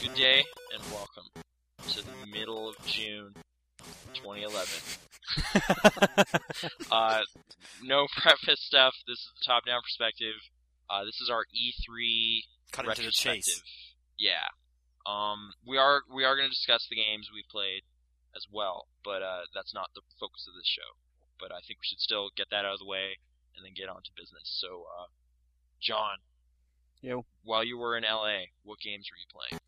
Good day and welcome to the middle of June 2011. Uh, no preface stuff. This is the top down perspective. Uh, this is our E3 Cut into the retrospective. chase. Yeah. Um, we are we are going to discuss the games we played as well, but uh, that's not the focus of this show. But I think we should still get that out of the way and then get on to business. So, uh, John, Yo. while you were in LA, what games were you playing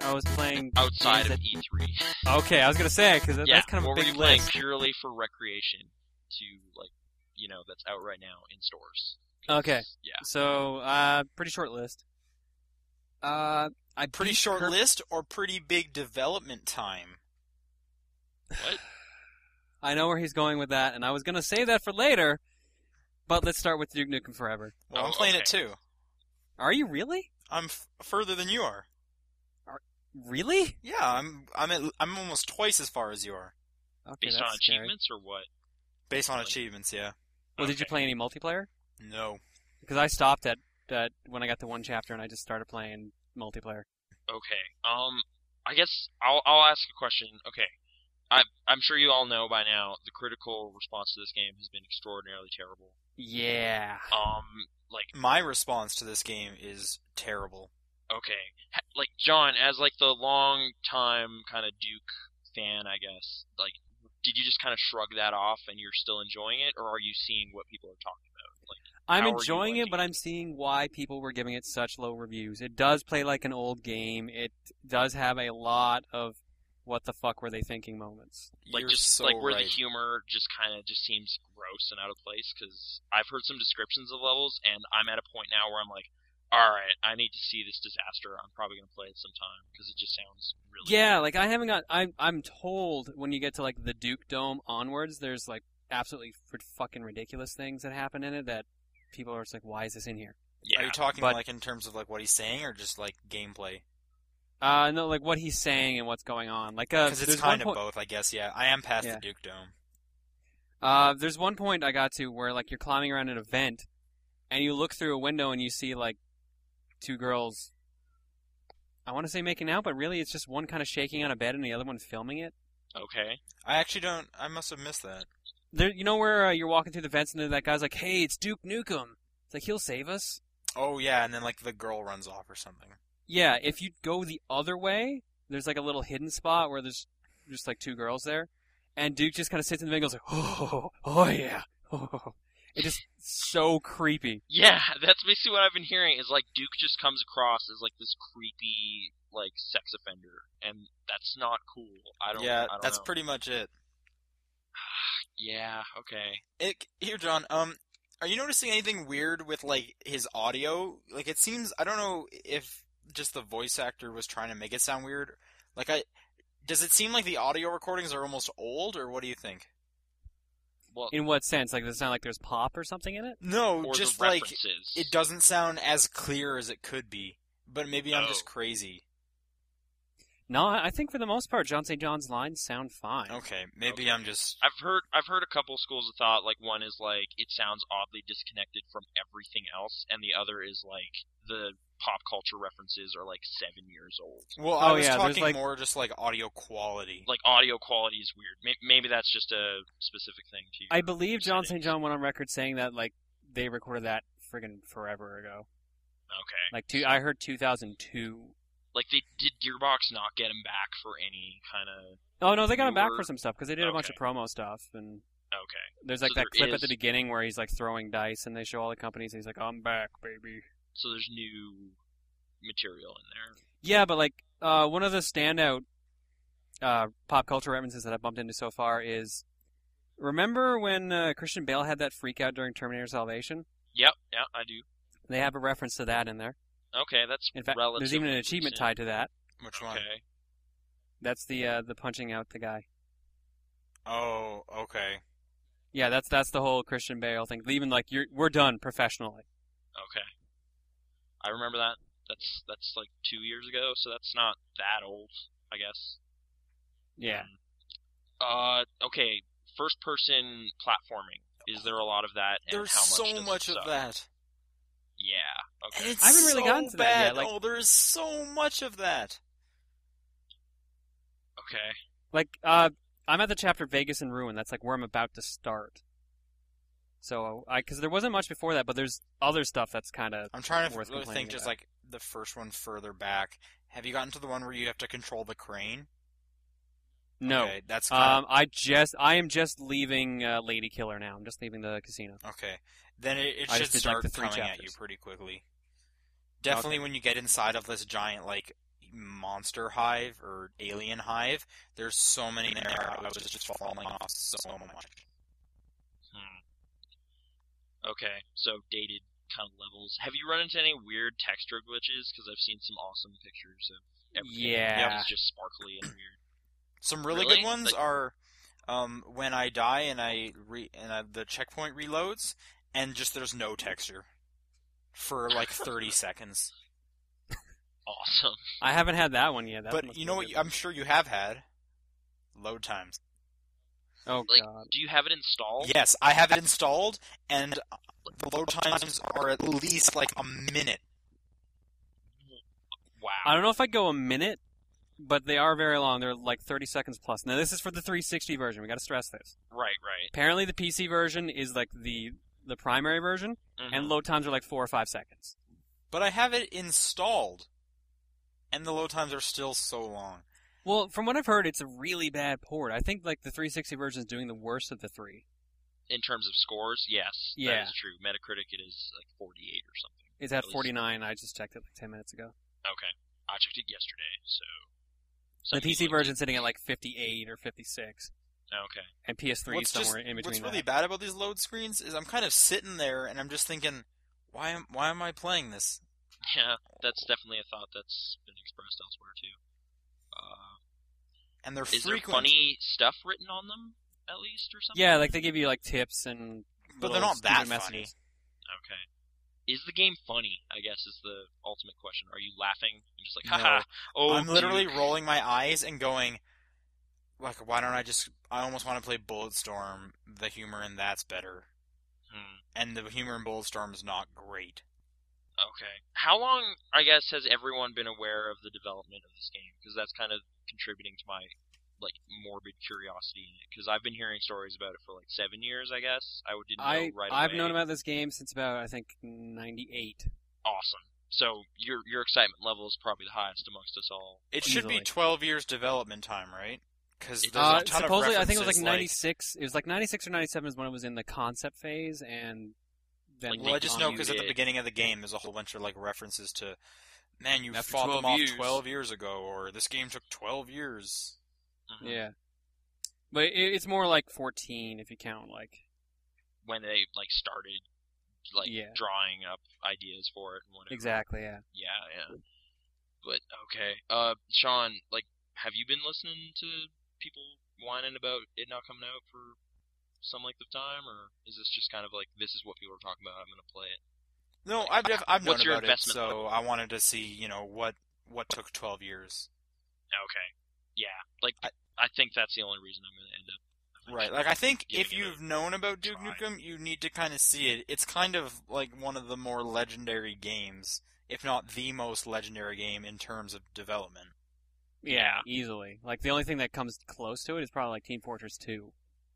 I was playing outside games of E3? that- okay, I was gonna say because yeah, that's kind of a what big were you playing list. purely for recreation to like, you know, that's out right now in stores. 'Cause- Okay, Yeah. so uh, pretty short list. Uh, I Pretty beat short Kirk- list or pretty big development time? I know where he's going with that, and I was gonna say that for later, but let's start with Duke Nukem Forever. Well, I'm Oh, playing okay. it too. Are you really? I'm f- further than you are. Really? Yeah, I'm I'm at, I'm almost twice as far as you are Okay, Based that's on scary. achievements or what? based on Like- achievements. Yeah. Well, did you Okay. play any multiplayer? No. Because I stopped at, at when I got to one chapter, and I just started playing multiplayer. Okay. Um, I guess I'll I'll ask a question. Okay, I I'm sure you all know by now the critical response to this game has been extraordinarily terrible. Yeah. Um, like My response to this game is terrible. okay, ha- like John, as like the long time kind of Duke fan, I guess. Like, did you just kind of shrug that off and you're still enjoying it, or are you seeing what people are talking about? Like, I'm How are you enjoying it, liking but it? I'm seeing why people were giving it such low reviews. It does play like an old game. It does have a lot of what the fuck were they thinking moments. like You're just so like where right. the humor just kind of just seems gross and out of place because I've heard some descriptions of levels and I'm at a point now where I'm like, all right, I need to see this disaster. I'm probably gonna play it sometime because it just sounds really Yeah, like I haven't got. I'm I'm told when you get to like the Duke Dome onwards, there's like absolutely fr- fucking ridiculous things that happen in it that people are just like, why is this in here? yeah. Are you talking but- like in terms of like what he's saying or just like gameplay? Uh, no, like what he's saying and what's going on. Like, uh, Because it's there's one kind of point- both, I guess. Yeah, I am past Yeah. the Duke Dome. Uh, there's one point I got to where like you're climbing around an event, and you look through a window and you see like two girls. I want to say making out, but really it's just one kind of shaking on a bed and the other one filming it. okay. I actually don't. I must have missed that. There, you know where uh, you're walking through the vents and then that guy's like, "Hey, it's Duke Nukem." It's like he'll save us. Oh yeah, and then like the girl runs off or something. Yeah, if you go the other way, there's like a little hidden spot where there's just like two girls there, and Duke just kind of sits in the middle and goes, "Oh, oh, oh yeah." Oh. It just so creepy. Yeah, that's basically what I've been hearing is like Duke just comes across as like this creepy like sex offender, and that's not cool. I don't. yeah, I don't that's know. pretty much it. Yeah. Okay. It, here, John. Um, are you noticing anything weird with like his audio? Like, it seems I don't know if just the voice actor was trying to make it sound weird. Like, I does it seem like the audio recordings are almost old, or what do you think? Well, In what sense? Like, does it sound like there's pop or something in it? No, or just the like references. it doesn't sound as clear as it could be. But maybe I'm just Oh. crazy. No, I I think for the most part, John St. John's lines sound fine. Okay, maybe Okay. I'm just. I've heard I've heard a couple schools of thought. Like one is like it sounds oddly disconnected from everything else, and the other is like the pop culture references are like seven years old. Well, I Oh, was yeah, there's, talking like- more just like audio quality. Like audio quality is weird. May- Maybe that's just a specific thing to you. I believe John Settings. St. John went on record saying that, like, they recorded that friggin' forever ago. Okay. Like, two, I heard 2002. Like they did Gearbox not get him back for any kind of Oh, no, they got him back Newer. for some stuff because they did a bunch of promo stuff. And okay. there's, like, So that there clip at the is- beginning where he's, like, throwing dice and they show all the companies and he's like, I'm back, baby. So there's new material in there. Yeah, but, like, uh, one of the standout uh, pop culture references that I've bumped into so far is remember when uh, Christian Bale had that freak out during Terminator Salvation? Yep. Yeah, I do. They have a reference to that in there. Okay, that's In fact, relatively there's even an achievement recent. tied to that. Which one? Okay. That's the uh, the punching out the guy. Oh, okay. Yeah, that's that's the whole Christian Bale thing. Even like you're we're done professionally. Okay. I remember that. That's that's like two years ago, so that's not that old, I guess. Yeah. Uh, okay. First person platforming. Is there a lot of that? And There's how much so does it much of suck? that. Yeah. Okay. And it's I haven't really so gotten to that bad. yet, like- oh, there's so much of that. okay. Like, uh, I'm at the chapter Vegas and Ruin. That's like where I'm about to start. So, I because there wasn't much before that, but there's other stuff that's kind of I'm trying to Worth really complaining think just about. like the first one further back. Have you gotten to the one where you have to control the crane? no. Okay, that's kind Um, I just I am just leaving uh, Lady Killer now. I'm just leaving the casino. Okay. Then it, it I should just did, like, start the three coming at you chapters. pretty quickly. Definitely when you get inside of this giant, like, monster hive or alien hive, there's so many in there. I was just falling off so much. Hmm. Okay, so dated kind of levels. Have you run into any weird texture glitches? Because I've seen some awesome pictures of everything. Yeah. It's just sparkly and weird. Some really, Really? good ones Like- are um, when I die and I re- and I, the checkpoint reloads, and just there's no texture for like 30 seconds. Awesome. I haven't had that one yet. That but must you be know a what? good you- I'm sure you have had load times. one. Oh like- god. Do you have it installed? Yes, I have it installed, and the load times are at least like a minute. I Wow. don't know if I go a minute, but they are very long. They're like 30 seconds plus. Now this is for the 360 version. We got to stress this. Right, right. Apparently the PC version is like the the primary version, Mhm. and load times are like four or five seconds. But I have it installed, and the load times are still so long. Well, from what I've heard, it's a really bad port. I think like the 360 version is doing the worst of the three. in terms of scores, yes, Yeah. that is true. Metacritic, it is like 48 or something. It's at At least- 49. I just checked it like 10 minutes ago. Okay, I checked it yesterday, so The some PC people- version's sitting at like 58 or 56, Okay, and PS3 what's is somewhere just, in between. what's that. really bad about these load screens is I'm kind of sitting there and I'm just thinking, why am why am I playing this? yeah, that's definitely a thought that's been expressed elsewhere too. Uh, And they're is there frequent, funny stuff written on them at least or something? Yeah, like they give you like tips and but they're little not that stupid funny. messages. Okay. Is the game funny? I guess is the ultimate question. Are you laughing and just like, No. haha? Oh, I'm literally Duke." rolling my eyes and going, like, why don't I just? I almost want to play Bulletstorm. The humor in that's better, Hmm. and the humor in Bulletstorm is not great. Okay. How long, I guess, has everyone been aware of the development of this game? Because that's kind of contributing to my like morbid curiosity in it. Because I've been hearing stories about it for like seven years, I guess. I didn't know I right I've away. known about this game since about I think 98. Awesome. So your your excitement level is probably the highest amongst us all. It should Easily. be 12 years development time, right? Because It there's Uh, a ton supposedly, of I think it was references, like 96. It was like 96 or 97 is when it was in the concept phase, and then Like, Well, I just know you because at the E did. beginning of the game, there's a whole bunch of like references to, man, you After fought them 12 off years." 12 years ago, or this game took 12 years. Mhm. yeah. But it, it's more like 14 if you count like When they like started like Yeah. drawing up ideas for it and whatever. exactly yeah. Yeah, yeah. But okay, uh, Sean, like, have you been listening to people whining about it not coming out for some length of time, or is this just kind of like this is what people are talking about? I'm gonna play it. No, I've def- I've known What's your about it, investment so I wanted to see you know what what took 12 years. Okay. Yeah, like I- I, think that's the only reason I'm gonna end up. Right, like I think Giving if it a you've known about Duke try. Nukem, you need to kind of see it. It's kind of like one of the more legendary games, if not the most legendary game in terms of development. Yeah. easily. Like the only thing that comes close to it is probably like Team Fortress 2.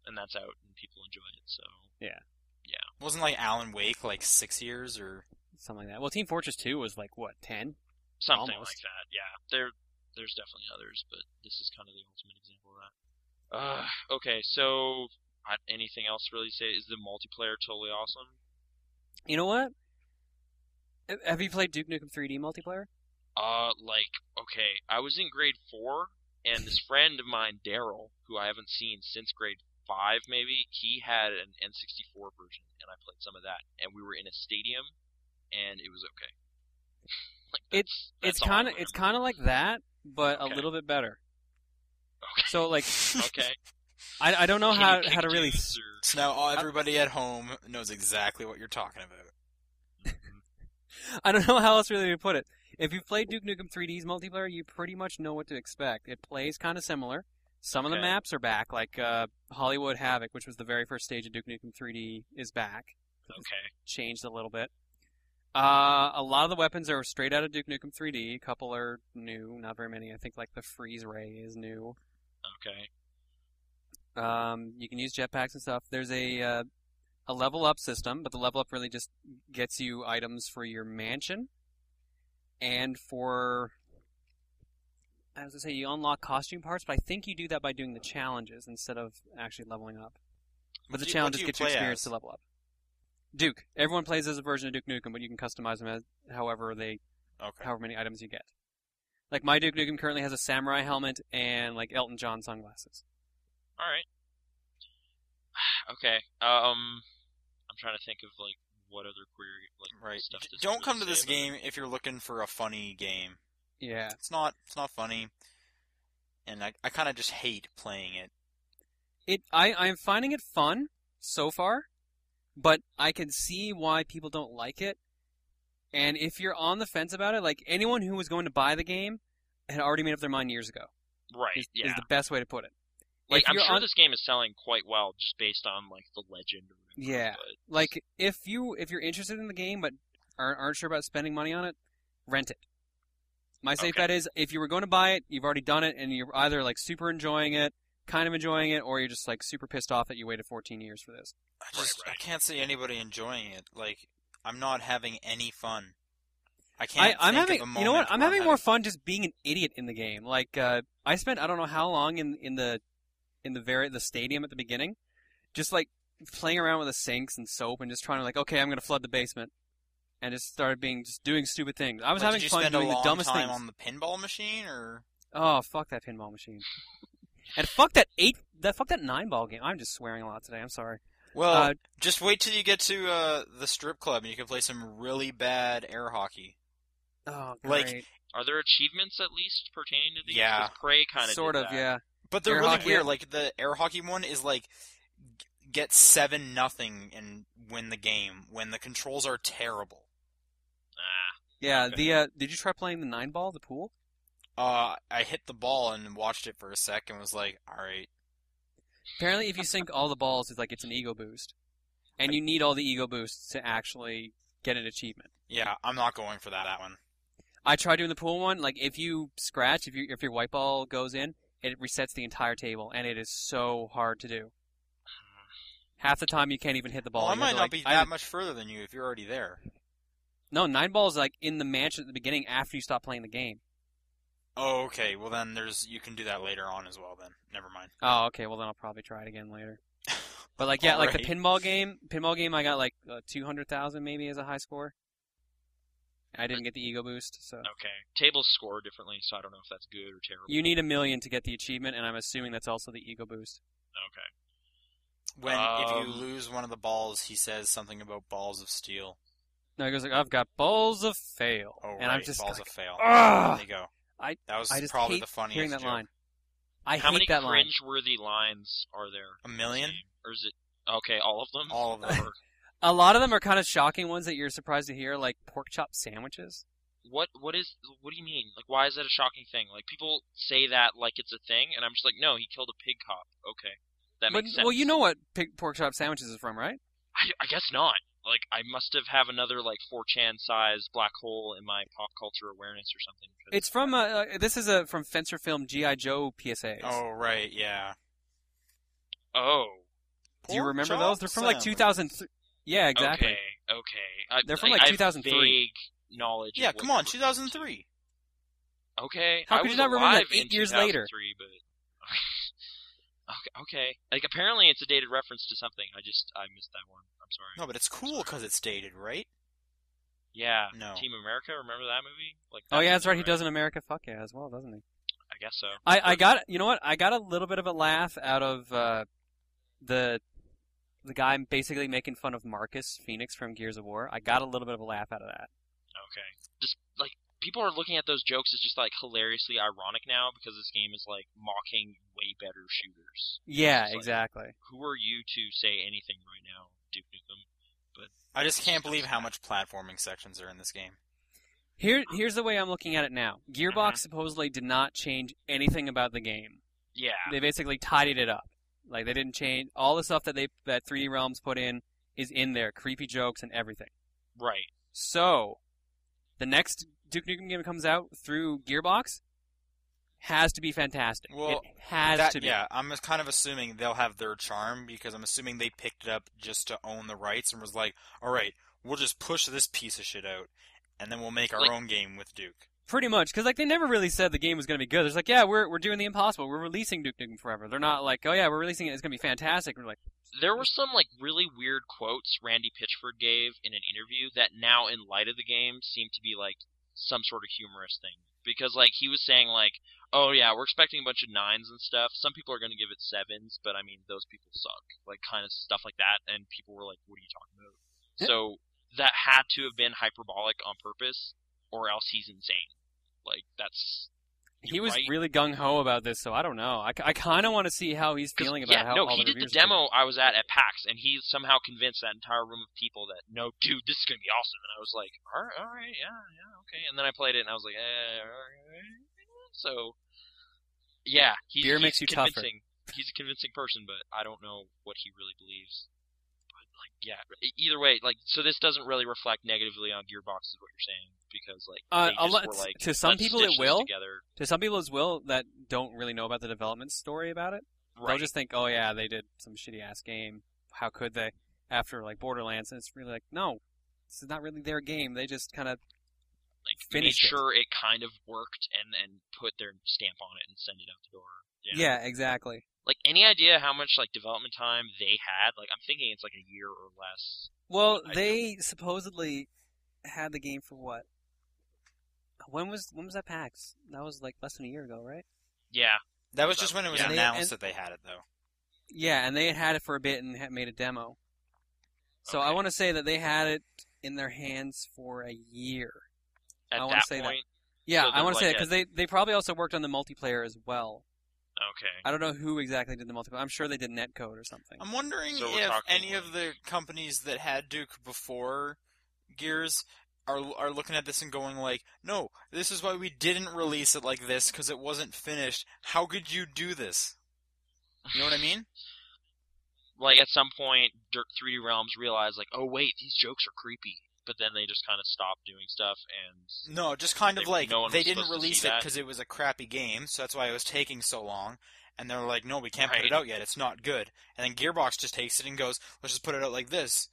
and that's out, and people enjoy it. So Wasn't like Alan Wake like six years or Something like that. Well, Team Fortress 2 was like what 10? something Almost. like that. Yeah, there, there's definitely others, but this is kind of the ultimate example of that. Uh, okay, so I, anything else really to say? Is the multiplayer totally awesome? You know what? H- Have you played Duke Nukem 3D multiplayer? Uh, like, okay, I was in grade four, and this friend of mine, Daryl, who I haven't seen since grade five, maybe, he had an N64 version, and I played some of that, and we were in a stadium, and it was okay. like, that's, it's kind of it's kind of like that, but Okay. a little bit better. Okay. So like okay. I, I don't know Can how you how kick to really dudes, or- So now all, everybody at home knows exactly what you're talking about. I don't know how else really to put it. If you've played Duke Nukem 3D's multiplayer, you pretty much know what to expect. It plays kind of similar. Some of the Okay. maps are back, like uh, Hollywood Havoc, which was the very first stage of Duke Nukem 3D, is back. okay. Changed a little bit. Uh, a lot of the weapons are straight out of Duke Nukem 3D. A couple are new, not very many. I think like the freeze ray is new. Okay. Um, you can use jetpacks and stuff. There's a uh, a level up system, but the level up really just gets you items for your mansion and for. I was gonna say you unlock costume parts, but I think you do that by doing the challenges instead of actually leveling up. But the do you- what challenges do you get you play experience as? to level up. Duke. Everyone plays as a version of Duke Nukem, but you can customize them as however they Okay. however many items you get. Like my Duke Nukem currently has a samurai helmet and like Elton John sunglasses. All right. Okay. Um, I'm trying to think of like what other query like Right. stuff. D- does it Don't really come to say this about it? game if you're looking for a funny game. Yeah. It's not. It's not funny. And I, I kind of just hate playing it. It I I'm finding it fun so far, but I can see why people don't like it. And if you're on the fence about it, like anyone who was going to buy the game had already made up their mind years ago. Right. Is, yeah. is the best way to put it. like if I'm you're sure on- this game is selling quite well just based on like the legend. Or whatever, Yeah. but- Like if you if you're interested in the game but aren't, aren't sure about spending money on it, rent it. My safe Okay. bet is if you were going to buy it, you've already done it, and you're either like super enjoying it, kind of enjoying it, or you're just like super pissed off that you waited 14 years for this. I Right, just right. I can't see anybody enjoying it. Like I'm not having any fun. I I, can't. I'm think having of a you know moment what I'm where having more fun just being an idiot in the game. Like uh, I spent I don't know how long in in the in the very the stadium at the beginning, just like playing around with the sinks and soap and just trying to like okay I'm gonna flood the basement, and just started being just doing stupid things. I was Like, having did you fun spend doing a long the dumbest time things. on the pinball machine, or Oh, fuck that pinball machine. and fuck that eight that fuck that nine ball game. I'm just swearing a lot today. I'm sorry. well, Uh, just wait till you get to uh, the strip club and you can play some really bad air hockey. Oh, Like, great. Are there achievements at least pertaining to these? Yeah. 'Cause Prey kind of sort of, yeah. But they're Air really hockey- weird. Like the air hockey one is like g- get seven nothing and win the game when the controls are terrible. Ah, Yeah, Okay. the uh, did you try playing the nine ball, the pool? Uh, I hit the ball and watched it for a sec and was like, all right. Apparently if you sink all the balls it's like it's an ego boost. And you need all the ego boosts to actually get an achievement. Yeah, I'm not going for that, that one. I tried doing the pool one, like if you scratch, if you if your white ball goes in, it resets the entire table and it is so hard to do. Half the time you can't even hit the ball. well, I You have might to, not like, be either that much further than you if you're already there. No, nine ball is like in the mansion at the beginning after you stop playing the game. Oh, okay. Well, then there's you can do that later on as well. Then never mind. Oh, okay. Well, then I'll probably try it again later. But like, yeah, like the Alright. pinball game. Pinball game, I got like uh, two hundred thousand maybe as a high score. I didn't get the ego boost, so Okay. Tables score differently, so I don't know if that's good or terrible. you need a million to get the achievement, and I'm assuming that's also the ego boost. Okay. When if you Um, lose one of the balls, he says something about balls of steel. No, it goes like, I've got balls of fail, Oh, and right, I'm just balls like, of fail. "Ugh!" There you go. I- that was I just probably hate the funniest hearing that joke. line. I How hate many that line. cringe-worthy lines are there? A million? in this game? Or is it okay? All of them. All of them. Or A lot of them are kind of shocking ones that you're surprised to hear, like pork chop sandwiches. what? What is? What do you mean? Like, why is that a shocking thing? Like, people say that like it's a thing, and I'm just like, no, he killed a pig cop. Okay, that but makes sense. well, you know what pig, pork chop sandwiches is from, right? I, I guess not. Like I must have have another like 4chan size black hole in my pop culture awareness or something. 'cause- It's from uh, uh, this is a from Fencer Film GI Joe PSAs. Oh, right, yeah. oh, Do you Pork remember chop those? They're from like sandwich. 2003. Yeah, exactly. okay, okay. I, They're from, I- like, I have 2003. Vague knowledge. of Yeah, what come they on, were- 2003. Okay, How I could you was not remember that alive in eight years later? 2003, But okay, okay. Like apparently it's a dated reference to something. I just I missed that one. I'm sorry. No, but it's cool because it's dated, right? Yeah. No. Team America. Remember that movie? Like. Oh that yeah, that's right. movie, He does an America fuck yeah as well, doesn't he? I guess so. I, I got you know what? I got a little bit of a laugh out of uh, the the guy basically making fun of Marcus Phoenix from Gears of War. I got a little bit of a laugh out of that. Okay. Just like people are looking at those jokes as just like hilariously ironic now because this game is like mocking way better shooters. Yeah, It's like- exactly. Who are you to say anything right now, Duke Nukem? I just can't believe how much platforming sections are in this game. Here here's the way I'm looking at it now. Gearbox supposedly did not change anything about the game. Yeah. they basically tidied it up. Like they didn't change all the stuff that they that 3D Realms put in is in there, creepy jokes and everything. Right. So, the next Duke Nukem game that comes out through Gearbox has to be fantastic. Well, it has That- to be. Yeah, I'm kind of assuming they'll have their charm because I'm assuming they picked it up just to own the rights and was like, all right, we'll just push this piece of shit out, and then we'll make our Like- own game with Duke. Pretty much, because like they never really said the game was going to be good. It's like, yeah, we're we're doing the impossible. We're releasing Duke Nukem Forever. They're not like, oh yeah, we're releasing it. It's going to be fantastic. We're like, There were some like really weird quotes Randy Pitchford gave in an interview that now, in light of the game, seem to be like some sort of humorous thing because like he was saying like, oh yeah, we're expecting a bunch of nines and stuff. Some people are gonna give it sevens, but I mean those people suck. Like kind of stuff like that, and people were like, what are you talking about? Yeah. So that had to have been hyperbolic on purpose, or else he's insane. Like that's he You're was right. really gung ho about this, so I don't know. I, kind of want to see how he's 'Cause, feeling about yeah, how no, all he the did the reviewers demo I was at at PAX, and he somehow convinced that entire room of people that no, dude, this is gonna be awesome. And I was like, all right, all right, yeah, yeah, okay. And then I played it, and I was like, eh, all right. So, yeah, he's, Beer he's makes you tougher. convincing. He's a convincing person, but I don't know what he really believes. But like, yeah, e- either way, like, so this doesn't really reflect negatively on Gearbox, is what you're saying, because like, Uh, they a just lot- were like, to some let's people stitch it this will. together, To some people as well that don't really know about the development story about it, right? they'll just think, oh yeah, they did some shitty ass game. How could they? After like Borderlands, and it's really like, no, this is not really their game. They just kind of like made finished it. sure it. kind of worked and and put their stamp on it and send it out the door. yeah. exactly. Like any idea how much like development time they had? Like I'm thinking it's like a year or less. Well, I they supposedly had the game for what? When was when was that PAX? That was like less than a year ago, right? Yeah. That was just when it was Yeah. And they- announced that and- they had it, though. Yeah, and they had had it for a bit and had made a demo. So I Okay. want to say that they had it in their hands for a year. At I wanna that say that. point. Yeah, So I they're want to say like it because they they probably also worked on the multiplayer as well. Okay. I don't know who exactly did the multiplayer. I'm sure they did netcode or something. I'm wondering So we're if talking any like- of the companies that had Duke before Gears are are looking at this and going like, "No, this is why we didn't release it like this because it wasn't finished. How could you do this?" You know what I mean? Like at some point, Dirt 3D Realms realized like, oh wait, these jokes are creepy. But then they just kind of stopped doing stuff and No, just kind of They- like no one they was didn't supposed to see release it that. because it was a crappy game, so that's why it was taking so long. And they're like, "No, we can't put it Right. out yet. It's not good." And then Gearbox just takes it and goes, "Let's just put it out like this."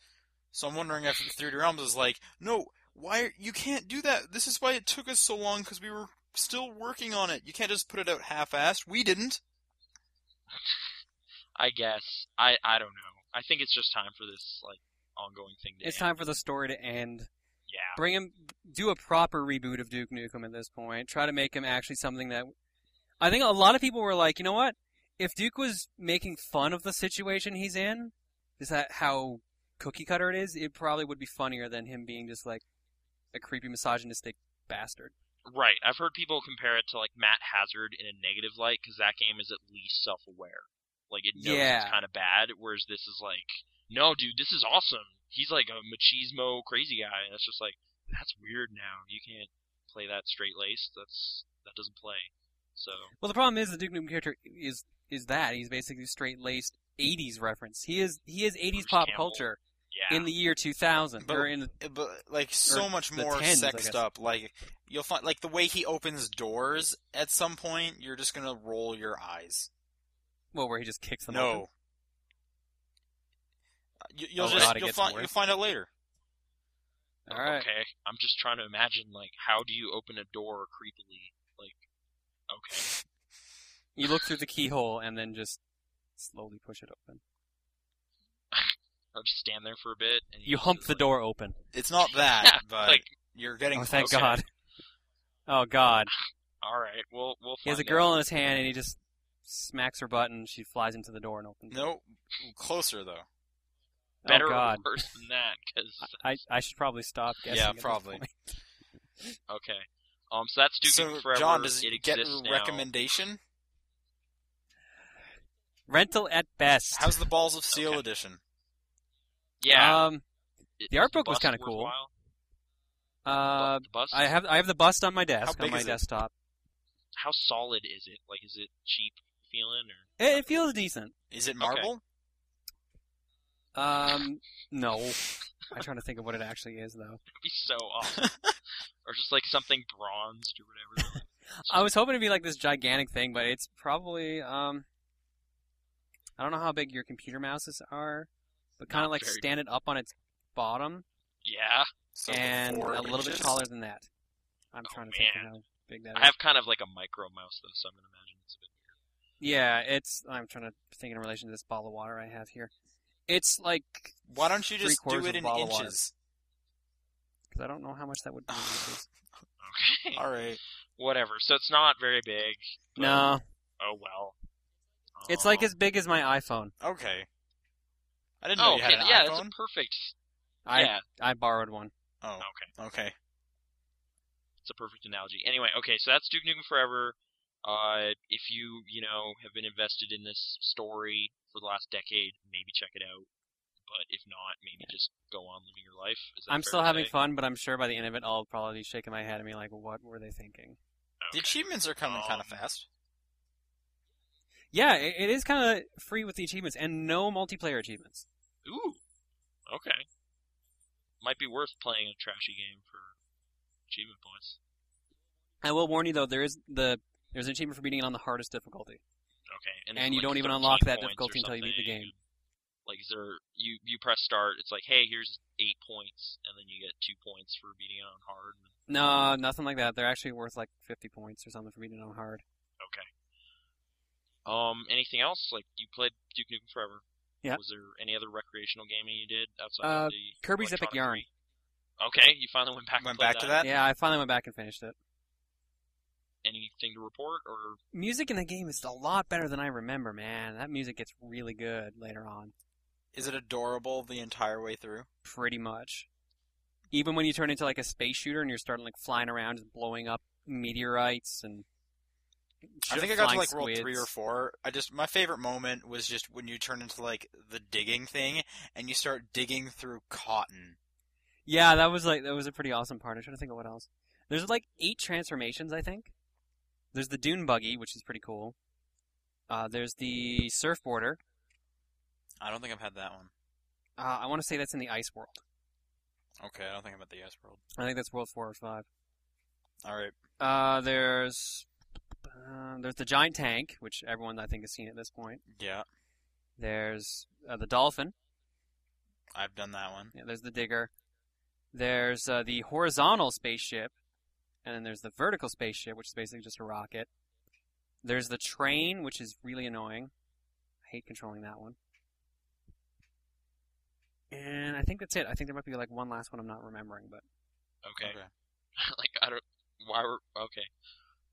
So I'm wondering if 3D Realms is like, "No, why are, you can't do that? This is why it took us so long because we were still working on it. You can't just put it out half-assed. We didn't." I guess I I don't know. I think it's just time for this like ongoing thing to It's end. time for the story to end. Yeah. Bring him, do a proper reboot of Duke Nukem at this point. Try to make him actually something that. I think a lot of people were like, you know what? If Duke was making fun of the situation he's in, is that how cookie cutter it is? It probably would be funnier than him being just like a creepy misogynistic bastard. Right. I've heard people compare it to like Matt Hazard in a negative light because that game is at least self-aware. Like it knows Yeah. it's kind of bad, whereas this is like, no, dude, this is awesome. He's like a machismo crazy guy, and it's just like that's weird. Now you can't play that straight laced. That's that doesn't play. So Well, the problem is the Duke Nukem character is is that he's basically straight laced '80s reference. He is he is '80s Bruce pop Campbell. culture yeah, in the year 2000 But- or in the, It- But like so Or much the more 10s, I sexed guess. up. Like you'll find like the way he opens doors at some point, you're just gonna roll your eyes. well where he just kicks them. no. Uh, open. You, you'll Oh, God, just it you'll, gets find, worse. you'll find out later. All right. okay. I'm just trying to imagine like how do you open a door creepily? Like okay, You look through the keyhole and then just slowly push it open. I'll just stand there for a bit and You just hump is the like- door open. It's not that, but Like- you're getting Oh, thank closer. God. Oh, God. All right, we'll we'll. Find He has a out. girl in his hand and he just smacks her button. She flies into the door and opens. it. No, closer though. better oh, God. or worse than that because I, I should probably stop guessing. Yeah, at this probably. point. okay um so that's Duke so, forever John, does it it get exists now. recommendation? Rental at best. How's the Balls of Steel Okay. edition? yeah Um, it- the art is book was bust kinda cool. worthwhile? Bu- uh, the bust I have I have the bust on my desk big on my is it? desktop. how solid is it like is it cheap feeling or It, it feels decent. Is it marble? Um, no. I try to think of what it actually is though. It'd be so awesome. or just like something bronzed or whatever. I was hoping it'd be like this gigantic thing, but it's probably um I don't know how big your computer mouses are, but kind of Not like very stand it up on its bottom yeah, So and four a little bit inches. taller than that. I'm Oh, trying to think man. of how big that is. I have kind of like a micro mouse though, so I'm gonna imagine it's a bit. Yeah, it's I'm trying to think in relation to this bottle of water I have here. It's like Why don't you Three just do quarters it of a in bottle of water. inches? because I don't know how much that would be. in inches. Okay. All right. Whatever. So it's not very big. but- no, Oh well. it's like Um, as big as my iPhone. Okay. I didn't know Oh you had okay, an yeah, iPhone. that's a perfect. I yeah, I borrowed one. Oh. Okay. Okay. it's a perfect analogy. Anyway, okay, so that's Duke Nukem Forever. Uh, if you you know have been invested in this story for the last decade, maybe check it out. But if not, maybe just go on living your life. Is that I'm fair still to having say? fun, but I'm sure by the end of it, I'll probably be shaking my head and be like, "What were they thinking?" The achievements are coming Um, kind of fast. Yeah, it, it is kind of free with the achievements and no multiplayer achievements. Ooh, okay. Might be worth playing a trashy game for achievement points. I will warn you though, there is the there's an achievement for beating it on the hardest difficulty. Okay, And it's you like don't even 13 unlock that points or difficulty until you beat the something. game. Like, is there you you press start? It's like, hey, here's eight points, and then you get two points for beating it on hard. No, nothing like that. They're actually worth like 50 points or something for beating it on hard. Okay. Um, anything else? Like you played Duke Nukem Forever. Yeah. Was there any other recreational gaming you did outside Uh, of the Kirby's Epic Electronic Yarn. Three? Okay, you finally went back. and Went played back to that. Yeah, I finally went back and finished it. Anything to report or Music in the game is a lot better than I remember, man. That music gets really good later on, Is it adorable the entire way through? pretty much. Even when you turn into like a space shooter and you're starting like flying around, just blowing up meteorites and. I think I got to flying like world three squids. or four. I just my favorite moment was just when you turn into like the digging thing and you start digging through cotton. Yeah, that was like that was a pretty awesome part. I'm trying to think of what else. There's like eight transformations, I think. There's the dune buggy, which is pretty cool. Uh, there's the surfboarder. I don't think I've had that one. Uh, I want to say that's in the ice world. Okay, I don't think I'm at the yes world. I think that's world four or five. All right. Uh, there's uh, there's the giant tank, which everyone I think has seen at this point. Yeah, There's uh, the dolphin. I've done that one. Yeah, there's the digger. There's uh, the horizontal spaceship, and then there's the vertical spaceship, which is basically just a rocket. There's the train, which is really annoying. I hate controlling that one. And I think that's it. I think there might be like one last one I'm not remembering, but okay? like I don't why were okay.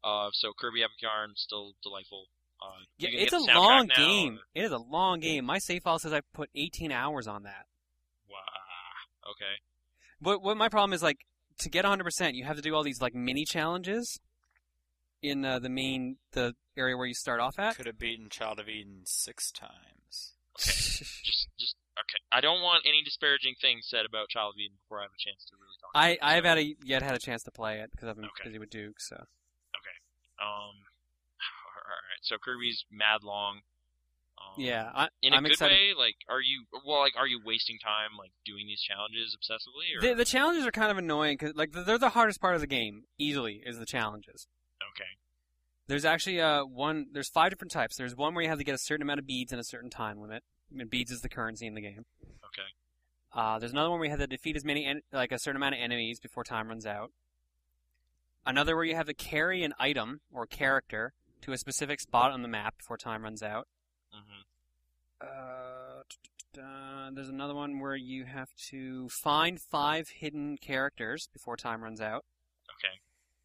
Uh, so Kirby Epic Yarn still delightful. Uh, you yeah, gonna it's a get the soundtrack long now, game. or- It is a long game. My save file says I put 18 hours on that. Wow. Okay. What what my problem is like to get 100%, you have to do all these like mini challenges in uh, the main the area where you start off at. Could have beaten Child of Eden six times. Just just okay. I don't want any disparaging things said about Child of Eden before I have a chance to really talk. about I it, I have so- had a, yet had a chance to play it because I've been Okay. busy with Duke. So Um, all right. So Kirby's mad long. Um, yeah, I, In a I'm good excited. way. Like, are you well? Like, are you wasting time like doing these challenges obsessively? Or The, the challenges are kind of annoying because like they're the hardest part of the game easily is the challenges. okay, There's actually uh one there's five different types. There's one where you have to get a certain amount of beads in a certain time limit. I mean, beads is the currency in the game. okay, Uh, there's another one where you have to defeat as many en- like a certain amount of enemies before time runs out. Another where you have to carry an item or character to a specific spot on the map before time runs out. hmm Uh, t- t- t- uh, there's another one where you have to find five hidden characters before time runs out, okay,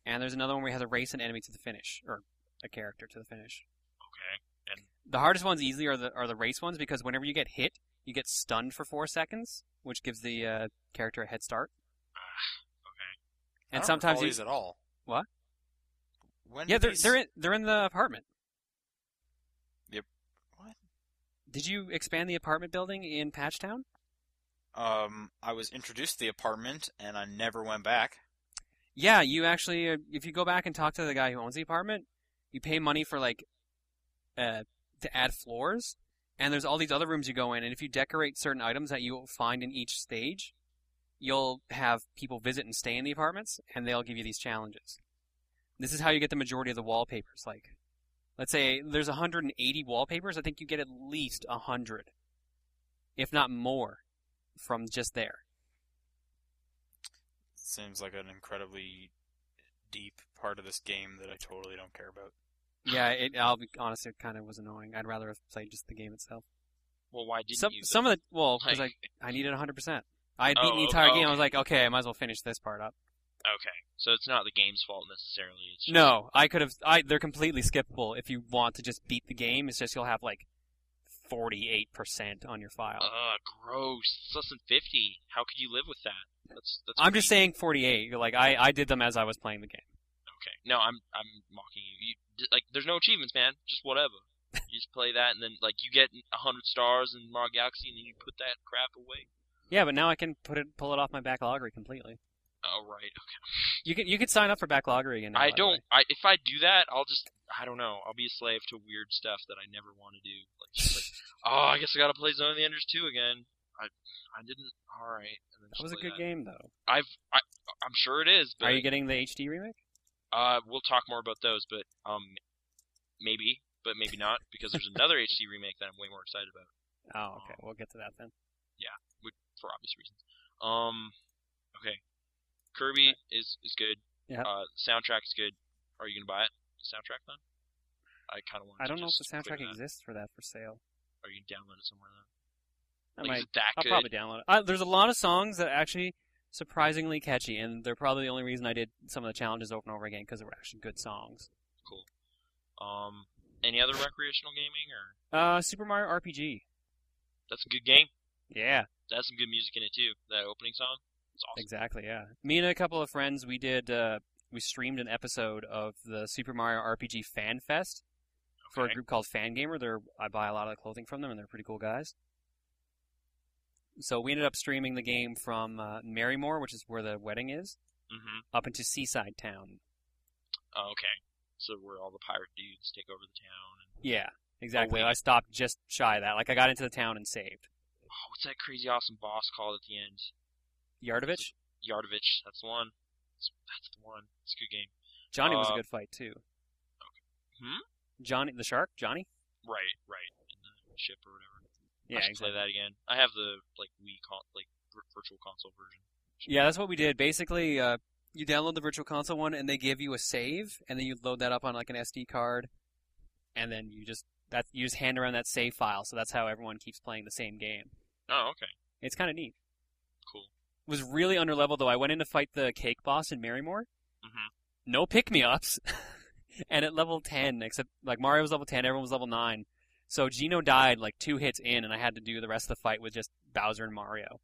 and there's another one where you have to race an enemy to the finish or a character to the finish. okay. The hardest ones easily are the are the race ones because whenever you get hit, you get stunned for four seconds, which gives the uh, character a head start. okay. Ah, I And don't sometimes recall you, these at all. What? When yeah, did they're these- they're in, they're in the apartment. Yep. What? Did you expand the apartment building in Patchtown? Um, I was introduced to the apartment and I never went back. Yeah, you actually, uh, if you go back and talk to the guy who owns the apartment, you pay money for like, uh, to add floors, and there's all these other rooms you go in, and if you decorate certain items that you will find in each stage, you'll have people visit and stay in the apartments, and they'll give you these challenges. This is how you get the majority of the wallpapers. Like, let's say there's 180 wallpapers, I think you get at least 100, if not more, from just there. Seems like an incredibly deep part of this game that I totally don't care about. Yeah, it, I'll be honest, it kind of was annoying. I'd rather have played just the game itself. Well, why didn't some you? some of the well, because Like- I I needed 100. percent I had beaten Oh, the entire okay. game. I was like, okay, I might as well finish this part up. okay, so it's not the game's fault necessarily. It's just, No, I could have. I they're completely skippable if you want to just beat the game. It's just you'll have like 48 percent on your file. Ugh, gross. It's less than fifty. How could you live with that? That's that's. I'm just pretty- saying 48. You're like I I did them as I was playing the game. Okay. No, I'm I'm mocking you. you. d- Like, there's no achievements, man. Just whatever. You just play that, and then like you get a hundred stars in Mario Galaxy, and then you put that crap away. Yeah, but now I can put it pull it off my backloggery completely. Oh right. You could you could sign up for backloggery again. now, by I the way. don't. I if I do that, I'll just I don't know. I'll be a slave to weird stuff that I never want to do. Like, just like oh, I guess I gotta play Zone of the Enders two again. I I didn't. All right. And then That just was a play good game though. I've I I'm sure it is. But Are you getting the HD remake? Uh, we'll talk more about those, but um, maybe, but maybe not, because there's another HD remake that I'm way more excited about Oh, okay. We'll get to that then. for obvious reasons. Um, okay, Kirby is is good. Yeah. Uh, soundtrack is good. Are you gonna buy it? The soundtrack then? I kind of want. I don't know if the just clear soundtrack that. exists for that for sale. Are you gonna download it somewhere then? I Like, might is it that I'll good? probably download it. Uh, there's a lot of songs that are actually surprisingly catchy, and they're probably the only reason I did some of the challenges over and over again because they were actually good songs. Um, any other recreational gaming or? Uh, Super Mario RPG. That's a good game. Yeah, That has some good music in it too. That opening song. It's awesome. exactly. Yeah, me and a couple of friends we did uh, we streamed an episode of the Super Mario RPG Fan Fest for a Okay. group called Fan Gamer. They're I buy a lot of clothing from them, and they're pretty cool guys. So we ended up streaming the game from uh, Marymore, which is where the wedding is, Mm-hmm. up into Seaside Town. Oh, okay. So where all the pirate dudes take over the town. And... Yeah, exactly. Oh, wait. I stopped just shy of that. Like I got into the town and saved. Oh, what's that crazy awesome boss called at the end? Yardovich, Yardovich. That's the one. That's, that's the one. It's a good game. Johnny was a Uh, good fight too. Hmm? Johnny the shark, Johnny. Right, right. In the ship or whatever. Yeah, I should exactly. play that again. I have the like Wii con- like vir- virtual console version. Yeah, that's what we did. Basically, uh, you download the Virtual Console one, and they give you a save, and then you load that up on like an SD card, and then you just that you just hand around that save file. So that's how everyone keeps playing the same game. Oh, okay. It's kind of neat. Cool. It was really underleveled though. I went in to fight the cake boss in Marymore. Mhm. No pick me ups, and at level ten, except like Mario was level ten, everyone was level nine. So Gino died like two hits in, and I had to do the rest of the fight with just Bowser and Mario.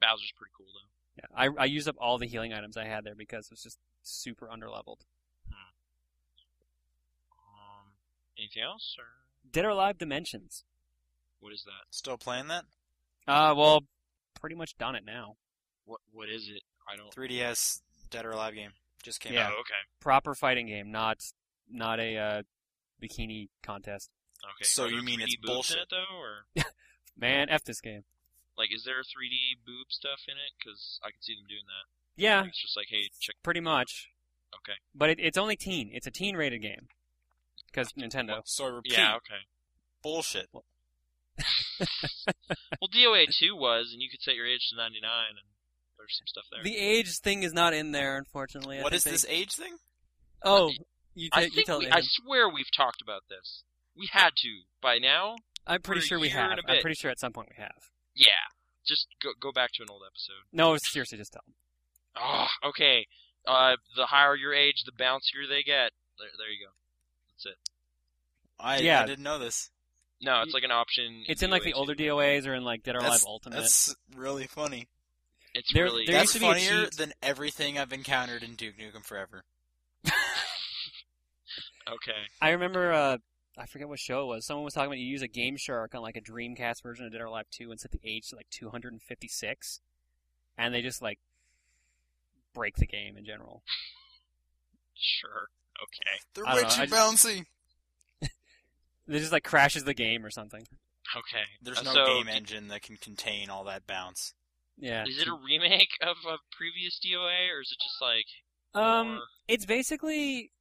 Bowser's pretty cool though. Yeah, I, I used up all the healing items I had there because it was just super underleveled. Um, anything else or Dead or Alive Dimensions. what is that? Still playing that? Uh, well, pretty much done it now. What what is it? I don't. 3DS Dead or Alive game just came out. Oh. Yeah. Oh, okay. Proper fighting game, not not a uh, bikini contest. Okay. So Are you there mean it's 3D boobs in bullshit? it, though, or Man, f this game. like is there 3D boob stuff in it? Because I could see them doing that. Yeah, Like, it's just like, hey, check. pretty much. Okay. But it, it's only teen. It's a teen rated game. Because Nintendo. So I repeat, Yeah. Okay. bullshit. Well, DOA two was, and you could set your age to 99, and there's some stuff there. The age thing is not in there, unfortunately. I What think is they- this age thing? Oh, you, I take- you think tell we, Nathan. I swear we've talked about this. We had to by now. I'm pretty for a sure we year have. and a I'm bit. pretty sure at some point we have. Yeah, just go go back to an old episode. No, seriously, just tell them. Oh, okay. Uh, the higher your age, the bouncier they get. There, there you go. That's it. I, Yeah. I didn't know this. No, it's like an option. It's in like the DOA2. older DOAs or in like Dead or Alive That's- Ultimate. That's really funny. It's There- really. there That's used to be a funnier cheat. than everything I've encountered in Duke Nukem Forever. okay. I remember uh I forget what show it was. Someone was talking about you use a Game Shark on like a Dreamcast version of Dead or Alive 2 and set the age to like 256, and they just like break the game in general. Sure. Okay. They're I way don't know, too I bouncy. It just like crashes the game or something. Okay. There's Uh, no so game did- engine that can contain all that bounce. Yeah. Is it a remake of a previous DOA, or is it just like Um, more- it's basically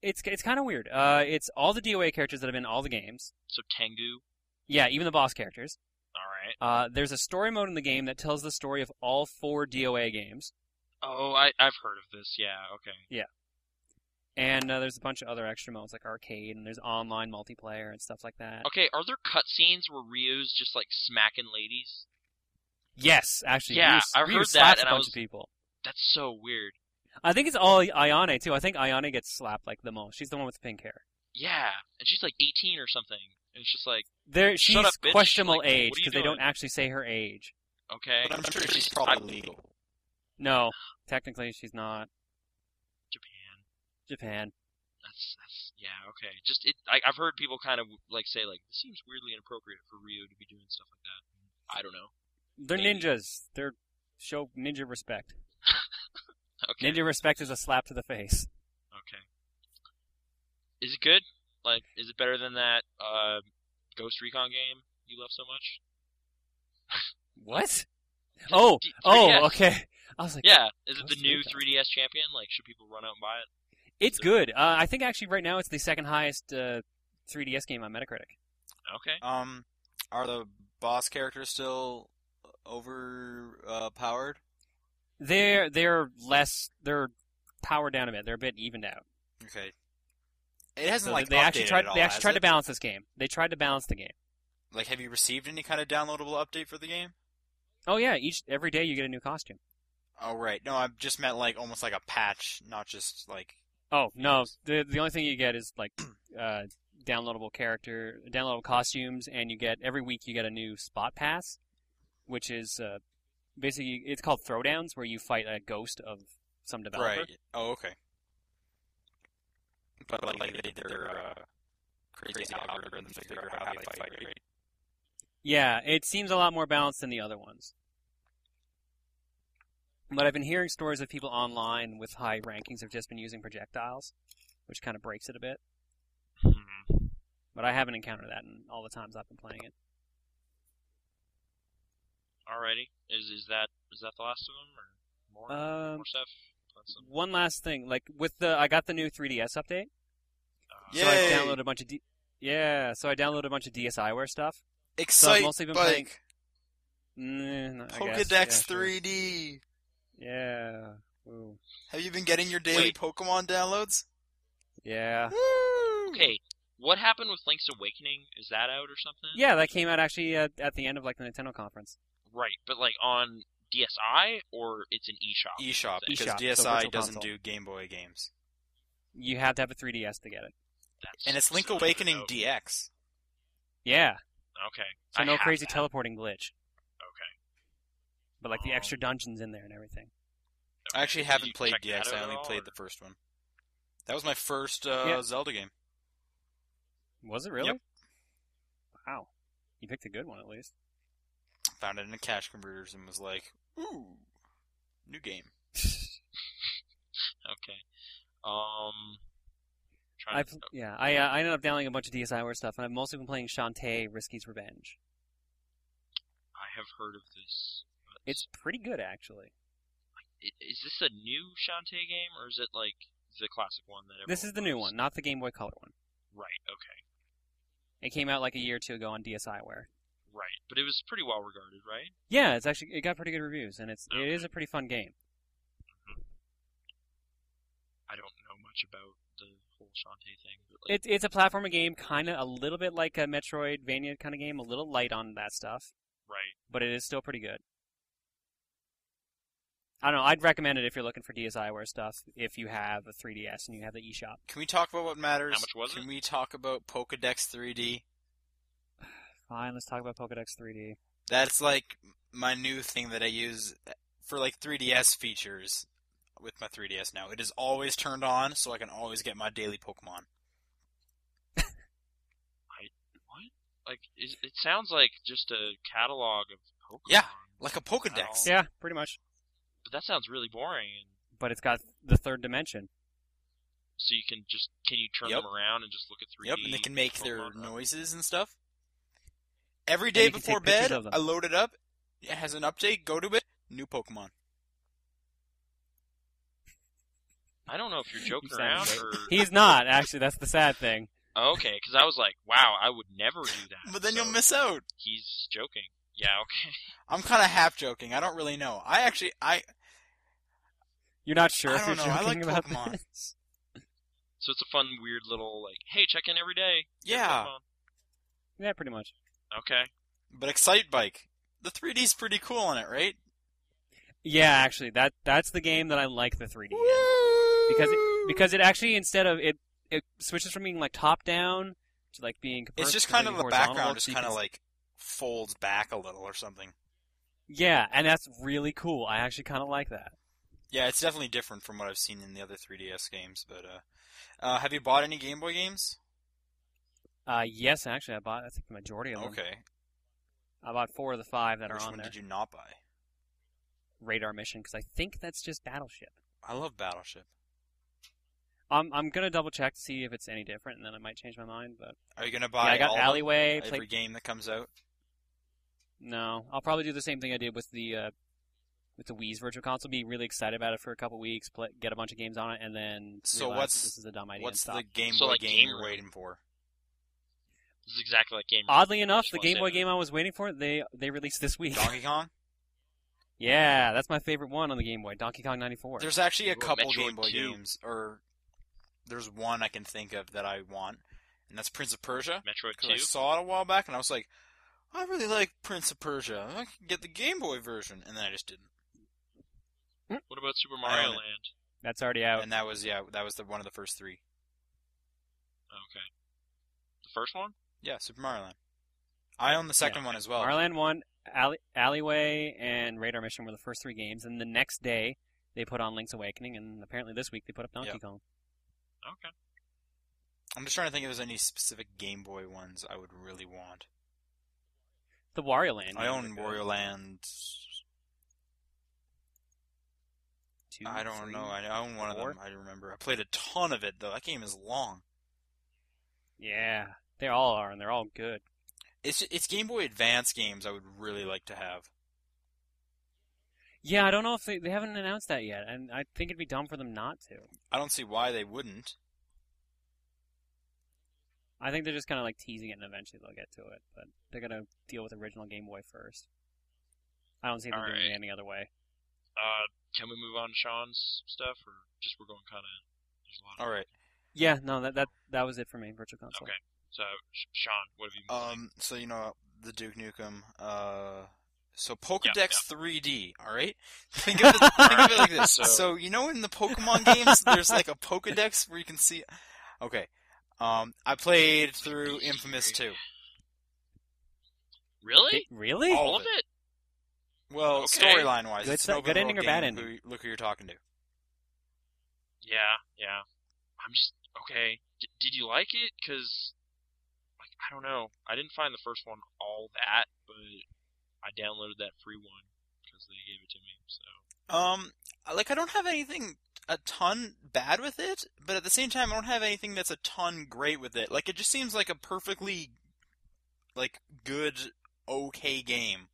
it's it's kind of weird. Uh, it's all the DOA characters that have been in all the games. so Tengu? Yeah, even the boss characters. All right. Uh, there's a story mode in the game that tells the story of all four DOA games, Oh, I I've heard of this. Yeah. Okay. and uh, there's a bunch of other extra modes like arcade, and there's online multiplayer and stuff like that. Okay. Are there cutscenes where Ryu's just like smacking ladies? Yes, actually, Yeah, Ryu s- I Ryu heard slaps that, and a I bunch was- of people. That's so weird. I think it's all Ayane too. I think Ayane gets slapped like the most. She's the one with the pink hair. Yeah, and she's like 18 or something. And it's just like There, she's Shut up, bitch. questionable Like, what are age you because they doing? don't actually say her age. okay. But I'm sure she's I- probably legal. No, technically she's not Japan. Japan. That's that's yeah okay. Just it. I, I've heard people kind of like say like this seems weirdly inappropriate for Ryu to be doing stuff like that. I don't know. They're Maybe. ninjas. They're show ninja respect. Okay. Ninja respect is a slap to the face. Okay. Is it good? Like, is it better than that uh, Ghost Recon game you love so much? What? Oh, D- oh, 3DS. okay. I was like, Yeah. Is it Ghost the new Recon. 3DS champion? Like, should people run out and buy it? it's good. Uh, I think actually right now it's the second highest uh, 3DS game on Metacritic. Okay. Um, are the boss characters still overpowered? Uh, powered? They're they're less they're powered down a bit. They're a bit evened out. okay. It hasn't So like they actually updated tried at all, they actually has tried it? to balance this game. They tried to balance the game. Like, have you received any kind of downloadable update for the game? Oh yeah, each every day you get a new costume. Oh right, no, I just meant like almost like a patch, not just like Oh no, the the only thing you get is like uh, downloadable character, downloadable costumes, and you get every week you get a new spot pass, which is uh, basically it's called throwdowns, where you fight a ghost of some developer. right. Oh okay. But like, they did their uh, crazy algorithm to figure out how they fight. Right? Yeah, it seems a lot more balanced than the other ones. But I've been hearing stories of people online with high rankings have just been using projectiles, which kind of breaks it a bit. Hmm. But I haven't encountered that in all the times I've been playing it. Alrighty. Is is that is that the last of them or more Um, more stuff? That's some- one last thing, like with the I got the new 3DS update. uh, So I Yay. downloaded a bunch of D- yeah. So I downloaded a bunch of DSiWare stuff. Excite mostly been playing Bike Mm, I guess, Pokedex yeah, sure. 3D. Yeah. Ooh. Have you been getting your daily Wait. Pokemon downloads? Yeah. Woo! hmm. Okay. What happened with Link's Awakening? Is that out or something? Yeah, that came out actually at, at the end of like the Nintendo conference. Right, but like on DSi or it's an eShop. eShop thing? because eShop, so DSi Virtual doesn't Console. do Game Boy games, You have to have a 3DS to get it. That's and it's Link so Awakening dope. DX. Yeah. Okay. So I no have crazy that. teleporting glitch. Okay. But like the Um, extra dungeons in there and everything. I actually Did you haven't played check that DX. out I at only all, played or- the first one. That was my first uh, Yeah. Zelda game. Was it really? Yep. Wow. You picked a good one at least. Found it in a cash converters and was like, "Ooh, new game." Okay. Um. Trying I to, pl- yeah, I uh, I ended up downloading a bunch of DSiWare stuff, and I've mostly been playing Shantae Risky's Revenge. I have heard of this. But It's pretty good actually. i- is this a new Shantae game or is it like the classic one that? This is the everyone new loves? one, not the Game Boy Color one. Right. Okay. It came out like a year or two ago on DSiWare. Right. But it was pretty well regarded, right? Yeah, it's actually it got pretty good reviews, and it's it Okay. is a pretty fun game. I don't know much about the whole Shantae thing. But like, It's it's a platformer game, kind of a little bit like a Metroidvania kind of game, a little light on that stuff, right. but it is still pretty good. I don't know. I'd recommend it if you're looking for DSiWare stuff. If you have a 3DS and you have the eShop, Can we talk about what matters? How much was Can it? we talk about Pokedex 3D? fine. Let's talk about Pokedex 3D. That's like my new thing that I use for like 3DS features with my 3DS now. It is always turned on, so I can always get my daily Pokemon. Like is, it sounds like just a catalog of Pokemon. Yeah, like a Pokedex. Oh. Yeah, pretty much. But that sounds really boring. And But it's got the third dimension. so you can just can you turn Yep. them around and just look at 3D? Yep, and they can make their Pokemon? noises and stuff. Every And day you can before take pictures bed, of them. I load it up It has an update. Go to it. New Pokemon. I don't know if you're joking sound around right. or Oh, He's not actually. That's the sad thing. okay, because I was like, wow, I would never do that. But then So you'll miss out. He's joking. Yeah. Okay. I'm kind of half joking. I don't really know. I actually, I You're not sure I if you're don't know. I like joking about Pokemon. this. So it's a fun, weird little like, hey, check in every day. Get yeah. Pokemon. Yeah, pretty much. Okay. But Excite Bike, the 3D's pretty cool on it, right? Yeah, actually, that that's the game that I like the 3D in. Because it, because it actually instead of it it switches from being like top down to like being It's just compar- kind of completely the horizontal, background so just you kind of can- like folds back a little or something. yeah, and that's really cool. I actually kind of like that. Yeah, it's definitely different from what I've seen in the other 3DS games. But uh, uh have you bought any Game Boy games? Uh, yes, actually, I bought I think the majority of them. Okay. I bought four of the five that Which are one on there. did you not buy? Radar Mission because I think that's just Battleship. I love Battleship. I'm I'm gonna double check to see if it's any different, and then I might change my mind. But Are you gonna yeah, buy? I got all Alleyway. The, Play, every game that comes out. No, I'll probably do the same thing I did with the uh, with the Wii's Virtual Console. Be really excited about it for a couple weeks, play, get a bunch of games on it, and then So realize what's- this is a dumb idea. and What's stop. the Game So, Boy like, game Game you're Room. waiting for? This is exactly like game. Oddly enough, Just the wanna Game say Boy that. game I was waiting for they they released this week. Donkey Kong. yeah, that's my favorite one on the Game Boy, Donkey Kong '94. There's actually a Ooh, couple Metroid Game Boy 2. games, or there's one I can think of that I want, and that's Prince of Persia. Metroid Because I Two. saw it a while back, and I was like, I really like Prince of Persia. I can get the Game Boy version, and then I just didn't. What about Super Mario own it. Land? That's already out. And that was yeah, that was the one of the first three. Okay. The first one. Yeah, Super Mario Land. I own the second one as well. Marland One, Alley- Alleyway, and Radar Mission were the first three games, and the next day they put on Link's Awakening, and apparently this week they put up Donkey Yep. Kong. Okay. I'm just trying to think if there's any specific Game Boy ones I would really want. The Wario Land. I games own are good. Wario Land. Two, I don't three. know. I I own one of four? them. I remember. I played a ton of it though. That game is long. Yeah, they all are, and they're all good. It's it's Game Boy Advance games I would really like to have. Yeah, I don't know if they, they haven't announced that yet, and I think it'd be dumb for them not to. I don't see why they wouldn't. I think they're just kind of like teasing it, and eventually they'll get to it. But they're gonna deal with original Game Boy first. I don't see them doing Alright. it any other way. Uh, can we move on to Sean's stuff, or just we're going kind of? There's a lot. Of, All right. Yeah, no, that that that was it for me. Virtual console. Okay. So Sh- Sean, what have you? been playing? Um. So you know the Duke Nukem. Uh. So Pokedex 3D. All right. Think of it, think of it like this. So- So you know in the Pokemon games, there's like a Pokedex where you can see. Okay. Um. I played through Infamous 2. Really? Did- really? Oh, All of it? Well, Okay. storyline wise, Good it's se- an open good ending world or bad game. ending? Who, you- look who you're talking to. Yeah, yeah. I'm just okay. D- did you like it? Cause like I don't know. I didn't find the first one all that, but I downloaded that free one because they gave it to me. So Um, like I don't have anything a ton bad with it, but at the same time, I don't have anything that's a ton great with it. Like it just seems like a perfectly, like good, okay game.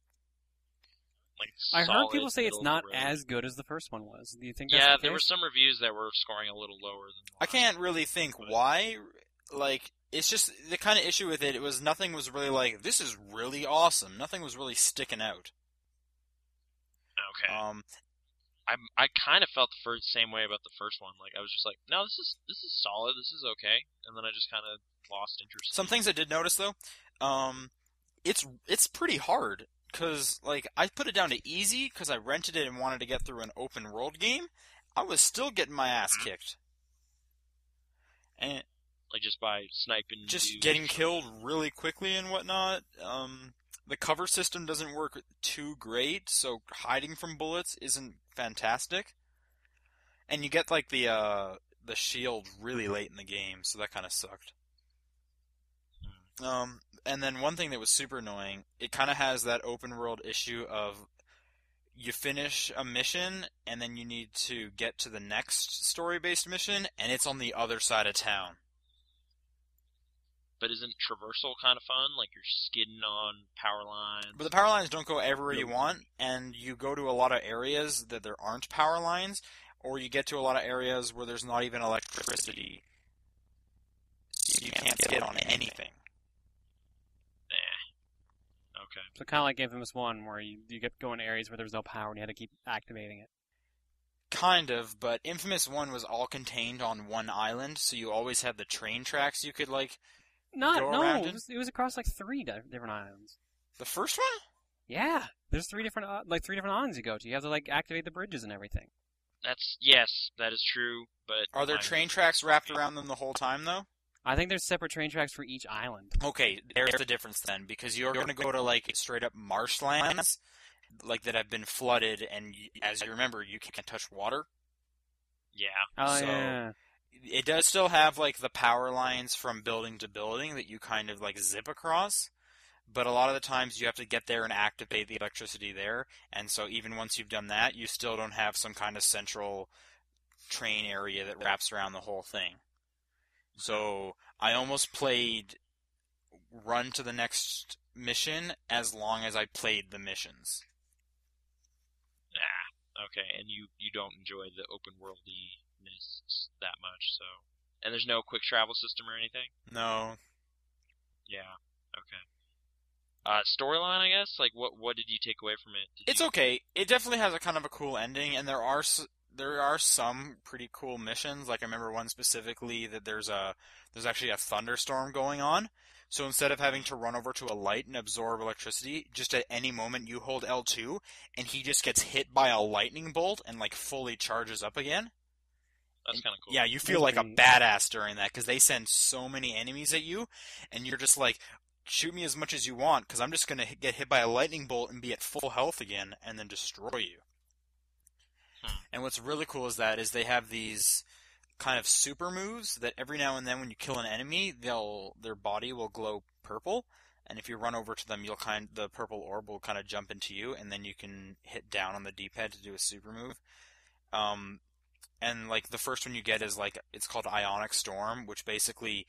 like I heard solid people say it's middle not of the road. as good as the first one was. Do you think? That's Yeah, the there case? were some reviews that were scoring a little lower than. I mine. can't really think why. Like it's just the kind of issue with it. It was nothing was really like this is really awesome. Nothing was really sticking out. Okay. Um, I'm, I kind of felt the first same way about the first one. Like I was just like, no, this is this is solid. This is okay. And then I just kind of lost interest. some things I did notice though. Um, it's it's pretty hard because like I put it down to easy because I rented it and wanted to get through an open world game. I was still getting my ass kicked, and like just by sniping. just dudes. getting killed really quickly and whatnot. Um, the cover system doesn't work too great, so hiding from bullets isn't fantastic. And you get like the uh, the shield really late in the game, so that kind of sucked. Um, and then one thing that was super annoying, it kind of has that open world issue of you finish a mission and then you need to get to the next story based mission, and it's on the other side of town. But isn't traversal kind of fun? Like you're skidding on power lines. But the power lines don't go everywhere you want, and you go to a lot of areas that there aren't power lines, or you get to a lot of areas where there's not even electricity. So you can't get on anything. okay. So kind of like Infamous One, where you, you kept going to areas where there was no power and you had to keep activating it. Kind of, but Infamous 1 was all contained on one island, so you always had the train tracks you could, like. Not Go no, around it it? was, it was across like three di- different islands. The first one? Yeah, there's three different uh, like three different islands you go to. You have to like activate the bridges and everything. That's yes, that is true. But Are there I'm- train tracks wrapped around them the whole time, though? I think there's separate train tracks for each island. Okay, there's the difference then, because you're going to go to like straight up marshlands, like that have been flooded, and y- as you remember, you can't touch water. Yeah. Oh So- yeah, It does still have like the power lines from building to building that you kind of like zip across, but a lot of the times you have to get there and activate the electricity there, and so even once you've done that, you still don't have some kind of central train area that wraps around the whole thing. So I almost played run to the next mission as long as I played the missions. Nah. Okay, and you you don't enjoy the open worldiness that much, so and there's no quick travel system or anything. No. Yeah. Okay. Uh, storyline, I guess. Like, what what did you take away from it? Did It's you, okay. It definitely has a kind of a cool ending and there are s- there are some pretty cool missions. Like I remember one specifically that there's a there's actually a thunderstorm going on. So instead of having to run over to a light and absorb electricity, just at any moment you hold L2 and he just gets hit by a lightning bolt and like fully charges up again. that's kind of cool. Yeah, you feel like a Mhm. badass during that because they send so many enemies at you, and you're just like, shoot me as much as you want because I'm just going to hit, get hit by a lightning bolt and be at full health again and then destroy you. Hmm. And what's really cool is that is they have these kind of super moves that every now and then when you kill an enemy, they'll their body will glow purple, and if you run over to them, you'll kind the purple orb will kind of jump into you, and then you can hit down on the D-pad to do a super move. Um, and like the first one you get is like it's called ionic storm which basically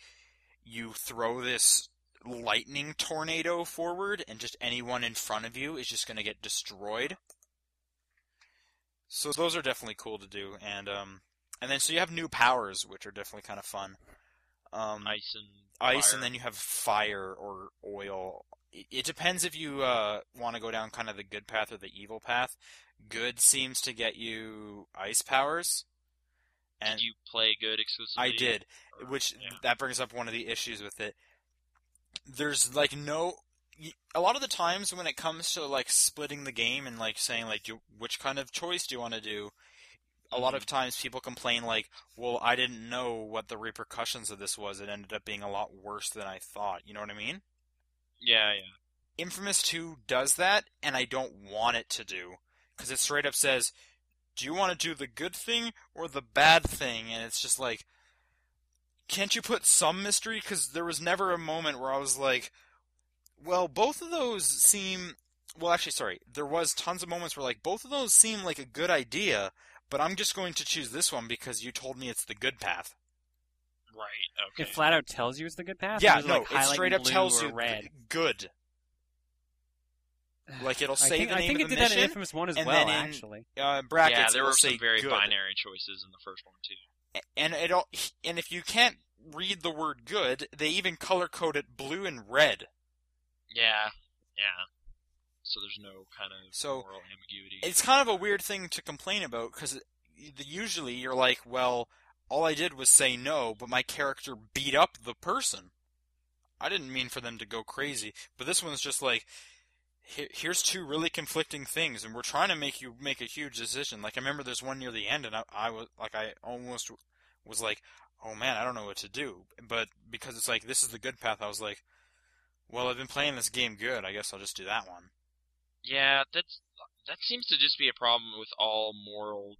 you throw this lightning tornado forward and just anyone in front of you is just going to get destroyed so those are definitely cool to do and um and then so you have new powers which are definitely kind of fun um Ice and ice fire. and then you have fire or oil it, it depends if you uh, want to go down kind of the good path or the evil path good seems to get you ice powers and did you play good exclusively? i did Or- which yeah. that brings up one of the issues with it there's like no y- a lot of the times when it comes to like splitting the game and like saying like do, which kind of choice do you want to do a lot of times people complain like well i didn't know what the repercussions of this was it ended up being a lot worse than i thought you know what i mean Mm-hmm. Yeah, yeah. Infamous 2 does that, and I don't want it to do. Because it straight up says, do you want to do the good thing or the bad thing? And it's just like, can't you put some mystery? Because there was never a moment where I was like, well, both of those seem. Well, actually, sorry. There was tons of moments where, like, both of those seem like a good idea, but I'm just going to choose this one because you told me it's the good path. Right. Okay. it flat out tells you it's the good path. yeah, or does no, it, like, it highlight straight in up blue tells or you th- red. good. Like, it'll I say think, the I name think of it the did that mission, in Infamous One as and well, then in- actually. uh, brackets. yeah, there it'll were some say very good. binary choices in the first one too. and it all, and if you can't read the word good, they even color code it blue and red. Yeah, yeah. So there's no kind of So, moral ambiguity. It's kind of a weird thing to complain about because usually you're like, well, all I did was say no, but my character beat up the person. I didn't mean for them to go crazy, but this one's just like, "Here- here's two really conflicting things, and we're trying to make you make a huge decision. Like I remember there's one near the end, and I, I was like, I almost was like, oh man, I don't know what to do. But because it's like this is the good path, I was like, well, I've been playing this game good. I guess I'll just do that one. Yeah, that's that seems to just be a problem with all moral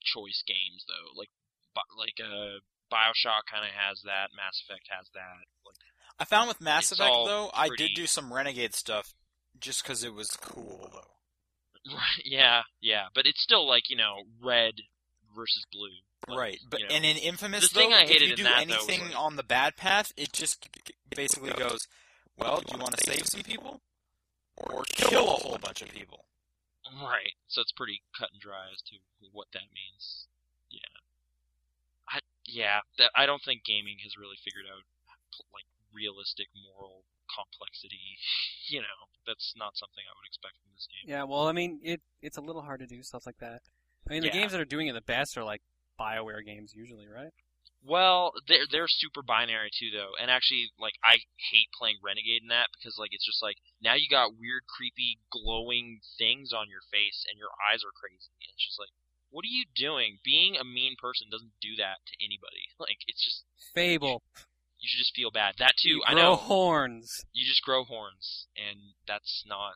choice games, though. Like, bi- like uh, Bioshock kind of has that. Mass Effect has that. Like, I found with Mass It's Effect all though, I did pretty- do some renegade stuff just because it was cool though. right? Yeah, yeah. But it's still like you know, red versus blue. Like, right, but you know, and in Infamous The thing though, I if hated you in do that, though, was anything like- on the bad path, it just basically goes, "Well, do you want to save some people, or kill a whole bunch of people?" Right. So it's pretty cut and dry as to what that means. Yeah. I yeah. That I don't think gaming has really figured out like realistic moral complexity. you know, that's not something I would expect from this game. Yeah, well, I mean, it it's a little hard to do stuff like that. I mean, the Yeah. games that are doing it the best are like Bioware games, usually, right? Well, they're they're super binary too, though. And actually, like I hate playing Renegade in that because like it's just like now you got weird, creepy, glowing things on your face, and your eyes are crazy. And it's just like, what are you doing? Being a mean person doesn't do that to anybody. Like it's just Fable, you should just feel bad. That too, you I know. grow horns. You just grow horns, and that's not.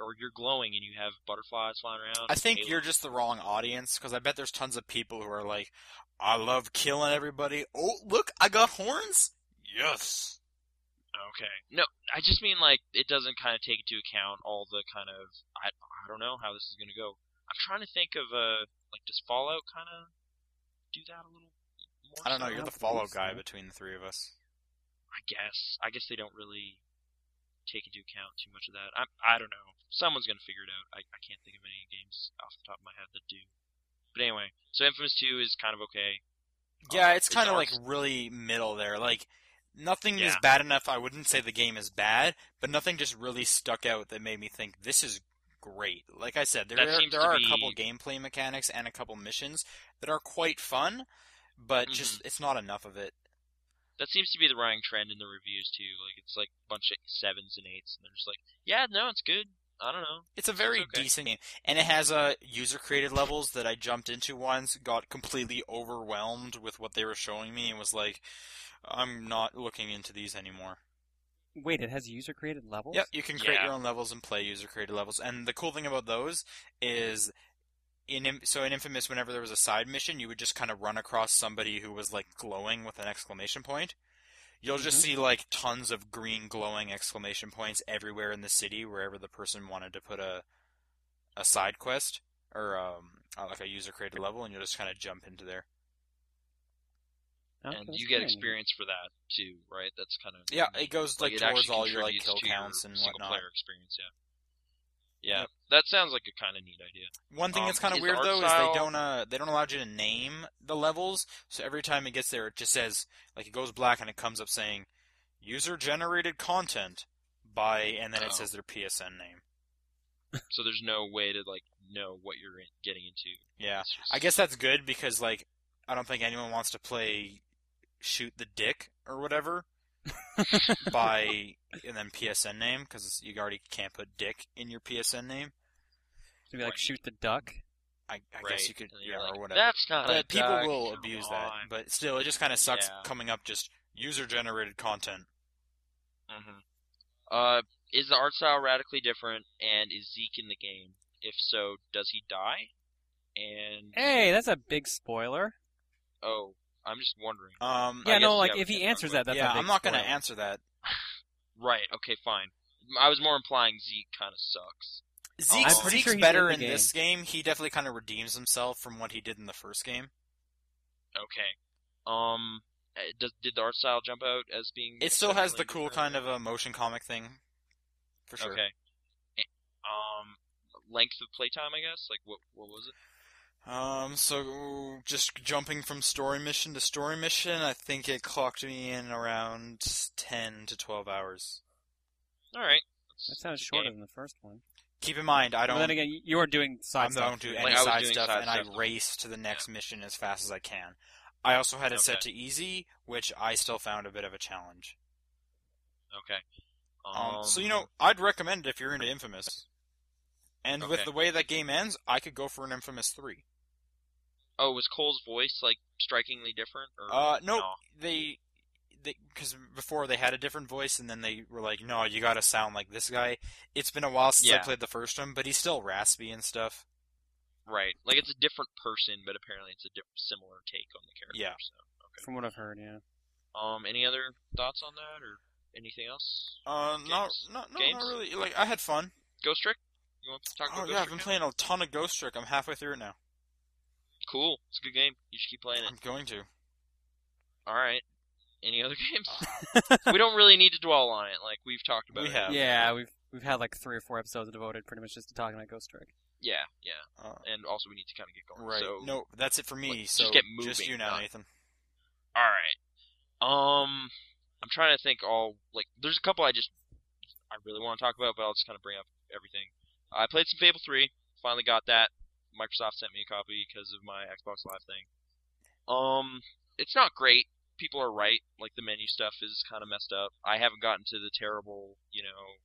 Or you're glowing and you have butterflies flying around. I think Halo. you're just the wrong audience because I bet there's tons of people who are like, "I love killing everybody." Oh, look, I got horns. Yes. Okay. No, I just mean like it doesn't kind of take into account all the kind of I I don't know how this is gonna go. I'm trying to think of uh like does Fallout kind of do that a little more? I don't so? know. You're the don't follow think so. guy between the three of us. I guess I guess they don't really take into account too much of that. I I don't know. Someone's gonna figure it out. I I can't think of any games off the top of my head that do. But anyway, so Infamous Two is kind of okay. Yeah, Um, it's kind of like art- really middle there. Like nothing is Yeah. bad enough. I wouldn't say the game is bad, but nothing just really stuck out that made me think this is great. Like I said, there That are, seems there to are be- a couple gameplay mechanics and a couple missions that are quite fun, but just Mm-hmm. it's not enough of it. that seems to be the running trend in the reviews too. Like it's like a bunch of sevens and eights, and they're just like, yeah, no, it's good. I don't know. It's a very okay. decent game, and it has uh, user created levels that I jumped into once, got completely overwhelmed with what they were showing me, and was like, I'm not looking into these anymore. Wait, it has user created levels. Yep, you can create Yeah. your own levels and play user created levels. And the cool thing about those is in Im- so in Infamous whenever there was a side mission, you would just kind of run across somebody who was like glowing with an exclamation point. You'll just Mhm. see like tons of green glowing exclamation points everywhere in the city wherever the person wanted to put a a side quest or um uh, like a user created level and you'll just kind of jump into there. Okay, and that's you get fine. experience for that too, right? That's kind of Yeah, it goes like, it towards actually all your like contributes kill to your counts and single whatnot. player experience. Yeah, yeah, that sounds like a kind of neat idea. One thing Um, that's kind of is the weird art though style- is they don't uh they don't allow you to name the levels. So every time it gets there, it just says like it goes black and it comes up saying user generated content by and then Oh. it says their PSN name. So there's no way to like know what you're in, getting into. Yeah, It's just- I guess that's good because like I don't think anyone wants to play shoot the dick or whatever by and then PSN name because you already can't put dick in your PSN name. Maybe like Right. shoot the duck. I, I right? guess you could and yeah you're like, or whatever. That's not. a But people duck, will come abuse on." that. But still, it just kind of sucks Yeah. coming up just user generated content. hmm Uh, is the art style radically different, and is Zeke in the game? If so, does he die? And Eh. Hey, that's a big spoiler. oh, I'm just wondering. Um, I Yeah, no, guess, like yeah, if we he can talk answers about that, that's yeah, a big I'm not going to spoiler. answer that. Right. Okay. Fine. I was more implying Zeke kind of sucks. Zeke's, I'm pretty Zeke's sure he's better in in the this game. He definitely kind of redeems himself from what he did in the first game. Okay. Um. eh, Does, did the art style jump out as being? It still has the exceptionally cool different? kind of a motion comic thing, for sure. Okay. Eh, Um. Length of playtime, I guess. Like what? What was it? Um, so just jumping from story mission to story mission, I think it clocked me in around ten to twelve hours. All right. that's- That sounds that's a shorter game. than the first one. Keep in mind, I But don't then again, y- you are doing side I'm stuff. don't do too. any Like, I was side doing stuff, side and stuff. I race to the next mission as fast as I can. I also had it set to easy, which I still found a bit of a challenge. Okay. Um, Um, so you know, I'd recommend it if you're into Infamous. And Okay. with the way that game ends, I could go for an Infamous three. Oh, was Cole's voice like strikingly different? Or Uh, nope. no? They, because before they had a different voice, and then they were like, "No, you got to sound like this guy." It's been a while since I Yeah. played the first one, but he's still raspy and stuff. Right. Like it's a different person, but apparently it's a diff- similar take on the character. Yeah. So. From what I've heard, yeah. Um. Any other thoughts on that, or anything else? Uh, no, Games? no, no, Games? not really. Like I had fun. Ghost Trick. You want to talk Oh about yeah, Ghost I've Trick been now? playing a ton of Ghost Trick. I'm halfway through it now. Cool. It's a good game. You should keep playing it. I'm going to. All right. Any other games? we don't really need to dwell on it. Like we've talked about. We it. have. Yeah, we've we've had like three or four episodes devoted pretty much just to talking about Ghost Trick. Yeah, yeah. Uh, And also, we need to kind of get going. right. So, no, that's it for me. Let's so just get moving, just you now, not- Nathan. All right. Um, I'm trying to think. All like, there's a couple I just I really want to talk about, but I'll just kind of bring up everything. I played some Fable Three. Finally got that. Microsoft sent me a copy because of my Xbox Live thing. Um, it's not great. People are right. Like the menu stuff is kind of messed up. I haven't gotten to the terrible, you know,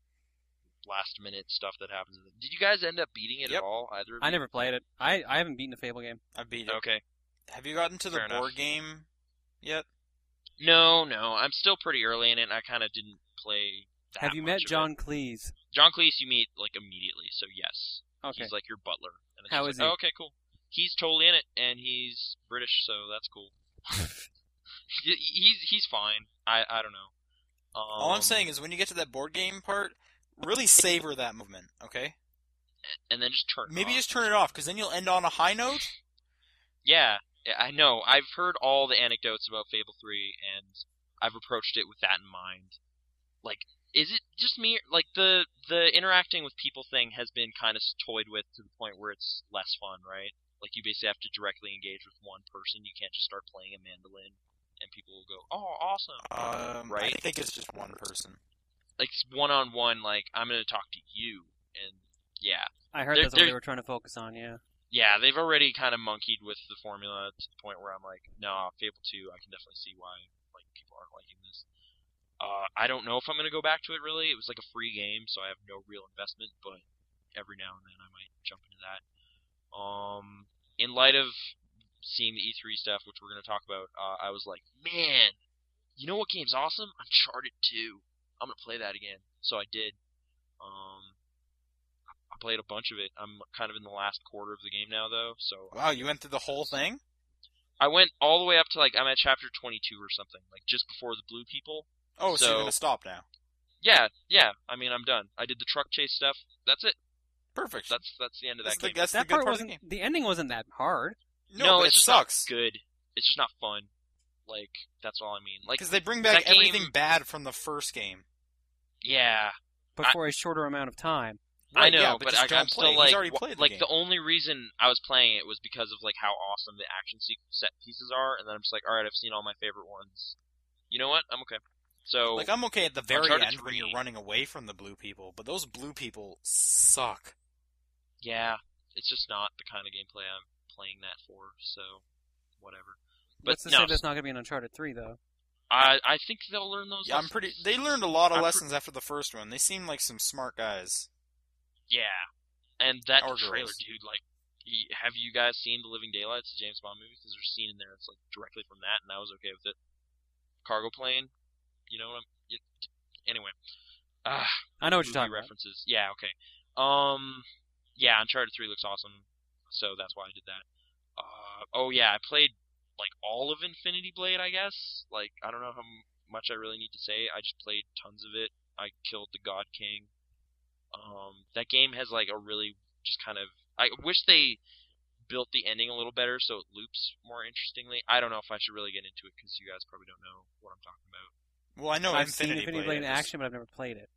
last minute stuff that happens. Did you guys end up beating it Yep. at all? Either of I you? never played it. I, I haven't beaten a Fable game. I beat it. Okay. Have you gotten to the Fair enough. board game yet? No, no. I'm still pretty early in it. and I kind of didn't play. That Have you met much of it. John Cleese? John Cleese you meet like immediately, so yes, Okay. he's like your butler. And it's How just is like, he? Oh, okay, cool. He's totally in it, and he's British, so that's cool. He- he's he's fine. I I don't know. Um, All I'm saying is when you get to that board game part, really savor that movement, okay? and then just turn. it Maybe off. just turn it off, because then you'll end on a high note. Yeah, yeah, I know. I've heard all the anecdotes about Fable 3, and I've approached it with that in mind. Like, is it just me? Like the the interacting with people thing has been kind of toyed with to the point where it's less fun, right? Like you basically have to directly engage with one person. You can't just start playing a mandolin, and people will go, "Oh, awesome!" Um, Right. I think it's just one person. Like it's one on one. Like I'm gonna talk to you, and yeah, I heard There- that's what they there- were trying to focus on. Yeah. yeah, they've already kind of monkeyed with the formula to the point where I'm like, no, Fable 2, I can definitely see why like people aren't liking this. Uh, I don't know if I'm gonna go back to it really. It was like a free game, so I have no real investment, but every now and then I might jump into that. Um, in light of seeing the E3 stuff, which we're gonna talk about, uh, I was like, man, you know what game's awesome? Uncharted 2. I'm gonna play that again. So I did. Um, I played a bunch of it. I'm kind of in the last quarter of the game now, though. So Wow, you went through the whole thing? I went all the way up to like I'm at chapter 22 or something, like just before the blue people. Oh, so, you're So- gonna stop now. Yeah, yeah. I mean, I'm done. I did the truck chase stuff. That's it. Perfect. That's that's the end of that's that the, game. that's that the good part part, of the wasn't. game. The, ending wasn't that hard. No, no, but it's it just not sucks. good. It's just not fun. Like that's all I mean. Like Because they bring that back game- everything bad from the first game. yeah, But I- for a shorter amount of time. I Right, know, yeah, but just I, don't I'm play. still He's like, already wha- played the like game. the only reason I was playing it was because of like how awesome the action sequ- set pieces are, and then I'm just like, all right, I've seen all my favorite ones. You know what? I'm okay. So Like I'm okay at the very Uncharted end when you're 3. running away from the blue people, but those blue people suck. yeah, it's just not the kind of gameplay I'm playing that for. So whatever. But Let's just no, say that's not going to be an Uncharted three though. I I think they'll learn those. Yeah, lessons. I'm pretty. They learned a lot of I'm pre- lessons after the first one. They seem like some smart guys. Yeah, and that Or trailer, girls. dude. Like, y- have you guys seen The Living Daylights, the James Bond movie? Because there's a scene in there that's like directly from that, and I was okay with it. Cargo plane, you know what I'm? y- anyway, ah, I know what you're movie talking references. Yeah, okay. Um, yeah, Uncharted Three looks awesome, so that's why I did that. Uh, oh yeah, I played like all of Infinity Blade, I guess. Like, I don't know how m- much I really need to say. I just played tons of it. I killed the God King. Um, that game has like a really just kind of. I wish they built the ending a little better so it loops more interestingly. I don't know if I should really get into it because you guys probably don't know what I'm talking about. Well, I know about. I've Oh, Infinity, seen Infinity Blade, Blade. in I just- action, but I've never played it.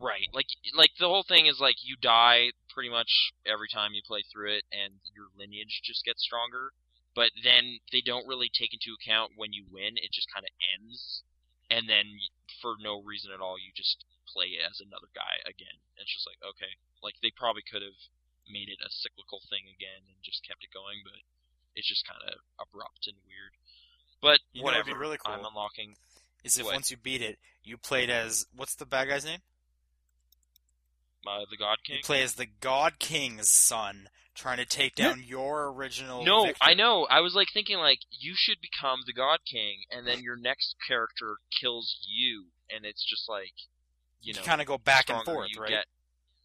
Right. Like like the whole thing is like you die pretty much every time you play through it and your lineage just gets stronger, but then they don't really take into account when you win, it just kind of ends and then y- for no reason at all you just play it as another guy again. It's just like okay, like they probably could have made it a cyclical thing again and just kept it going, but it's just kind of abrupt and weird. But You know what'd whatever. be really I'm cool? unlocking Is if What? once you beat it, you played as what's the bad guy's name? uh, the God King. You play as the God King's son, trying to take down your original. No, victor. I know. I was like thinking like you should become the God King, and then your next character kills you, and it's just like you You, know kind of go back the and stronger forth, you right? get-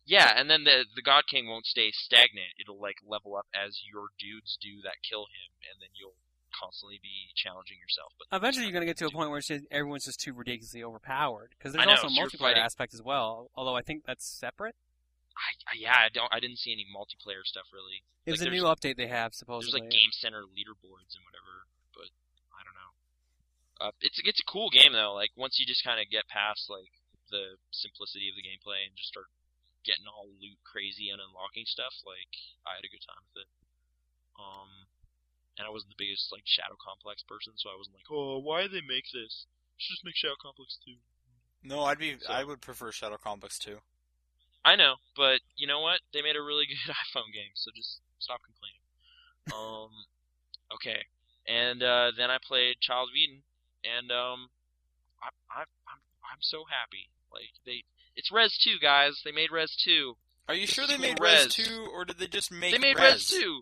Yeah, and then the the God King won't stay stagnant. It'll like level up as your dudes do that kill him, and then you'll constantly be challenging yourself. But Eventually, you're going to get to a point where it's just, everyone's just too ridiculously overpowered. Because I there's know, also so a you're multiplayer fighting- aspect as well. Although I think that's separate. I, I, yeah, I don't. I didn't see any multiplayer stuff really. It was Like, there's- a new update they have There's supposedly. like game center leaderboards and whatever, but I don't know. Uh, it's it's a cool game though. Like once you just kind of get past like the simplicity of the gameplay and just start getting all loot crazy and unlocking stuff, like I had a good time with it. Um, and I wasn't the biggest like Shadow Complex person, so I wasn't like, oh, why did they make this? Let's just make Shadow Complex two. No, I'd be. So- I would prefer Shadow Complex too. I know, but you know what? They made a really good iPhone game, so just stop complaining. um, okay, and uh, then I played Child of Eden, and um, I, I, I'm I'm so happy. Like they, it's Res Two, guys. They made Res Two. Are you sure they Just made Rez. Res two, or did they just make? they made Res Res Two.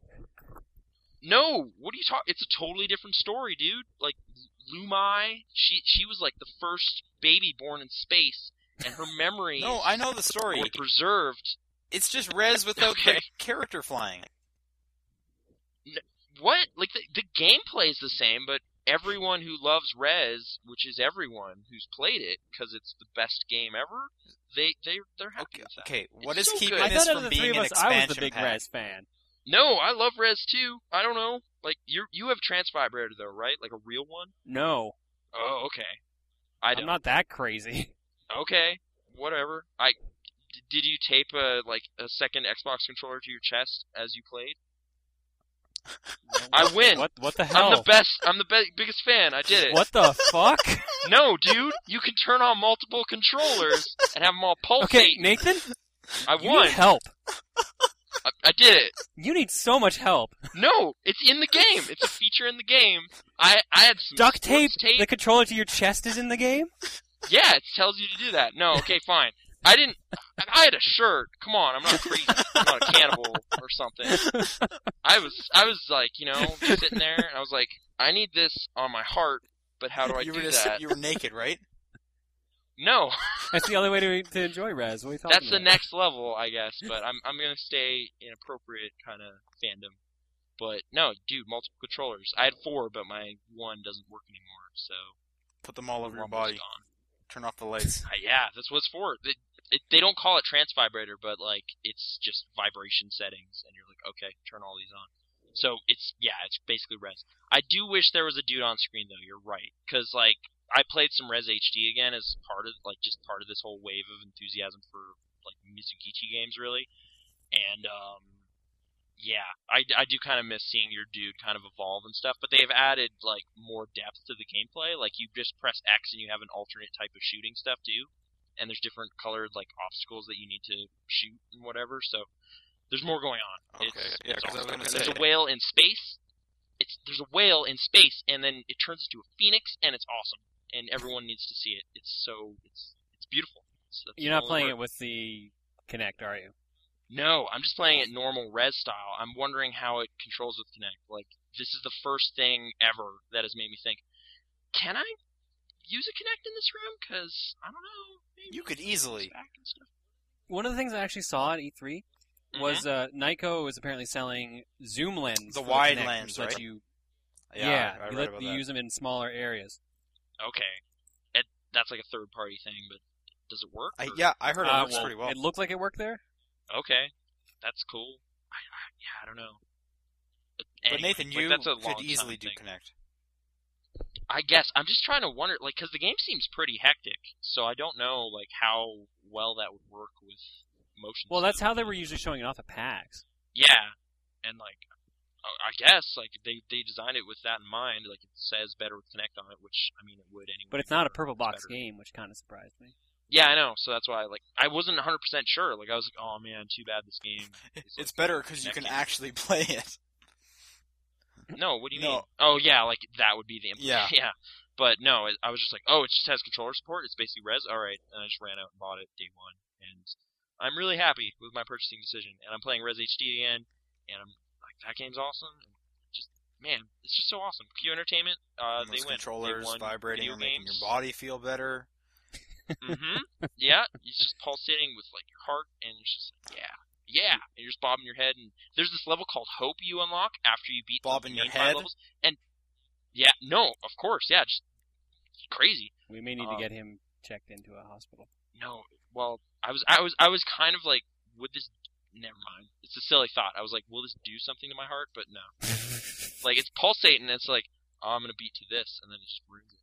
No, what are you talking? It's a totally different story, dude. Like Lumai, she she was like the first baby born in space, and her memories No, I know the story. were preserved. It's just Res without Okay. the character flying. what like the, the gameplay is the same but everyone who loves res which is everyone who's played it because it's the best game ever they they they're happy Okay, with that. okay. what is It's so keeping good. I this thought out from of the being three of an us, I was the expansion big pack? Res fan. no i love res too i don't know like you you have transvibrator though right like a real one No, oh okay i don't I'm not that crazy. okay whatever i d- did you tape a like a second xbox controller to your chest as you played i win What? What the hell? i'm the best i'm the be- biggest fan i did it What the fuck? No, dude, you can turn on multiple controllers and have them all pulsate. Okay, Nathan, I you won. need help. I, I did it. You need so much help. No, it's in the game. It's a feature in the game. I I had some Duct tape, sports the controller to your chest is in the game. Yeah, it tells you to do that. No, okay, fine. I didn't. I- I had a shirt. Come on, I'm not crazy. I'm not a cannibal or something. I was I was like, you know, just sitting there, and I was like, I need this on my heart. But how do I you do were just, that? You were naked, right? No, That's the only way to, to enjoy Res. What are you talking that's the about? next level, I guess. But I'm I'm gonna stay in appropriate kind of fandom. But no, dude, multiple controllers. I had four, but my one doesn't work anymore, so Put them all over your one was body. Gone. Turn off the lights. Uh, yeah, that's what it's for. They, it, they don't call it transvibrator, but like it's just vibration settings, and you're like, okay, turn all these on. So it's yeah, it's basically Res. I do wish there was a dude on screen though. You're right, because like I played some Res HD again as part of like just part of this whole wave of enthusiasm for like Mizugichi games really, and um, yeah, I, I do kind of miss seeing your dude kind of evolve and stuff. But they've added like more depth to the gameplay. Like you just press X and you have an alternate type of shooting stuff too, and there's different colored like obstacles that you need to shoot and whatever. So there's more going on. Okay, It's, yeah, it's 'cause I was awesome. gonna there's a say- whale in space. It's there's a whale in space, and then it turns into a phoenix, and it's awesome. And everyone needs to see it. It's so it's it's beautiful. So that's You're the only not playing word. it with the Connect, are you? No, I'm just playing it normal res style. I'm wondering how it controls with Kinect. Like, this is the first thing ever that has made me think, can I use a Kinect in this room? Because, I don't know. Maybe You could it's easily. back and stuff. One of the things I actually saw at E E3 Mm-hmm. was uh, Nyko was apparently selling zoom lens, for wide Kinect, lens, which lets right? You, Yeah, yeah, I, I you read let about you that. use them in smaller areas. Okay. It, that's like a third party thing, but does it work? I, or- yeah, I heard it Uh, works well, pretty well. It looked like it worked there. Okay. That's cool. I, I, yeah, I don't know. But, but anyway, Nathan, like, you that's a could long-time easily do thing. Connect. I guess I'm just trying to wonder, like, because the game seems pretty hectic, so I don't know, like, how well that would work with motion. Well, that's stuff. how they were usually showing it off at PAX. Yeah, and like, uh, I I guess like they they designed it with that in mind. Like, it says better with Connect on it, which I mean it would anyway. But it's not or a purple it's box better. game, which kind of surprised me. Yeah, I know. So that's why, like, I wasn't 100 percent sure. Like, I was like, oh man, too bad this game. Is, It's like, better because you can connected. actually play it. No, what do you No. mean? Oh yeah, like that would be the Yeah. implication. Yeah. But no, it, I was just like, oh, it just has controller support. It's basically res. All right, and I just ran out and bought it day one, and I'm really happy with my purchasing decision. And I'm playing Res HD again, and I'm like, that game's awesome. And just man, it's just so awesome. Q Entertainment, uh, And they those win. controllers they won vibrating video and making games. your body feel better. Mm-hmm. yeah, it's just pulsating with like your heart, and it's just like, yeah, yeah. And you're just bobbing your head, and there's this level called Hope you unlock after you beat the Bobbing your main five head? levels. And yeah, no, of course, yeah, just crazy. We may need Uh, Uh-huh. to get him checked into a hospital. No, well, I was, I was, I was kind of like, would this? Never mind. It's a silly thought. I was like, will this do something to my heart? But no. Like it's pulsating. and It's like, oh, I'm gonna beat to this, and then it just ruins it.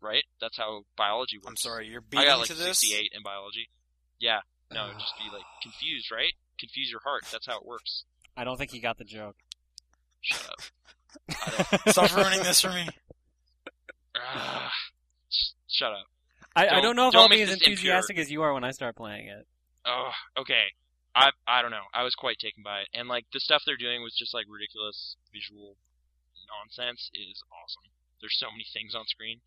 right? That's how biology works. I'm sorry, you're I beating got like to this. 68 in biology. Yeah. No, it'd just be like confused, right? Confuse your heart. That's how it works. I don't think he got the joke. Shut up. Stop ruining this for me. Ah, sh- Shut up. I, I Don't- don't know if don't I'll make be as this impure. enthusiastic as you are when I start playing it. Oh, okay. I I don't know. I was quite taken by it, and like the stuff they're doing was just like ridiculous visual nonsense is awesome. There's so many things on screen.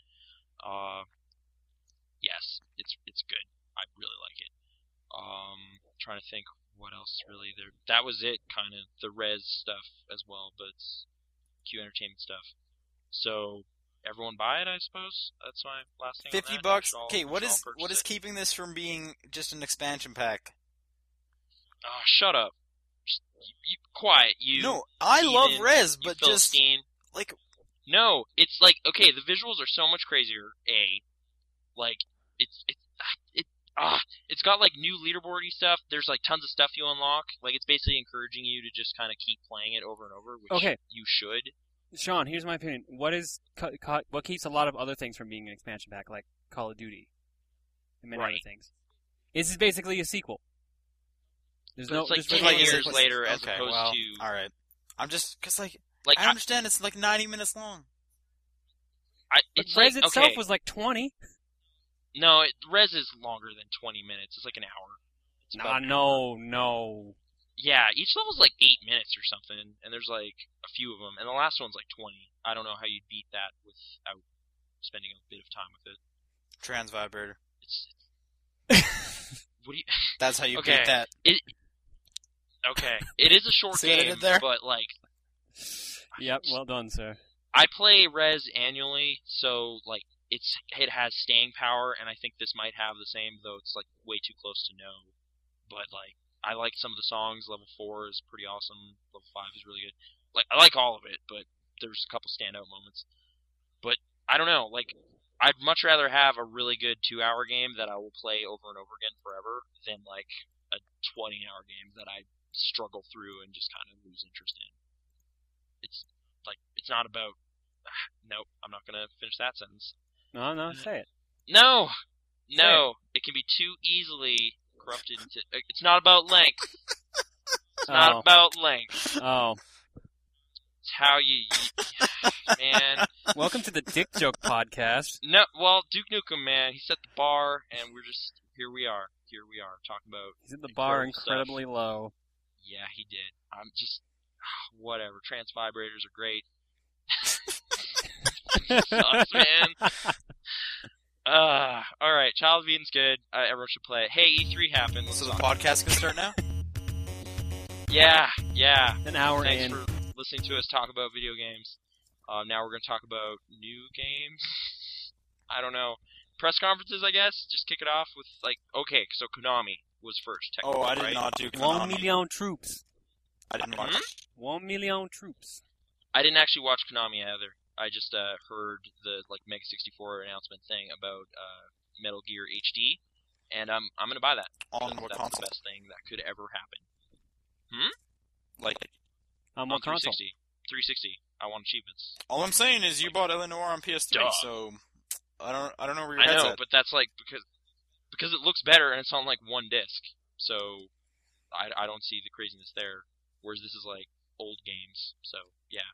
Uh, yes, it's it's good. I really like it. Um, trying to think what else really there. That was it, kind of the res stuff as well, but it's Q Entertainment stuff. So everyone buy it, I suppose. That's my last thing. on Fifty that. We bucks. should all- Okay, what we should is all what purchase is it. keeping this from being just an expansion pack? Oh, shut up. Just, you, you, quiet, you. no, I love heathen, Res, you but just Philistine. like No, it's like okay, the visuals are so much crazier. A, like it's it's it ah, it's got like new leaderboardy stuff. There's like tons of stuff you unlock. Like it's basically encouraging you to just kind of keep playing it over and over, which Okay. you should. Sean, here's my opinion. What is cu- cu- what keeps a lot of other things from being an expansion pack, like Call of Duty, and many other Right. things? This is basically a sequel. There's But no it's like there's ten really no years sequel. later, as okay, opposed well, to all right. I'm just because like like I I, understand it's like 90 minutes long. I, But it's Res like itself okay, was like 20. no, it, Res is longer than 20 minutes. It's like an hour. It's Nah, about- no, no. Yeah, each level's like eight minutes or something, and there's like a few of them, and the last one's like twenty. I don't know how you'd beat that without spending a bit of time with it. Trans vibrator. It's what do you? That's how you Okay. beat that. Okay, it is a short See what I game, did there? but like Yep, well done, sir. I play Res annually, so like it's it has staying power, and I think this might have the same, though it's like way too close to no. But like I like some of the songs. Level four is pretty awesome. Level five is really good. Like I like all of it, but there's a couple standout moments. But I don't know. Like I'd much rather have a really good two-hour game that I will play over and over again forever than like a 20-hour game that I struggle through and just kind of lose interest in. It's like it's not about nope, I'm not gonna finish that sentence. No, no, say it. No, no, it can be too easily corrupted into. uh, It's not about length. It's not Oh. about length. Oh, It's how you, you man. welcome to the Dick Joke Podcast. No, well, Duke Nukem, man, he set the bar, and we're just here. We are here. We are talking about. He's at the bar Incredible stuff. incredibly low. Yeah, he did. I'm just whatever. Trans vibrators are great. sucks, man. Uh, all right, Child of Eden's good. Uh, everyone should play it. Hey, E3 happened. Let's So the talk podcast can start now. Yeah, yeah. An hour Thanks in. for listening to us talk about video games. Um, now we're going to talk about new games. I don't know. Press conferences, I guess. Just kick it off with, like, okay, so Konami was first, technically. Oh, I did right? not do One Konami. million troops. I didn't watch. Hmm? One million troops. I didn't actually watch Konami either. I just uh, heard the like Mega 64 announcement thing about uh, Metal Gear HD, and I'm I'm gonna buy that. On That's- what that's console? the best thing that could ever happen. Like On On what console? 360. 360. I want achievements. all I'm saying is you bought Eleanor on PS3, Duh. so I don't I don't know where your I head's know, at. but that's like because because it looks better and it's on like one disc, so I I don't see the craziness there. Whereas this is like old games, so yeah.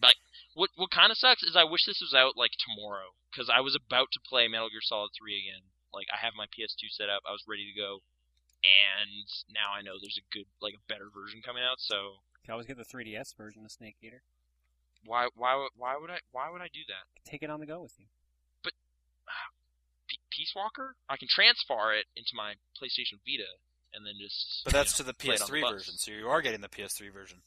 But what what kind of sucks is I wish this was out like tomorrow because I was about to play Metal Gear Solid 3 again. Like I have my PS2 set up, I was ready to go, and now I know there's a good like a better version coming out. So You can always get the 3DS version of Snake Eater. why why would- why would I why would I do that? Take it on the go with you. P- Peace Walker? I can transfer it into my PlayStation Vita and then just. But you that's know. to the play it on the PS3 bus. version, so you are getting the PS3 version.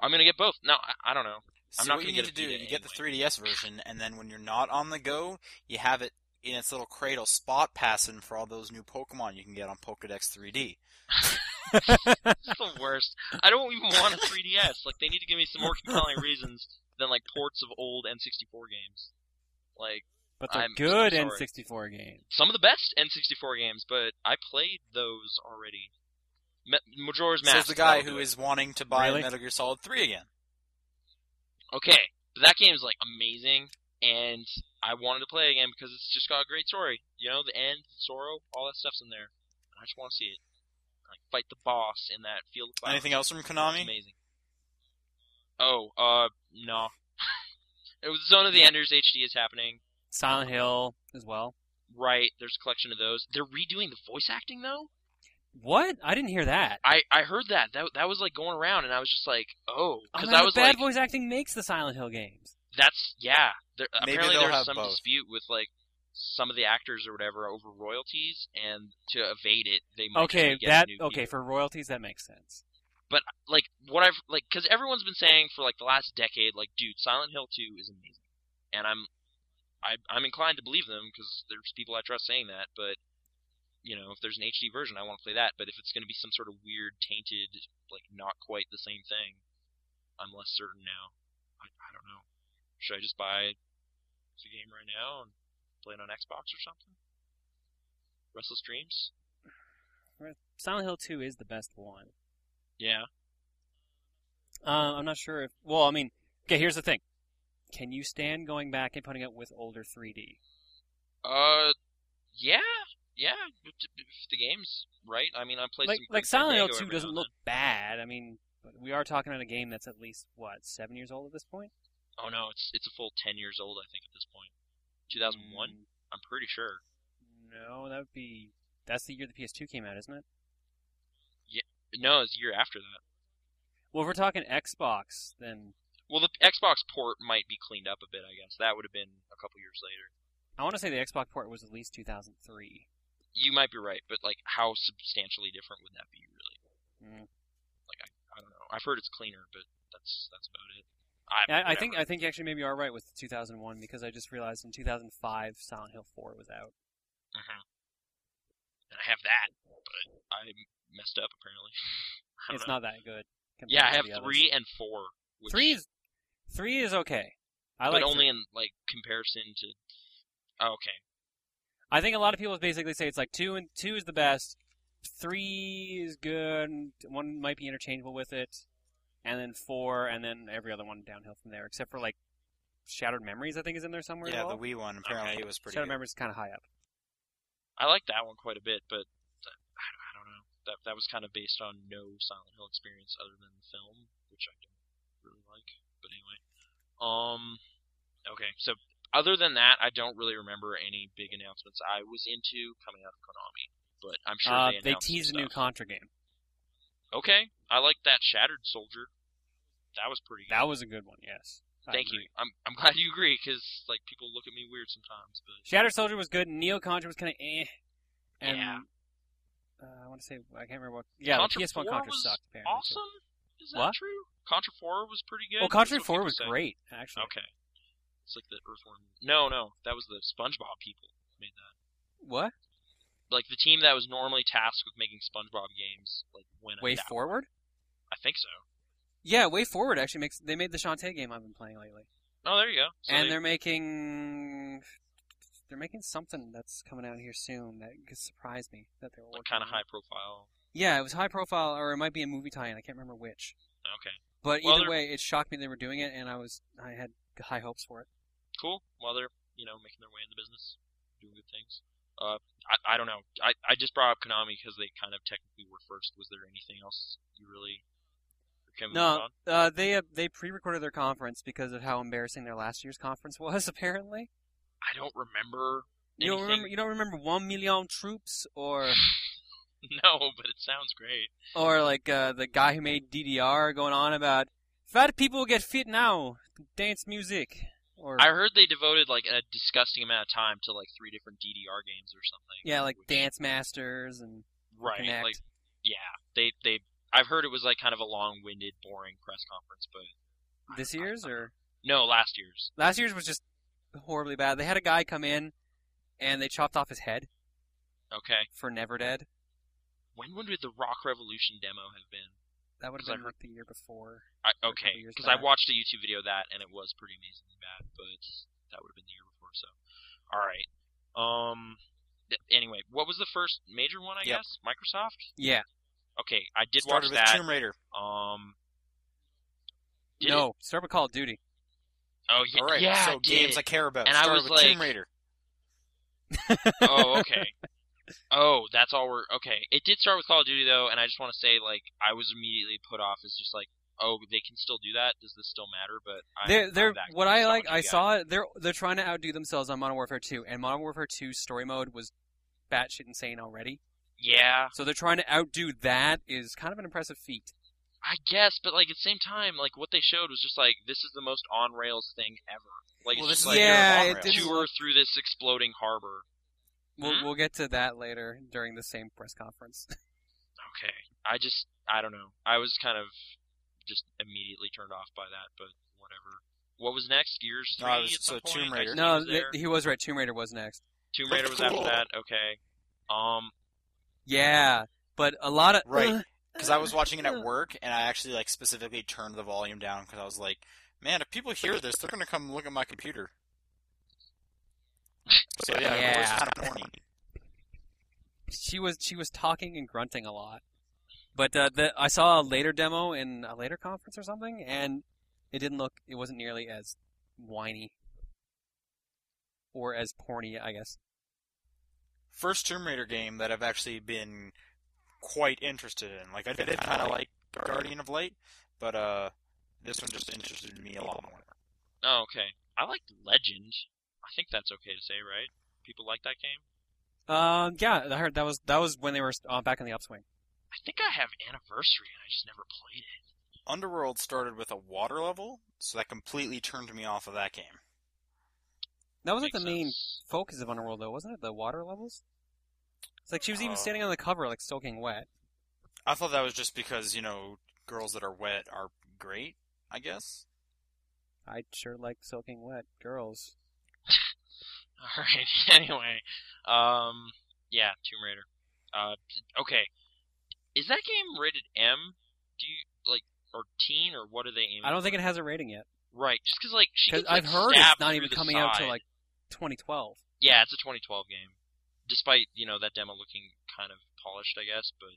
I'm gonna get both. No, I, I don't know. So not what gonna you get need a to do, Vita you get the 3DS version, and then when you're not on the go, you have it in its little cradle spot passing for all those new Pokemon you can get on Pokedex 3D. It's the worst. I don't even want a 3DS. Like they need to give me some more compelling reasons than like ports of old N64 games. Like But they're I'm so good sorry. N64 games. some of the best N64 games, but I played those already. Ma- Majora's Mask. Says the guy that'll who do it. is wanting to buy Really? Metal Gear Solid 3 again. okay, but that game is like amazing, and I wanted to play it again because it's just got a great story. You know, the end, Zoro, all that stuff's in there. And I just want to see it. Like fight the boss in that field of flowers. Anything else from It's Konami? amazing. Oh, uh, no. it was Zone of the Enders HD is happening. Silent Uh-huh. Hill as well. Right, there's a collection of those. They're redoing the voice acting though. What? I didn't hear that. I I heard that that that was like going around, and I was just like, oh, Oh, because man, I the was bad like, voice acting makes the Silent Hill games. that's yeah. There, Maybe apparently there they'll was have some both. dispute with like some of the actors or whatever over royalties, and to evade it, they might Okay, just get that new people. okay for royalties that makes sense. But like what I've like because everyone's been saying for like the last decade, like dude, Silent Hill Two is amazing, and I'm I, I'm inclined to believe them because there's people I trust saying that. But you know, if there's an HD version, I want to play that. But if it's going to be some sort of weird, tainted, like not quite the same thing, I'm less certain now. I, I don't know. Should I just buy the game right now and play it on Xbox or something? Restless Dreams. Silent Hill 2 is the best one. Yeah. Um, I'm not sure if. Well, I mean, okay, here's the thing. Can you stand going back and putting it with older 3D? Uh, yeah, yeah. If if the game's right, I mean, I played Like, some like Grim Silent Hill Fandango 2 every doesn't now look and bad. I mean, but we are talking about a game that's at least, what, seven years old at this point? then. Oh no, it's it's a full ten years old, I think, at this point. 2001, Mm. I'm pretty sure. No, that would be. That's the year the PS2 came out, isn't it? No, it's a year after that. Well, if we're talking Xbox, then Well, the Xbox port might be cleaned up a bit, I guess. That would have been a couple years later. I want to say the Xbox port was at least 2003. You might be right, but like, how substantially different would that be, really? Mm. I don't know. I've heard it's cleaner, but that's that's about it. I, I, I whatever. think I think you actually maybe are right with 2001 because I just realized in 2005 Silent Hill 4 was out. Mhm. Mm-hmm. And I have that, but I messed up apparently. I don't It's know. not that good. compared Yeah, I to have the others. three and four. Which, Three is three is okay. I but like. only three. in like comparison to. Oh, okay, I think a lot of people basically say it's like two and two is the best. Three is good. and One might be interchangeable with it, and then four, and then every other one downhill from there, except for like Shattered Memories. I think is in there somewhere. as Yeah, the well. Wii one apparently Okay. it was pretty. Good. Shattered Memories is kind of high up. I like that one quite a bit, but th- I don't, I don't know. That that was kind of based on no Silent Hill experience other than the film, which I don't really like. But anyway, um, okay. So other than that, I don't really remember any big announcements I was into coming out of Konami. But I'm sure they, uh, they announced some teased a new stuff. Contra game. Okay, I like that Shattered Soldier. That was pretty. good. That was a good one. Yes. I Thank agree. you. I'm I'm glad you agree because like people look at me weird sometimes, but Shatter Soldier was good. Neo Contra was kind of eh. And, Yeah. Uh, I want to say I can't remember what. Yeah, Contra the PS1 4 Contra was sucked. Apparently. too. awesome. Is that What? true? Contra Four was pretty good. Well, Contra That's what 4 people was say. great actually. Okay, it's like the Earthworm. No, no, that was the SpongeBob people made that. What? Like the team that was normally tasked with making SpongeBob games, like went Way out. Forward? I think so. Yeah, Way Forward actually makes. They made the Shantae game I've been playing lately, Oh, there you go. So and they- they're making. They're making something that's coming out here soon that could surprise me that they were like working kind of on. high profile. Yeah, it was high profile, or it might be a movie tie-in. I can't remember which. Okay, But Well, either they're- way, it shocked me they were doing it, and I was I had high hopes for it. cool. While they're you know making their way in the business, doing good things. Uh, I, I don't know. I, I just brought up Konami because they kind of technically were first. Was there anything else you really? can we move No, on? uh, they uh, they pre-recorded their conference because of how embarrassing their last year's conference was. Apparently, I don't remember. you don't anything. remember you don't remember one million troops or No, but it sounds great. or like uh, the guy who made DDR going on about fat people get fit now dance music or I heard they devoted like a disgusting amount of time to like three different DDR games or something. yeah like Which- dance masters and right, Connect. like yeah, they they. I've heard it was like kind of a long-winded, boring press conference, but this year's or no, last year's. last year's was just horribly bad. They had a guy come in and they chopped off his head Okay, for Never Dead. when would the Rock Revolution demo have been? That would have 'Cause I been like the year before. I, a okay, couple years because I back. watched a YouTube video of that and it was pretty amazingly bad, but that would have been the year before. So, all right. Um. th- anyway, what was the first major one? I Yep. guess Microsoft. Yeah, Okay, I did watch Started with that. Tomb Raider. Um. did no, start with Call of Duty. Oh yeah, All right, yeah, so I games did. I care about. And I Start was with like- Tomb Raider. oh, okay. Oh, that's all we're okay. It did start with Call of Duty though, and I just want to say like I was immediately put off as just like, oh, they can still do that. Does this still matter? But I'm, They're, they're, I'm that what confused I how like, much I got. saw it, they're they're trying to outdo themselves on Modern Warfare 2, and Modern Warfare 2 story mode was batshit insane already. Yeah, So they're trying to outdo that is kind of an impressive feat. I guess, but like at the same time, like what they showed was just like this is the most on rails thing ever. Like Well, it's just this is like the era yeah, of it on-rails. didn't tour through this exploding harbor. We'll, Hmm? we'll get to that later during the same press conference. Okay, I just I don't know. I was kind of just immediately turned off by that, but whatever. What was next? Gears No, three. I was- at Uh, so some point? Tomb I Raider. see no, was th- there. he was right. Tomb Raider was next. Tomb Raider was after Cool. that. Okay. Um. Yeah, but a lot of Right. Because I was watching it at work, and I actually like specifically turned the volume down because I was like, "Man, if people hear this, they're gonna come look at my computer." So yeah, it was Yeah. kind of horny. she was she was talking and grunting a lot. But uh, the, I saw a later demo in a later conference or something, and it didn't look. It wasn't nearly as whiny or as porny, I guess. First Tomb Raider game that I've actually been quite interested in. Like I did kind of like Guardian of Light, but uh, this one just interested me a lot more. Oh, okay. I liked Legend. I think that's okay to say, right? People like that game. Um, yeah, I heard that was that was when they were uh, back in the upswing. I think I have Anniversary, and I just never played it. Underworld started with a water level, so that completely turned me off of that game. That wasn't Makes the main sense. focus of Underworld, though, wasn't it? The water levels. It's like she was Uh, Oh. even standing on the cover, like soaking wet. I thought that was just because you know girls that are wet are great. I guess. I sure like soaking wet girls. All right. Anyway, um, yeah, Tomb Raider. Uh, okay. Is that game rated M? Do you like or teen or what are they aiming? I don't think it has a rating yet for? right. Just because like she because gets, I've Mm-hmm. like, heard it's stabbed not through even the coming out till side. like 2012. yeah, it's a 2012 game. Despite you know that demo looking kind of polished, I guess, but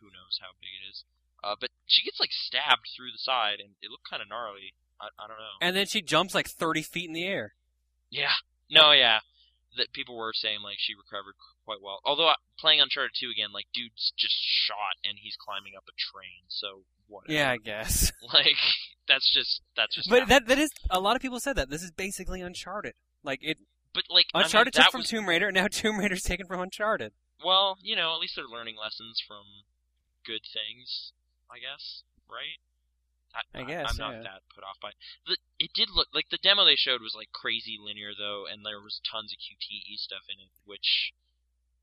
who knows how big it is. Uh, but she gets like stabbed through the side, and it looked kind of gnarly. I, I don't know. And then she jumps like 30 feet in the air. Yeah. No, yeah. That people were saying like she recovered qu- quite well. Although uh, playing Uncharted 2 again, like dude's just shot and he's climbing up a train. So what? Yeah, I guess. Like that's just that's just. But happened. that that is a lot of people said that this is basically Uncharted. Like it, but like I mean, Uncharted that took from was, Tomb Raider, now Tomb Raider's taken from Uncharted. Well, you know, at least they're learning lessons from good things, I guess. Right. I guess, I'm not yeah. that put off by it. It did look like the demo they showed was like crazy linear though, and there was tons of QTE stuff in it, which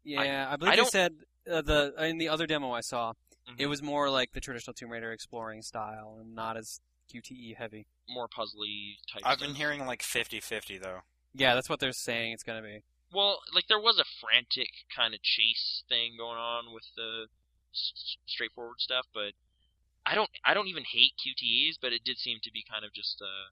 Yeah, I, believe I they don't- said uh, the in the other demo I saw, it Mhm. was more like the traditional Tomb Raider exploring style and not as QTE heavy. more puzzly type. I've stuff. been hearing like 50-50 though. Yeah, that's what they're saying it's gonna be. Well, like there was a frantic kind of chase thing going on with the s- s- straightforward stuff, but I don't I don't even hate QTEs, but it did seem to be kind of just uh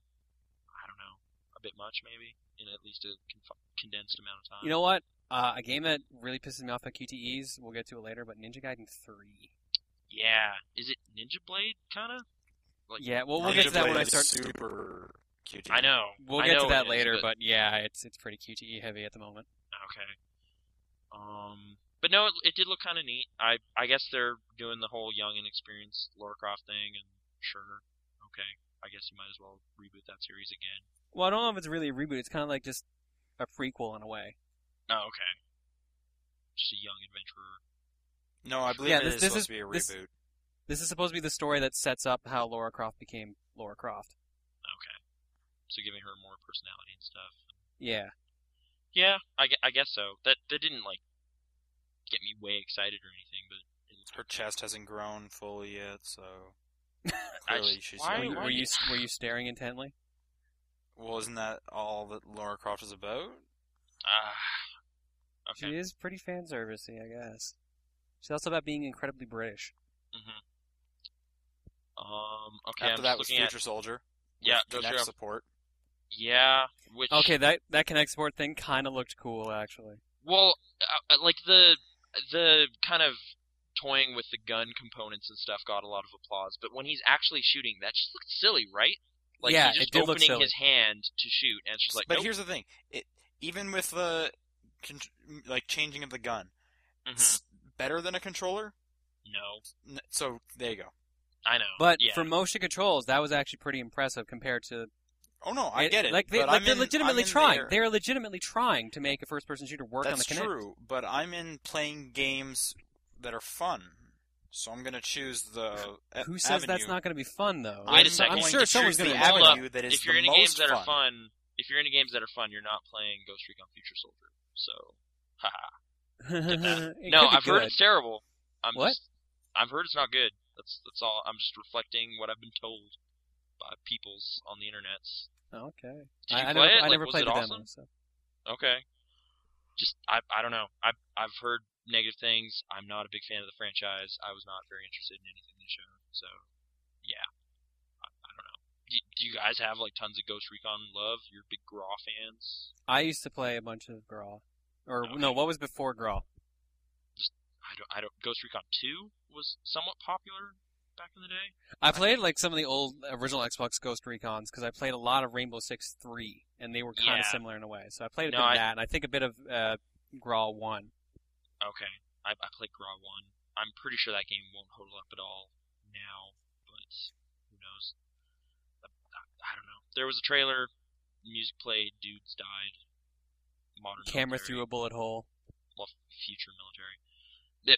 I don't know, a bit much maybe in at least a conf- condensed amount of time. You know what? Uh, a game that really pisses me off at QTEs, we'll get to it later, but Ninja Gaiden 3. yeah, is it Ninja Blade kind of? Like- yeah, well, we'll Ninja get to that when Blade is I start. Super cute. I know. We'll I get know to it that is, later, but- but yeah, it's it's pretty QTE heavy at the moment. Okay. Um, but no, it, it did look kind of neat. I I guess they're doing the whole young and experienced Lara Croft thing, and sure, okay. I guess you might as well reboot that series again. Well, I don't know if it's really a reboot. It's kind of like just a prequel in a way. Oh, okay. Just a young adventurer. No, I believe Yeah, it this- is this supposed is- to be a reboot. this- This is supposed to be the story that sets up how Laura Croft became Laura Croft. Okay. So giving her more personality and stuff. Yeah. Yeah, I, gue- I guess so. That that didn't like get me way excited or anything, but it looked Her chest hasn't grown fully yet, so I clearly just- she's. why- were, you, were you why- were you staring intently? Well, isn't that all that Laura Croft is about? ah. She Okay. is pretty fan servicey, I guess. She's also about being incredibly British. Mhm. Um. Okay. After I'm that just was looking Future at Soldier. yeah. with Those Kinect are, support. yeah. Which Okay, that that Connect support thing kind of looked cool actually. Well, uh, uh, like the the kind of toying with the gun components and stuff got a lot of applause, but when he's actually shooting, that just looked silly, right? Like Yeah, he's it just did look opening silly. his hand to shoot, and it's just like, but nope. here's the thing: it, even with the con- like changing of the gun, Mhm. it's better than a controller. no, N- So there you go. I know. But yeah. for motion controls, that was actually pretty impressive compared to. Oh no, I it- get it. Like, they, but like I'm they're in- I'm legitimately in the trying. air. They are legitimately trying to make a first-person shooter work on the That's Kinect. true, but I'm in playing games that are fun, so I'm gonna choose the. a- Who says that's avenue. not going to be fun though? Wait a I'm second. going I'm sure to choose someone's going the to gonna hold up. avenue that is if you're the into most games that fun. are fun, if you're into games that are fun, you're not playing Ghost Recon Future Soldier. So, haha. no, I've heard it's terrible. I'm What? Just, I've heard it's not good. That's that's all. I'm just reflecting what I've been told by peoples on the internets. Oh, okay. Did you I, play I it? never, I Like, never was played it the awesome? demo. So. Okay. Just I I don't know. I I've heard negative things. I'm not a big fan of the franchise. I was not very interested in anything they showed. So yeah, I, I don't know. Do, do you guys have like tons of Ghost Recon love? You're big Graw fans. I used to play a bunch of Grawl, or Okay. no, what was before Grawl? I don't I don't. Ghost Recon Two was somewhat popular back in the day. I played like some of the old original Xbox Ghost Recons because I played a lot of Rainbow Six Three, and they were kind Yeah. of similar in a way. So I played a No, bit I- of that, and I think a bit of uh, Grawl One. Okay. I I played Graw One. I'm pretty sure that game won't hold up at all now, but who knows? I, I, I don't know. There was a trailer. Music played. Dudes died. Modern Camera military. through a bullet hole. well, future military.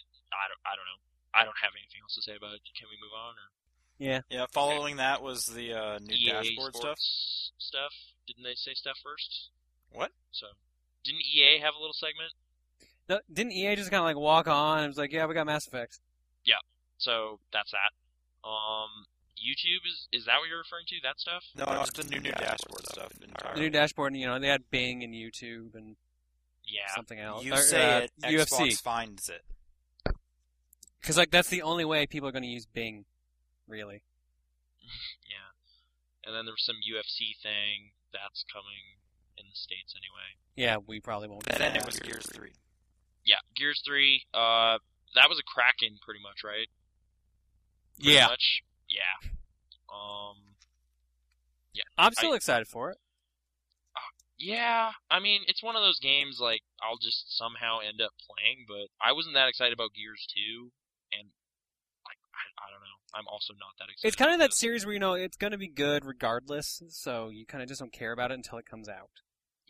It, I don't, I don't know. I don't have anything else to say about it. Can we move on? Or Yeah, following that was the uh, new EA dashboard stuff. E Sports stuff? Didn't they say stuff first? What? So, didn't EA have a little segment? No, didn't EA just kind of like walk on? It was like, yeah, we got Mass Effect. So that's that. Um, YouTube is is that what you're referring to? That stuff? No, no, it's the new new dashboard stuff. The new dashboard, and you know, they had Bing and YouTube and Yeah. something else. You or, say uh, it, UFC. Xbox finds it. Because like that's the only way people are going to use Bing, really. Yeah. And then there was some UFC thing that's coming in the states anyway. Yeah, we probably won't. That do ended that. with Gears Three. Yeah, Gears Three. Uh, that was a Kraken, pretty much, right? Pretty Yeah, Much. Yeah. Um. I'm still excited for it. Yeah, I mean, it's one of those games like I'll just somehow end up playing, but I wasn't that excited about Gears 2 and like I, I don't know. I'm also not that excited. It's kind of about that series where you know it's going to be good regardless, so you kind of just don't care about it until it comes out.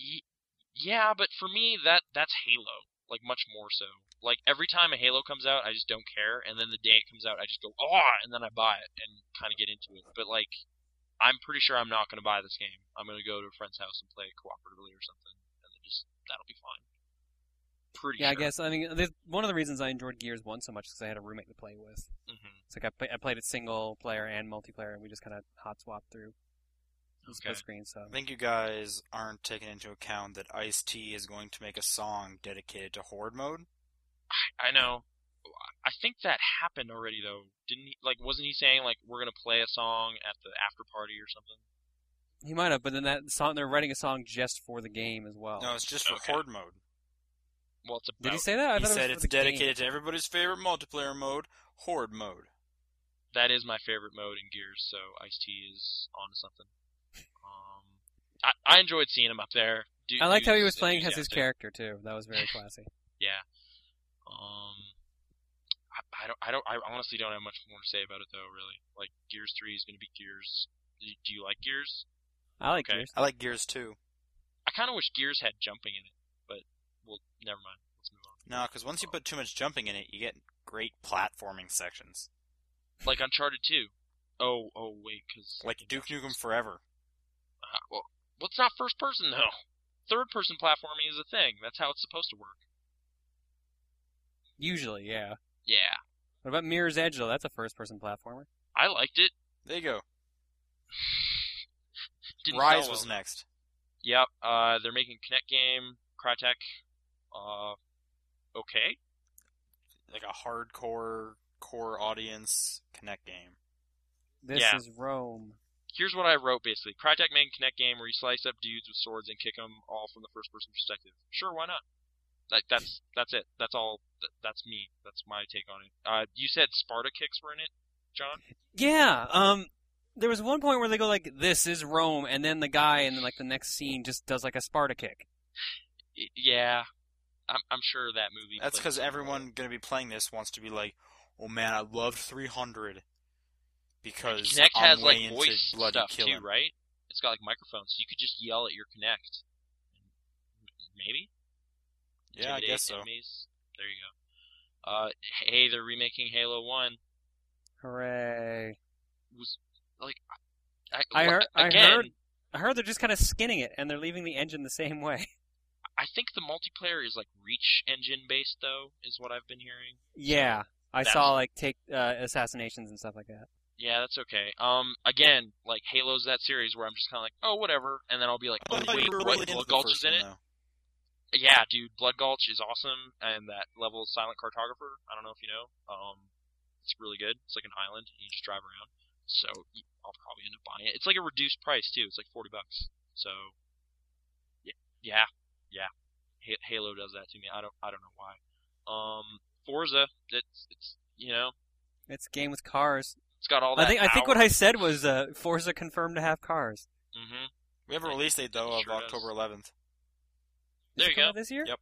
Y- Yeah, but for me that that's Halo, like much more so. Like every time a Halo comes out, I just don't care, and then the day it comes out, I just go ah, and then I buy it and kind of get into it. But like, I'm pretty sure I'm not going to buy this game. I'm going to go to a friend's house and play it cooperatively or something, and then just that'll be fine. Pretty Yeah, I sure. guess. I mean, this, one of the reasons I enjoyed Gears One so much is 'cause I had a roommate to play with. hmm It's like I, play, I played it single player and multiplayer, and we just kind of hot swapped through the split Okay. screen. So I think you guys aren't taking into account that Ice T is going to make a song dedicated to Horde mode. I know. I think that happened already though. Didn't he like wasn't he saying like we're gonna play a song at the after party or something? he might have, but then that song they're writing a song just for the game as well. No, it's just for Okay. Horde mode. Well it's about Did he say that? I Oh, he thought said it it's was for the game. dedicated to everybody's favorite multiplayer mode, Horde mode. that is my favorite mode in Gears, so Ice T is onto something. Um I, I enjoyed seeing him up there. Du- I liked how he dude's was playing as his enthusiastic. character too. That was very classy. Yeah. Um I, I don't I don't I honestly don't have much more to say about it though, really. Like Gears three is gonna be Gears do you- do you like Gears? I like Okay. Gears. I like Gears too. I kinda wish Gears had jumping in it, but well never mind. Let's move on. No, because once you put too much jumping in it, you get great platforming sections, like Uncharted 2. Oh, oh wait, because like Duke Nukem Forever. well, well, it's not first person though. Third person platforming is a thing. That's how it's supposed to work. Usually, yeah. Yeah, What about Mirror's Edge though? That's a first-person platformer. I liked it. There you go. Didn't Rise sell was well. next. Yep. Uh, they're making Kinect game, Crytek. Uh, okay. Like a hardcore core audience Connect game. This Yeah. is Rome. Here's what I wrote basically: Crytek made a Kinect game where you slice up dudes with swords and kick them all from the first person perspective. Sure, why not? Like that's that's it. That's all. That, that's me. That's my take on it. Uh, you said Sparta kicks were in it, John. Yeah. Um, there was one point where they go like, "This is Rome," and then the guy, and then like the next scene just does like a Sparta kick. Y- yeah, I'm, I'm sure that movie. That's played because some role. everyone gonna be playing this wants to be like, oh man, I loved 300 because Connect I'm has way like into voice bloody stuff killing. too, right? It's got like microphones, so you could just yell at your Connect. Maybe. Yeah, I Intimidate guess so. Enemies. There you go. Uh, hey, they're remaking Halo One. Hooray! Was like, I, I heard. I again, heard. I heard they're just kind of skinning it, and they're leaving the engine the same way. I think the multiplayer is like Reach engine based, though, is what I've been hearing. Yeah, I That's- saw like take uh, assassinations and stuff like that. Yeah, that's okay. Um, again, like Halo's that series where I'm just kind of like, oh, whatever, and then I'll be like, I oh thought wait, you were what? really into Blood the Gulch first is in one, it. though. Yeah, dude, Blood Gulch is awesome, and that level of Silent Cartographer. I don't know if you know. Um, it's really good. It's like an island, and you just drive around. So y- I'll probably end up buying it. It's like a reduced price too. It's like forty bucks. So, yeah, yeah, yeah. Ha- Halo does that to me. I don't, I don't know why. Um, Forza, it's, it's, you know, It's a game with cars. it's got all I that. think. I think what power. I said was uh, Forza confirmed to have cars. Mhm. We have a release date though of Sure does. October 11th. There Does it you come go. out This year. Yep.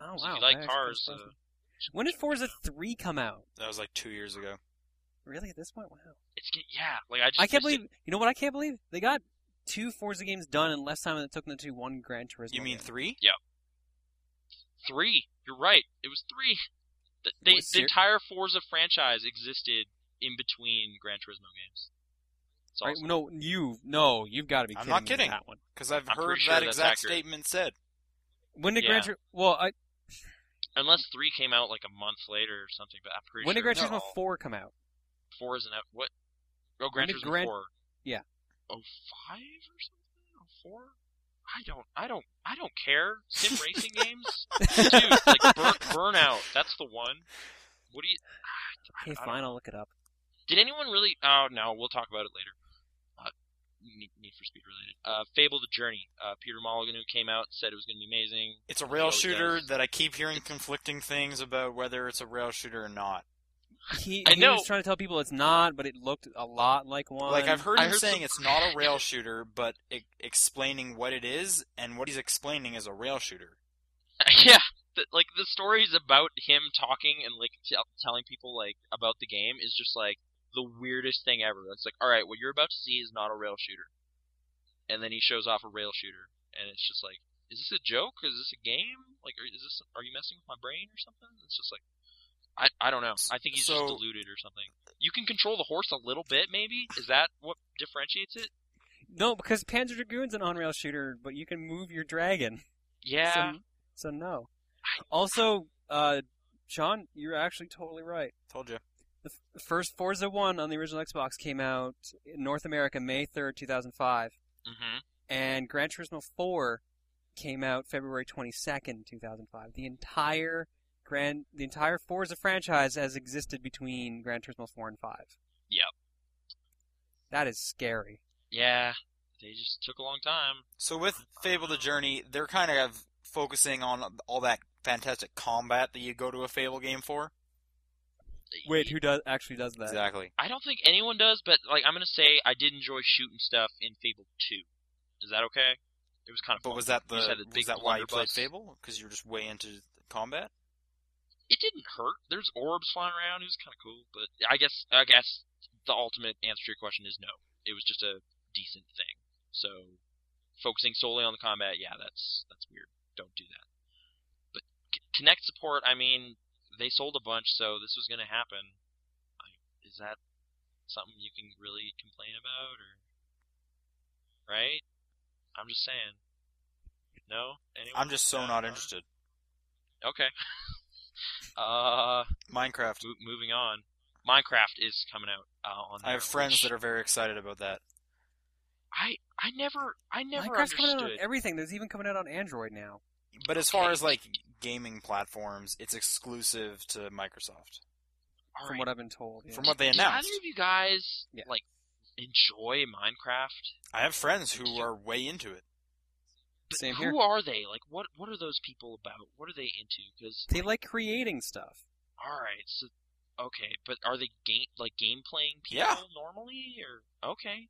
Oh wow! So if you like that's cars, crazy. uh, when did Forza three come out? That was like two years ago. Really, at this point, wow. it's get- yeah. Like I just I can't missed it. believe. You know what? I can't believe they got two Forza games done in less time than it took them to do one Gran Turismo. You mean game. three? three. You're right. It was three. The, they, Was the ser- entire Forza franchise existed in between Gran Turismo games. It's Right, awesome. no, you no, you've got to be. I'm kidding not me with kidding. that one. Because I've I'm heard pretty sure that that's exact accurate. statement said. When did Gran Yeah. Turismo? Well, I, Unless three came out like a month later or something, but I'm pretty when did sure Gran Turismo all- Four come out? four isn't out. What? Oh, Gran did Turismo Gran- four. Yeah. Oh five or something? Oh four? I don't. I don't. I don't care. Sim racing games, dude. Like burn, Burnout. That's the one. What do you? I- Okay, I don't fine, I'll look it up. Did anyone really? Oh no, we'll talk about it later. Uh, Need Need for Speed related. Uh, Fable: The Journey. Uh, Peter Mulligan, who came out, said it was going to be amazing. It's a rail always shooter does. that I keep hearing conflicting things about whether it's a rail shooter or not. He, I he know- was trying to tell people it's not, but it looked a lot like one. Like I've heard I him heard saying some- it's not a rail shooter, but e- explaining what it is and what he's explaining is a rail shooter. yeah, the, like the stories about him talking and like tell telling people like about the game is just like the weirdest thing ever. It's like, all right, what you're about to see is not a rail shooter, and then he shows off a rail shooter, and it's just like, is this a joke? Is this a game? Like, are, is this? Are you messing with my brain or something? It's just like. I, I don't know. I think he's So- just deluded or something. You can control the horse a little bit, maybe. Is that what differentiates it? no, because Panzer Dragoon's an on-rail shooter, but you can move your dragon. Yeah. So, so no. Also, uh, Sean, you're actually totally right. Told you. The f- first Forza 1 on the original Xbox came out in North America May 3rd, 2005, hmm and Gran Turismo 4 came out February 22nd, 2005. The entire Gran the entire Forza franchise has existed between Gran Turismo 4 and 5. Yep. That is scary. Yeah. They just took a long time. So with Fable: The Journey, they're kind of focusing on all that fantastic combat that you go to a Fable game for. Wait, who does actually does that? Exactly. I don't think anyone does, but like I'm gonna say, I did enjoy shooting stuff in Fable Two. Is that okay? It was kind of. But fun. was that the You just had a was big that why you played blunderbuss. Fable? Because you were just way into combat. It didn't hurt. There's orbs flying around. It was kind of cool, but I guess I guess the ultimate answer to your question is no. It was just a decent thing. So focusing solely on the combat, yeah, that's that's weird. Don't do that. But c- connect support. I mean, they sold a bunch, so this was gonna happen. I, is that something you can really complain about, or right? I'm just saying. No, Anyone? I'm just so No? not No? interested. Okay. uh. Minecraft. Mo- moving on, Minecraft is coming out uh, on. I have friends that are very excited about that. I I never I never Minecraft's coming out on understood. everything. There's even coming out on Android now. But as far Okay. as like gaming platforms, it's exclusive to Microsoft. All From right. what I've been told. yeah. From what they Did announced, either of you guys Yeah. like enjoy Minecraft? I have friends who are way into it. But Same who here. are they? Like, what what are those people about? What are they into? Because They like creating stuff. all right, so Okay, but are they game like game playing people Yeah. normally or okay?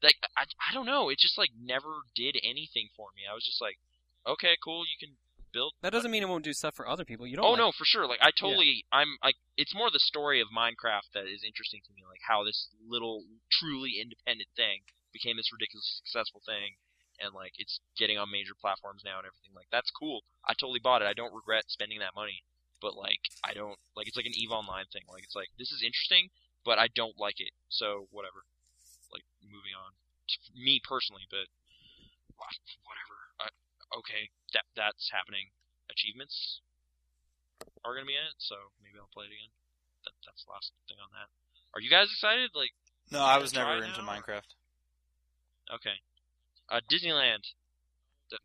Like I I don't know. It just like never did anything for me. I was just like, okay, cool. You can build. That doesn't mean it won't do stuff for other people. You don't. Oh like- no, for sure. Like I totally. I'm like it's more the story of Minecraft that is interesting to me. Like how this little truly independent thing became this ridiculous successful thing. And like it's getting on major platforms now and everything like that's cool. I totally bought it. I don't regret spending that money but like I don't like it's like an Eve Online thing. Like it's like this is interesting, but I don't like it. So whatever. Like moving on. Me personally, but wha- whatever. I, okay, that that's happening. Achievements are gonna be in it, so maybe I'll play it again. That, that's the last thing on that. Are you guys excited? Like No, I was Try never now, into or- Minecraft. okay, uh, Disneyland.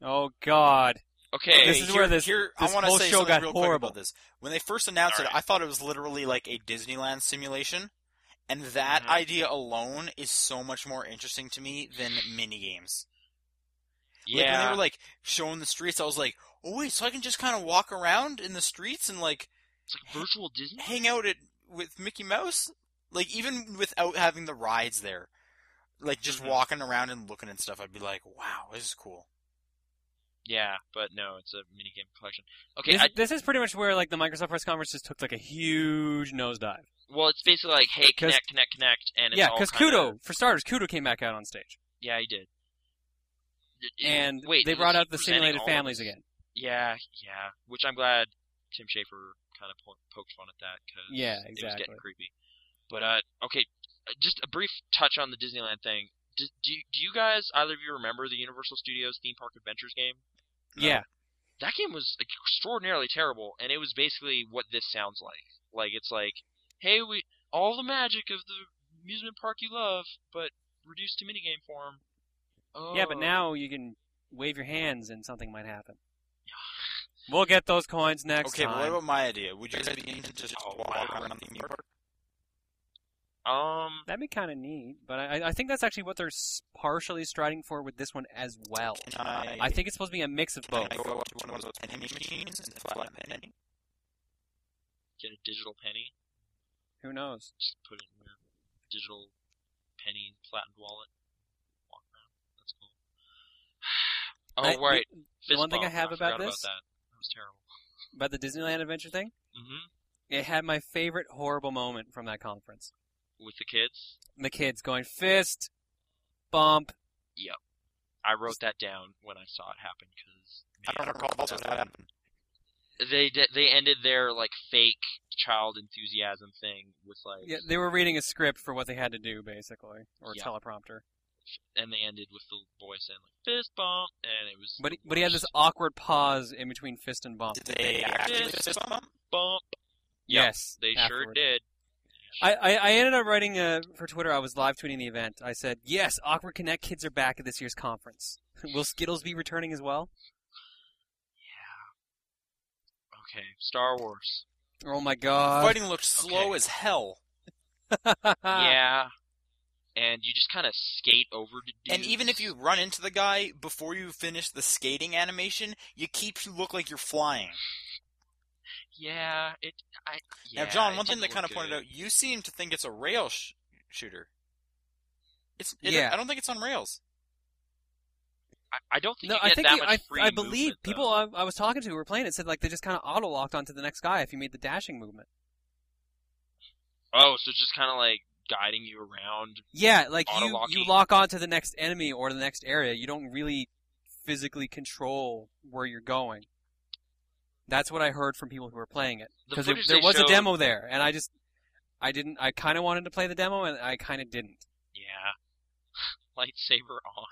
Oh God. Okay, This is where this- here, this I want to whole say show something got real horrible. quick about this. When they first announced All it, right. I thought it was literally like a Disneyland simulation, and that Mhm. idea alone is so much more interesting to me than mini games. Like, when yeah. they were like showing the streets, I was like, oh wait, so I can just kind of walk around in the streets and like it's like virtual Disney. hang out at with Mickey Mouse, like even without having the rides there, like just Mm-hmm. Mhm. walking around and looking and stuff. I'd be like, wow, this is cool. Yeah, but no, it's a minigame collection. Okay, This, I, this is pretty much where like the Microsoft press conference just took like a huge nosedive. well, it's basically like, hey, 'Cause- connect, connect, connect, and it's yeah, all because kinda- Kudo, for starters, Kudo came back out on stage, Yeah, he did. Y- y- and wait, they is brought he out the presenting simulated all of families this? again. Yeah, yeah. Which I'm glad Tim Schafer kind of po- poked fun at that because Yeah, it was exactly. getting creepy. But uh, okay, just a brief touch on the Disneyland thing. Do, do do you guys either of you remember the Universal Studios Theme Park Adventures game? Yeah, Uh, that game was extraordinarily terrible, and it was basically what this sounds like. Like it's like, hey, we all the magic of the amusement park you love, but reduced to minigame form. Oh. yeah, but now you can wave your hands and something might happen. We'll get those coins next okay, time. but what about my idea? Would you guys be into just Oh, walk wow. around the theme park? um, That'd be kind of neat, but I, I- I think that's actually what they're s- partially striding for with this one as well. Can I, I think it's supposed to be a mix of can both. I go up to one of those penny machines and flat a penny? get a digital penny, Who knows? just put it in your digital penny flattened wallet. Walk around. That's cool. Oh I- right, the one Fist thing I bump. have about forgot this- that. That was terrible. About the Disneyland adventure thing, hmm it had my favorite horrible moment from that conference. With the kids, The kids going fist, bump. I wrote that down when I saw it happen because I don't recall what that happened. they d- they ended their like fake child enthusiasm thing with like Yeah, they were reading a script for what they had to do, basically, or Yeah. a teleprompter. and they ended with the boy saying like fist bump and it was But the he, but he had this worst awkward pause in between fist and bump. Did they actually Yes. fist bump? bump Yeah, Yes, they sure afterwards. did I, I, I ended up writing uh, for Twitter. I was live tweeting the event. I said, "Yes, Awkward Connect kids are back at this year's conference. Will Skittles be returning as well? okay Star Wars Oh my God! Fighting looked slow okay. as hell. Uh, yeah and you just kind of skate over to dudes. And even if you run into the guy before you finish the skating animation, you keep you look like you're flying. yeah it I yeah, now, John, it one thing that didn't kind look of pointed good. out, you seem to think it's a rail sh- shooter. It's it, Yeah. I don't think it's on rails. I, I don't think No, you I get think that you- much I, free I believe movement, though. people I, I was talking to who were playing it said like they just kind of auto locked onto the next guy if you made the dashing movement. oh so it's just kind of like guiding you around Yeah, like you Auto-locking. you lock onto the next enemy or the next area. You don't really physically control where you're going. That's what I heard from people who were playing it. The because footage there they was a showed- demo there, and I just, I didn't, I kind of wanted to play the demo, and I kind of didn't. yeah lightsaber on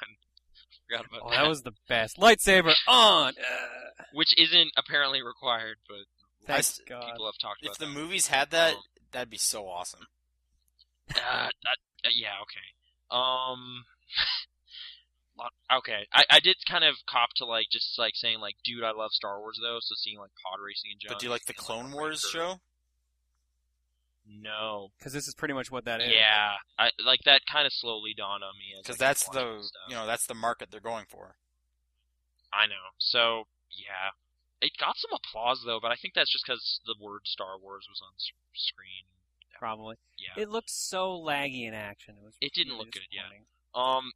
forgot about Oh, that was the best lightsaber on. Ugh. which isn't apparently required, but Thank s- God. people have talked about If the that. movies had that, Um, that'd be so awesome. uh, uh, yeah, okay. Um, lot- okay. I, I did kind of cop to like just like saying like, dude, I love Star Wars though. So seeing like pod racing and junk. But do you like the and, Clone Rancor- Wars show? No. Because this is pretty much what that is. Yeah, I like that kind of slowly dawned on me as Because I kept that's watching the this stuff. you know that's the market they're going for. I know. So yeah, it got some applause though, but I think that's just because the word Star Wars was on s- screen. probably. Yeah. It looked so laggy in action. It was. It didn't really look good, yeah. disappointing. Um,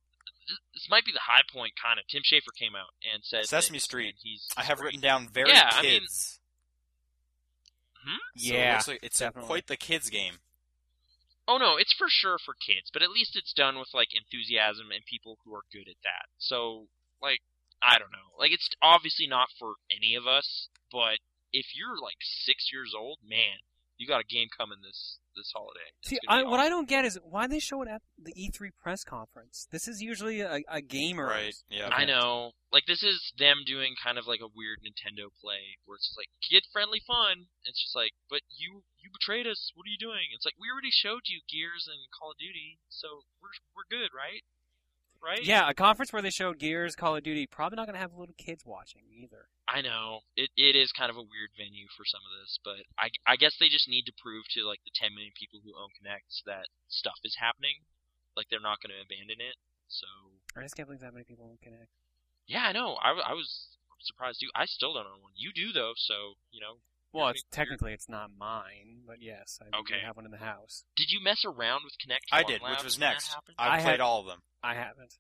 th- this might be the high point, kind of. Tim Schafer came out and said Sesame that- Street. and He's I have written down very Yeah, I mean- kids. Hmm? So Yeah, it looks like it's a- definitely. quite the kids game. oh no, it's for sure for kids, but at least it's done with like enthusiasm and people who are good at that. So like, I don't know. Like, it's obviously not for any of us, but if you're like six years old, man, you got a game coming this this holiday. It's See, gonna I, be what I awesome. don't get is why they show it at the E3 press conference. This is usually a, a gamer. Right. Yeah. I know. Like this is them doing kind of like a weird Nintendo play where it's just like kid friendly fun. It's just like, but you you betrayed us. What are you doing? It's like we already showed you Gears and Call of Duty, so we're we're good, right? Right? Yeah, a conference where they showed Gears, Call of Duty, probably not going to have little kids watching either. I know. It it is kind of a weird venue for some of this, but I I guess they just need to prove to like the 10 million people who own Connects that stuff is happening. Like they're not going to abandon it. So I just can't believe that many people don't connect. yeah, I know. I, w- I was surprised too. I still don't own one. You do though, so you know. Well, Yeah, it's I mean, technically it's not mine, but yes, I do Okay. have one in the house. Did you mess around with Connect? I One did, Lab which was when that next. happened? I, I played had- all of them. I haven't.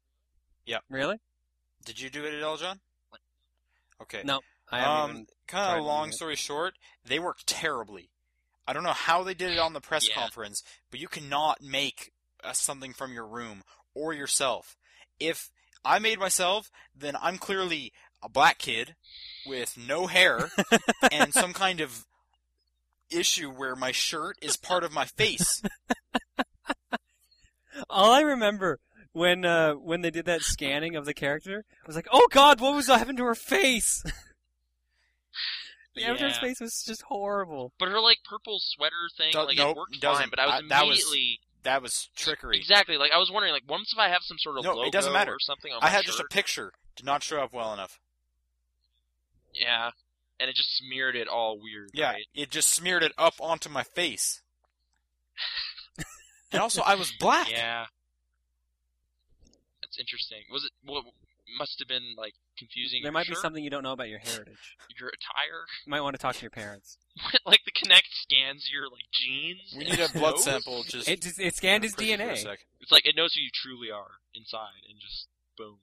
Yep. Really? Did you do it at all, John? What? Okay. No, I haven't. Um, even- tried kind to of do long that. story short, they work terribly. I don't know how they did it on the press Yeah. conference, but you cannot make uh, something from your room or yourself. If I made myself, then I'm clearly a black kid with no hair and some kind of issue where my shirt is part of my face. All I remember when uh, when they did that scanning of the character, I was like, "Oh God, what was happened to her face?" the avatar's Yeah. face was just horrible. But her like purple sweater thing, Do- like nope, it worked doesn't. fine. But I was I- that was immediately That was trickery. exactly like I was wondering like once if I have some sort of No, it logo doesn't matter. or something on I my shirt, had just a picture. Did not show up well enough. yeah, and it just smeared it all weird. Yeah, right? it just smeared it up onto my face. and also, I was black. yeah. That's interesting. Was it what must have been like confusing? There your might be shirt, something you don't know about your heritage. your attire. You might want to talk to your parents. like the Connect scans your like genes. We and need a it blood knows. sample. Just It just, it scanned his Christian for a DNA. sec. It's like it knows who you truly are inside, and just boom,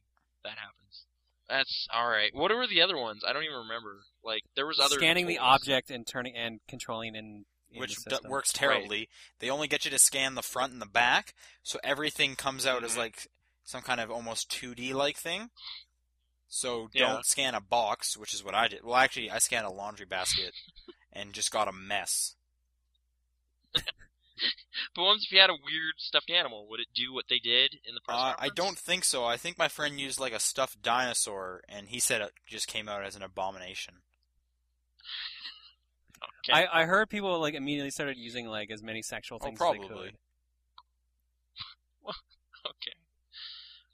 that happens. That's all right. What were the other ones? I don't even remember. Like there was other Scanning the tools. object and turning and controlling in, in Which the d- system. works terribly. They only get you to scan the front and the back, so everything comes out as Mhm. like some kind of almost 2D like thing. So don't Yeah. scan a box, which is what I did. Well, actually, I scanned a laundry basket and just got a mess. But what if you had a weird stuffed animal? Would it do what they did in the press Uh, I conference? don't think so. I think my friend used like a stuffed dinosaur, and he said it just came out as an abomination. Okay. I, I heard people like immediately started using like as many sexual Oh, things as they probably. could. okay.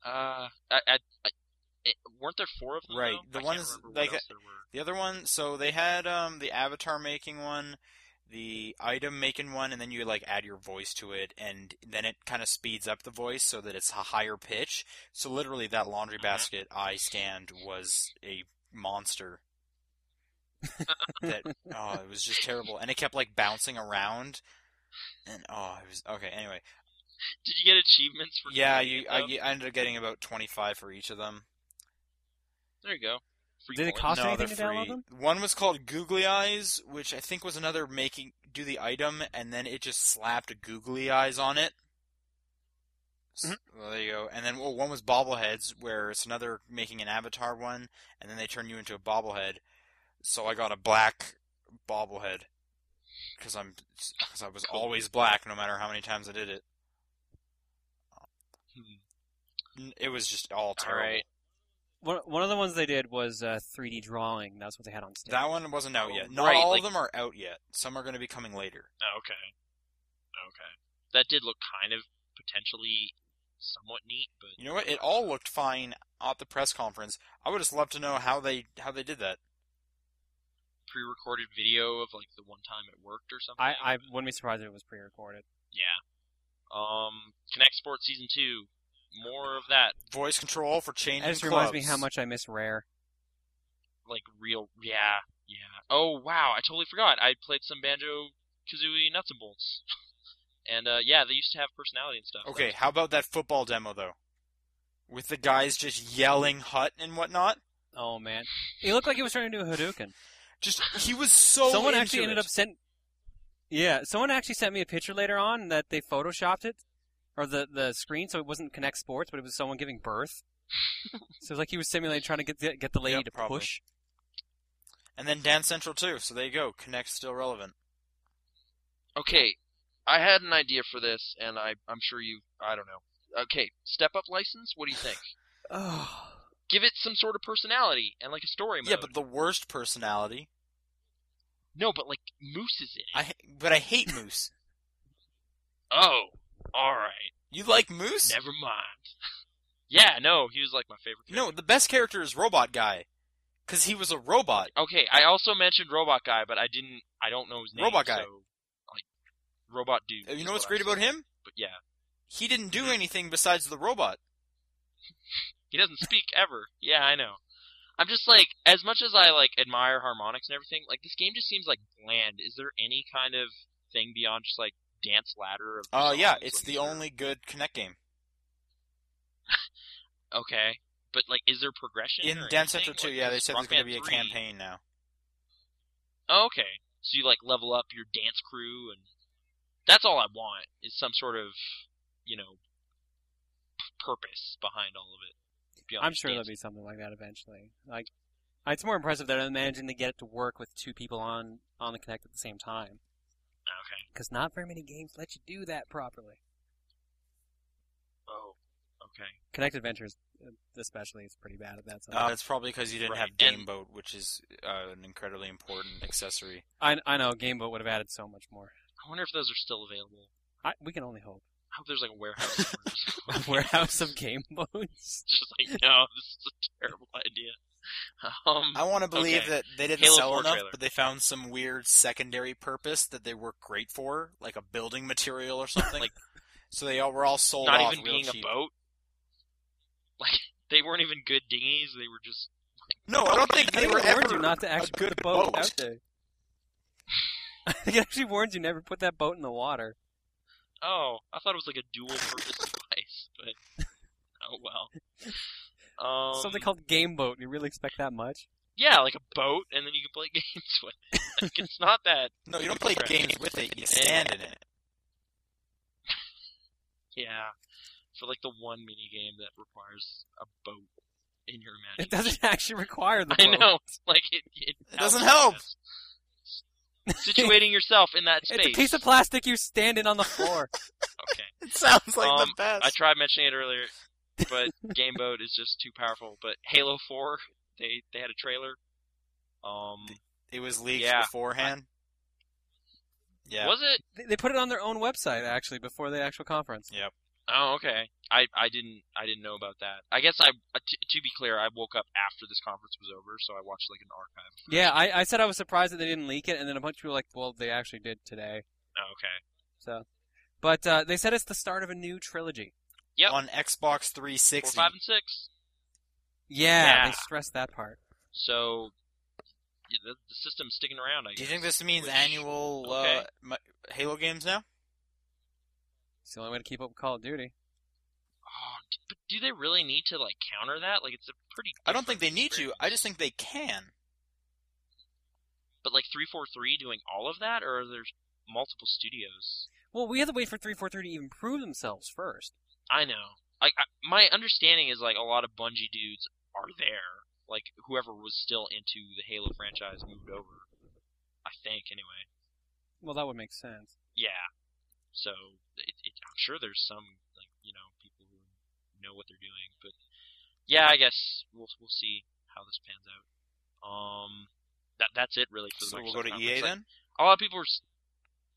Uh, I, I, I, it, weren't there four of them? Right. though? The I can't ones- remember what like, else there were. The other one, so they had um, the avatar making one, the item making one, and then you like add your voice to it, and then it kind of speeds up the voice so that it's a higher pitch. So literally, that laundry Mhm. basket I scanned was a monster. that oh, it was just terrible, and it kept like bouncing around, and oh, it was okay. Anyway, Did you get achievements for? yeah, completing you it, I, though? you- I ended up getting about twenty five for each of them. There you go. Free Did it coins. cost no, anything they're to download free. them? One was called Googly Eyes, which I think was another making do the item, and then it just slapped Googly Eyes on it. S- Mm-hmm. well, there you go. And then well, one was bobbleheads, where it's another making an avatar one, and then they turn you into a bobblehead. So I got a black bobblehead because I'm because I was always black, no matter how many times I did it. Hmm. N- It was just all terrible. right. One, one of the ones they did was uh, 3D drawing. That's what they had on stage. That one wasn't out yet. Not Right, all like- of them are out yet. Some are going to be coming later. Oh, okay. Okay. That did look kind of potentially somewhat neat, but You know what? It all looked fine at the press conference. I would just love to know how they how they did that. pre-recorded video of like the one time it worked or something. I, I wouldn't be surprised if it was pre-recorded. yeah. Um, Connect Sports season two, more of that Voice control for changing That just clubs. reminds me how much I miss Rare. like real. Yeah, yeah. Oh wow, I totally forgot. I played some banjo kazooie nuts and bolts. And uh, yeah, they used to have personality and stuff. That Okay, was- how about that football demo though? With the guys just yelling hut and whatnot. Oh man, he looked like he was trying to do a Hadouken. Just he was so someone into actually it. ended up sent. Yeah, someone actually sent me a picture later on that they photoshopped it, or the the screen, so it wasn't Connect Sports, but it was someone giving birth. so it was like he was simulating trying to get the, get the lady Yep, to probably. push. And then Dance Central too, so there you go. Connect's still relevant. Okay, I had an idea for this, and I I'm sure you I don't know. Okay, step up license. What do you think? Oh, Give it some sort of personality and like a story mode. Yeah, but the worst personality. no, but like Moose is in it. I ha- but I hate Moose. Oh, all right, You like Moose? never mind. yeah, no, he was like my favorite. character. No, the best character is Robot Guy, because he was a robot. Okay, I also mentioned Robot Guy, but I didn't. I don't know his name. Robot Guy. so, like, robot dude. Uh, You is know what's what I great said. about him? But yeah, He didn't do anything besides the robot. he doesn't speak ever. Yeah, I know. I'm just like, as much as I like admire harmonics and everything, like this game just seems like bland. Is there any kind of thing beyond just like dance ladder? Of Uh, yeah, songs? it's Like, the is there- only good Connect game. Okay, but like, is there progression In or Dance anything? Central 2, Like, yeah, they is said Rock there's going to Band be a 3 campaign now. Oh, okay, so you like level up your dance crew, and that's all I want is some sort of, you know, p- purpose behind all of it. beyond I'm just sure there'll dancing. be something like that eventually. Like, it's more impressive that I'm managing to get it to work with two people on on the Connect at the same time, Okay. because not very many games let you do that properly. Oh. Okay. Connect Adventures, uh, especially, is pretty bad at that. So Uh, that's probably because you didn't Right, have and- Game Boat, which is uh, an incredibly important accessory. I I know Gameboat would have added so much more. I wonder if those are still available. I, we can only hope. I hope there's like a warehouse. somewhere or A something. warehouse of game modes. Just like no, this is a terrible idea. Um. I want to believe Okay. that they didn't Halo sell 4 enough, trailer. but they found some weird secondary purpose that they were great for, like a building material or something. Like- so they all were all sold not off even real being cheap. a boat. Like they weren't even good dinghies. They were just. No, I don't think I they think were it warned ever. you not to actually good put the boat, boat. out there. I think it actually warned you never put that boat in the water. Oh, I thought it was like a dual-purpose device, but oh well. Um, Something called Game Boat. You really expect that much? yeah, like a boat, and then you can play games with. It. Like, it's not that. No, you don't play games with it. You stand in it. Yeah, for like the one mini game that requires a boat in your imagination. It doesn't actually require the I boat. know. Like it, it, It doesn't help. helps. Situating yourself in that space. It's a piece of plastic you stand in on the floor. okay. It sounds like Um, the best. I tried mentioning it earlier, but Game Boat is just too powerful. But Halo Four, they they had a trailer. Um, it was leaked Yeah. beforehand. yeah. was it? they, they put it on their own website actually before the actual conference. Oh, okay. I, I didn't I didn't know about that. I guess I uh, t- to be clear, I woke up after this conference was over, so I watched like an archive. Yeah, I, I said I was surprised that they didn't leak it, and then a bunch of people were like, "Well, they actually did today." Oh, okay. So, but uh, they said it's the start of a new trilogy. Yep. on Xbox Four, 360. five, and six. Yeah, Yeah. they stressed that part. So y- the, the system's sticking around. I guess. Do you think this means Which- annual uh, okay. mi- Halo games now? It's the only way to keep up with Call of Duty. Oh, d- but do they really need to like counter that? Like it's a pretty. I don't think they different need to. experience. I just think they can. But like three four three doing all of that, or are there multiple studios? Well, we have to wait for 343 to even prove themselves first. I know. Like I, my understanding is like a lot of Bungie dudes are there. Like whoever was still into the Halo franchise moved over. I think anyway. Well, that would make sense. Yeah. So it, it, I'm sure there's some like you know people who know what they're doing, but yeah, I guess we'll we'll see how this pans out. Um, that that's it really for the So we'll Microsoft go to conference. EA Like, then. a lot of people are. s-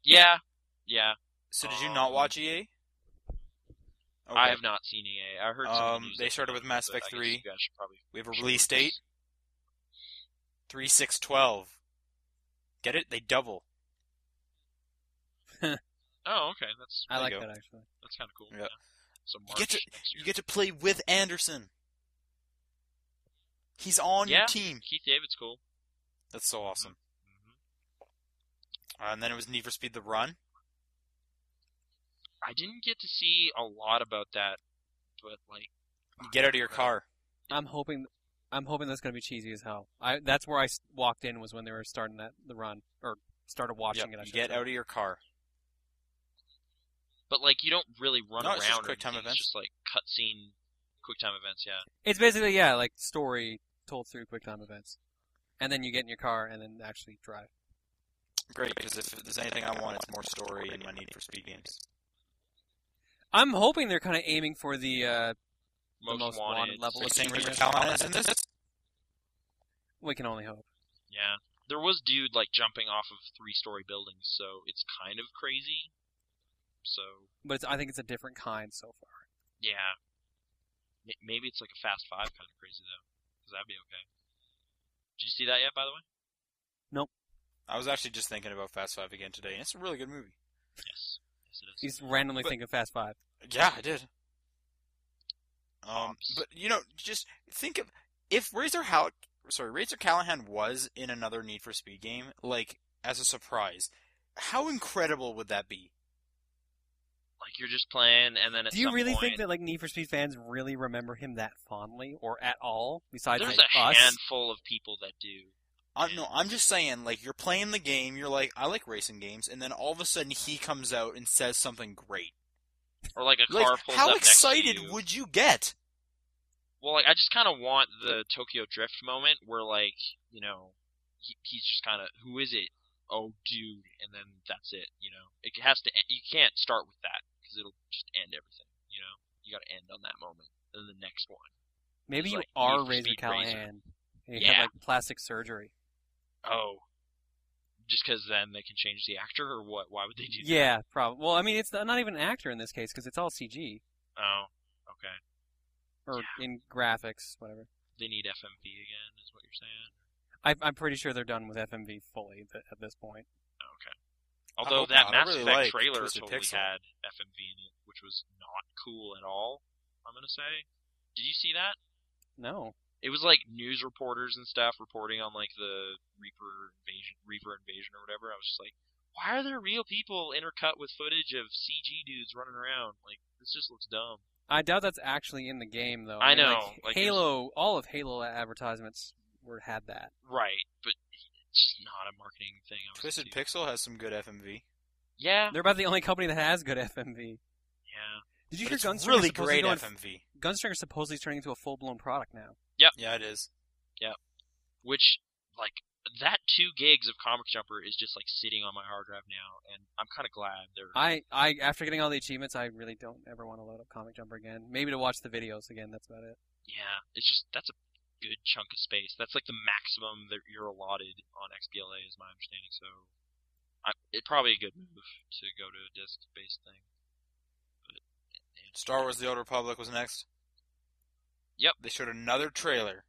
Yeah, yeah. So did you not Um, watch EA? Okay. I have not seen EA. I heard. Some of Um, the news they that started came with out, Mass but I Effect guess 3. You guys should probably We have a should release probably date. Three six twelve. Get it? They double. Oh, okay. That's I There like you go. that actually. that's kind of cool. Yeah. Yeah. So March get to- next year. You get to play with Anderson. He's on Yeah. your team. Keith David's cool. That's so awesome. Mhm. Uh, and then it was Need for Speed: The Run. I didn't get to see a lot about that, but like Get out of your car. I'm hoping. I'm hoping that's gonna be cheesy as hell. I that's where I s- walked in was when they were starting that the run or started watching Yep, it. I you should get say. out of your car. But like you don't really run No, around. it's just or quick time anything. events. It's just like cutscene, quick time events. Yeah. It's basically yeah, like story told through QuickTime events, and then you get in your car and then actually drive. Great, because if there's anything I want, it's more story in my Need for Speed games. I'm hoping they're kind of aiming for the. Uh, Most, most wanted level Are you of same- saying River River Town Town is in this? we can only hope. Yeah. There was dude like jumping off of three story buildings, so it's kind of crazy. So But it's, I think it's a different kind so far. yeah, M- maybe it's like a Fast Five kind of crazy though, because that'd be okay. Did you see that yet? By the way. I was actually just thinking about Fast Five again today, and it's a really good movie. Yes. Yes, it is. You just randomly But- think of Fast Five. Yeah, I did. Um, Ops. but you know, just think of if Razor Hal, sorry, Razor Callahan was in another Need for Speed game, like as a surprise, how incredible would that be? Like you're just playing, and then at Do you some really point, think that like Need for Speed fans really remember him that fondly or at all? Besides there's like, a us, handful of people that do? I'm no, I'm just saying, like you're playing the game, you're like, I like racing games, and then all of a sudden he comes out and says something great. Or like a Like, car pulls how up next to excited you. would you get? Well, like I just kind of want the Tokyo Drift moment where like you know he, he's just kind of who is it? Oh, dude, and then that's it. You know, it has to. End, you can't start with that because it'll just end everything. You know, you got to end on that moment. And the next one. maybe It's you like Need are for Razor Speed Razor. Callahan. and You Yeah. have like plastic surgery. Oh, just because then they can change the actor or what? Why would they do that? Yeah, probably. Well, I mean, it's not even an actor in this case because it's all CG Oh, okay. or in graphics, whatever. They need FMV again, is what you're saying. I, I'm pretty sure they're done with FMV fully th- at this point. Okay. Although hoping that not. I Mass really Effect like trailer Twisted totally Pixel. had FMV in it, which was not cool at all. I'm gonna say. Did you see that? No, it was like news reporters and stuff reporting on like the Reaper invasion, Reaper invasion or whatever. I was just like, why are there real people intercut with footage of CG dudes running around? Like this just looks dumb. I doubt that's actually in the game though. I mean, know, like, like, Halo. All of Halo advertisements were had that. Right, but it's just not a marketing thing. I was Twisted into. Pixel has some good FMV. Yeah, They're about the only company that has good FMV. yeah. Did But you hear it's Gunslinger really supposedly great going- FMV. Gunslinger supposedly turning into a full blown product now. Yeah, it is. Which like that two gigs of Comic Jumper is just like sitting on my hard drive now, and I'm kind of glad they're. I, I after getting all the achievements, I really don't ever want to load up Comic Jumper again. Maybe to watch the videos again. That's about it. Yeah, it's just that's a good chunk of space. That's like the maximum that you're allotted on XBLA, is my understanding. So, I, it probably a good move to go to a disk-based thing. But, and- Star Wars: The Old Republic was next. Yep. They showed another trailer.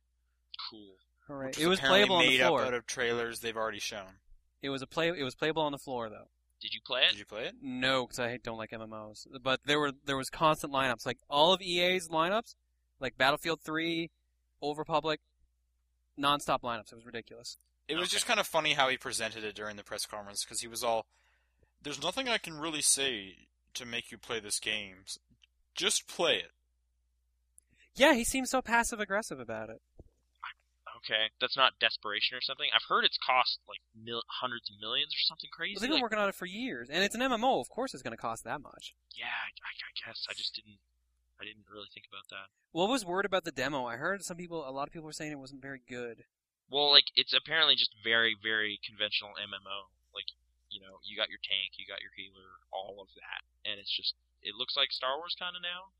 cool. All right. which It was apparently playable on the made floor. up out of trailers they've already shown. It was a play. It was playable on the floor though. Did you play Did it? you play it? No, because I hate- don't like MMOs. But there were there was constant lineups. Like all of EA's lineups, like Battlefield Three, Old Republic, nonstop lineups. It was ridiculous. It was Okay. just kind of funny how he presented it during the press conference because he was all, "There's nothing I can really say to make you play this game. S- Just play it." Yeah, he seemed so passive aggressive about it. Okay, that's not desperation or something. I've heard it's cost like mil- hundreds of millions or something crazy. Well, they've been Like, working on it for years, and it's an MMO. Of course, it's going to cost that much. yeah, I, I I guess I just didn't. I didn't really think about that. What was word about the demo? I heard some people, a lot of people were saying it wasn't very good. Well, like it's apparently just very, very conventional MMO. Like, you know, you got your tank, you got your healer, all of that, and it's just it looks like Star Wars kind of now.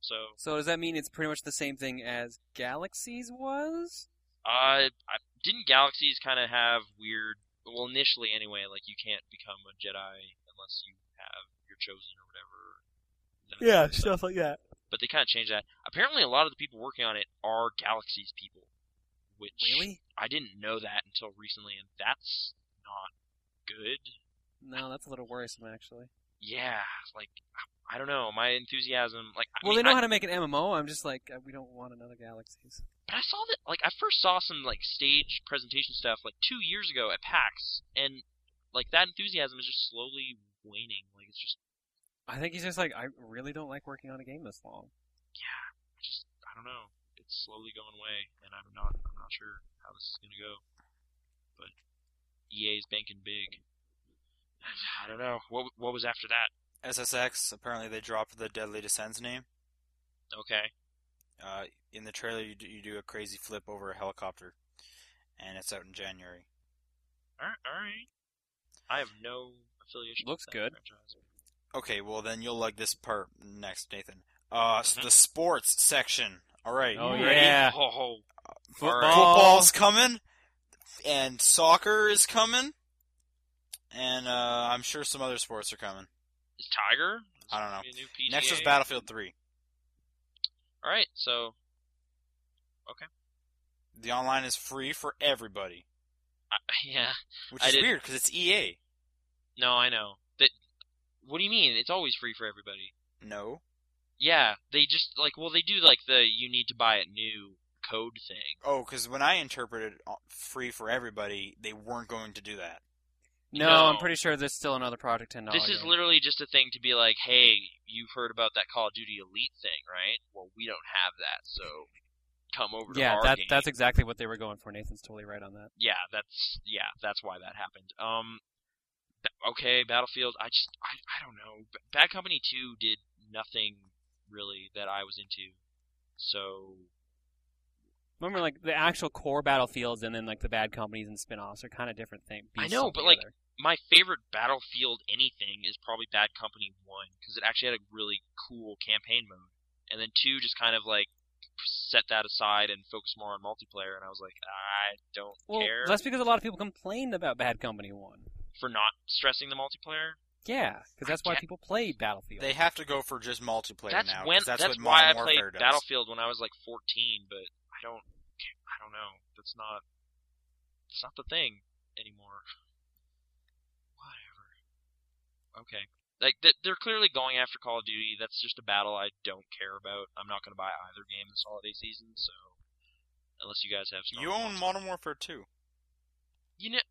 So, So does that mean it's pretty much the same thing as Galaxies was? uh, I, didn't Galaxies kind of have weird? Well, initially anyway, like you can't become a Jedi unless you have your chosen or whatever. That kind of stuff. like that. But they kind of changed that. Apparently, a lot of the people working on it are Galaxies people, which Really? I didn't know that until recently, and that's not good. No, that's a little worrisome actually. yeah, like I don't know, my enthusiasm, like I well, mean, they know I, how to make an MMO. I'm just like, uh, we don't want another Galaxies. but I saw that like I first saw some like stage presentation stuff like two years ago at PAX, and like that enthusiasm is just slowly waning. Like it's just I think he's just like, I really don't like working on a game this long. I just I don't know. It's slowly going away, and I'm not I'm not sure how this is gonna go. But EA's banking big. I don't know what what was after that. SSX apparently they dropped the Deadly Descent's name. Okay, Uh, in the trailer, you do, you do a crazy flip over a helicopter, and it's out in January. all right, all right. I have no affiliation. Looks with that good. franchise. Okay, well then you'll like this part next, Nathan. Uh, s- Mhm. the sports section. All right, Oh, you yeah. ready? Ho, ho. Football. Football's coming, and soccer is coming, and uh, I'm sure some other sports are coming. Is Tiger? Is I don't there gonna know. be E a new PGA? Next is Battlefield 3. All right, so The online is free for everybody, I, yeah. which I is did- weird because it's E EA. No, I know. That. What do you mean? It's always free for everybody. No, Yeah, they just like well, they do like the you need to buy it new code thing. oh, because when I interpreted uh, free for everybody, they weren't going to do that. No, No. I'm pretty sure there's still another Project Oh, Ten This is literally just a thing to be like, hey, you've heard about that Call of Duty Elite thing, right? Well, we don't have that, so come over to yeah, our that game. that's exactly what they were going for. Nathan's totally right on that. yeah, that's yeah, that's why that happened. Um, ba- okay, Battlefield. I just I I don't know. B- Bad Company Two did nothing really that I was into, so Remember, like the actual core battlefields, and then like the bad companies and spin-offs are kind of different things. I know, but, like, my favorite Battlefield anything is probably Bad Company 1 because it actually had a really cool campaign mode. And then 2 just kind of like set that aside and focused more on multiplayer and I was like I don't well, care that's because a lot of people complained about Bad Company One. for not stressing the multiplayer. Yeah, because that's why can't- people played Battlefield. They have to go for just multiplayer that's now. when 'cause that's, what why I Modern played Warfare does. Battlefield when I was like 14, but I don't I don't know. That's not it's not the thing anymore. Whatever. Okay. Like th- they're clearly going after Call of Duty. That's just a battle I don't care about. I'm not going to buy either game this holiday season, so unless you guys have some You own Modern Warfare 2. You know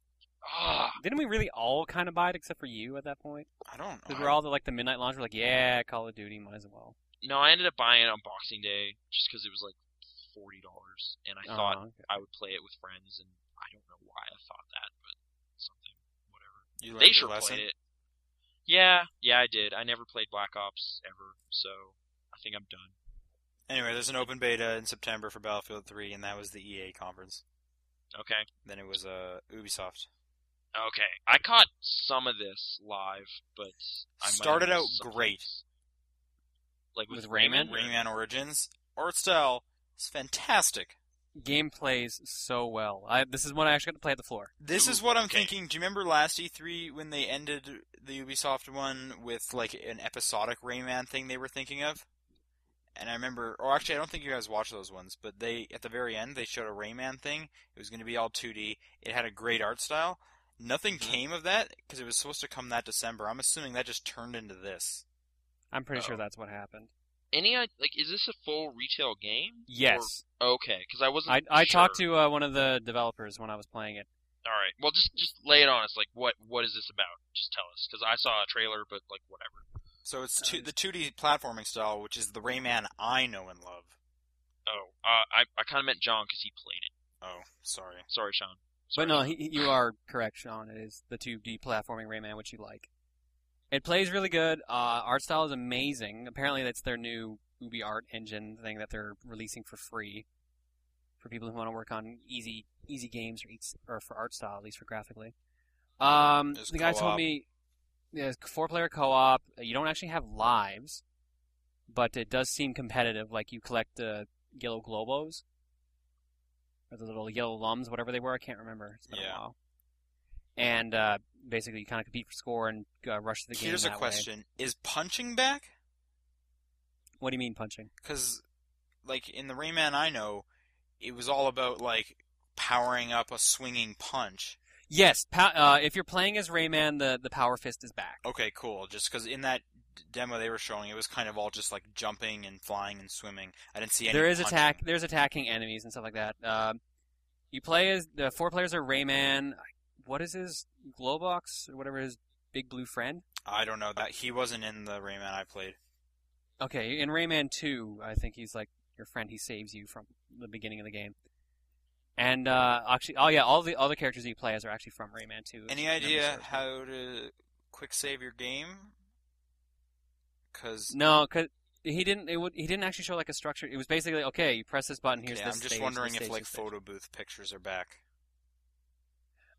Ah, Didn't we really all kind of buy it except for you at that point? I don't. Because I- we're all the, like the midnight launch. We're like, yeah, Call of Duty, might as well. no, I ended up buying it on Boxing Day just cuz it was like $40 and I thought Uh, I would play it with friends, and I don't know why I thought that, but something, whatever. You learned They your sure lesson. played it. Yeah, yeah, I did. I never played Black Ops ever, so I think I'm done. Anyway, there's an open beta in September for Battlefield 3, and that was the EA conference. Okay, Then it was uh, Ubisoft. okay. I caught some of this live, but I might Started have out missed some great. things. like with, With Rayman? Rayman. Rayman Origins art style is fantastic. game plays so well. I, this is one I actually got to play at the floor. This Ooh, is what I'm okay. thinking. Do you remember last E3 when they ended the Ubisoft one with like an episodic Rayman thing they were thinking of? And I remember, or actually, I don't think you guys watched those ones, but they at the very end they showed a Rayman thing. It was going to be all 2D. It had a great art style. Nothing Mm-hmm. came of that because it was supposed to come that December. I'm assuming that just turned into this. I'm pretty sure Oh. that's what happened. Any i- like, is this a full retail game? Yes, Or, okay, because I wasn't. I I sure. talked to uh, one of the developers when I was playing it. All right. Well, just just lay it on us. Like, what what is this about? Just tell us, because I saw a trailer, but like, whatever. So it's Uh, two, the 2D platforming style, which is the Rayman I know and love. Oh, uh, I I kind of meant John because he played it. Oh, sorry. Sorry, Sean. But Sorry. no, he, he- you are correct, Sean. It is the 2D platforming Rayman, which you like. It plays really good. Uh, art style is amazing. Apparently, that's their new Ubi Art engine thing that they're releasing for free for people who want to work on easy easy games or, eats, or for art style, at least for graphically. Um, There's the guy told co-op. me there's four player co op. You don't actually have lives, but it does seem competitive. Like you collect uh, yellow globos or the little yellow lums, whatever they were. I can't remember. It's been Yeah. a while. And uh, basically, you kind of compete for score and uh, rush the game. Here's a that way. question: Is punching back? What do you mean punching? because like in the Rayman I know, it was all about like powering up a swinging punch. Yes, pa- uh, if you're playing as Rayman, the the power fist is back. Okay, cool. Just because in that d- demo they were showing, it was kind of all just like jumping and flying and swimming. I didn't see any. there is punching. attack. There's attacking enemies and stuff like that. Um you play as the four players are Rayman. What is his Globox or whatever his big blue friend? I don't know that he wasn't in the Rayman I played. Okay, in Rayman 2, I think he's like your friend. He saves you from the beginning of the game. And uh, actually, oh yeah, all the other characters you play as are actually from Rayman 2. if Any memory idea serves me. how to quick save your game? Because No, cause he didn't. It would, he didn't actually show like a structure. It was basically okay. You press this button. Here's yeah, this. I'm stage, just this wondering if stage, like this stage. photo booth pictures are back.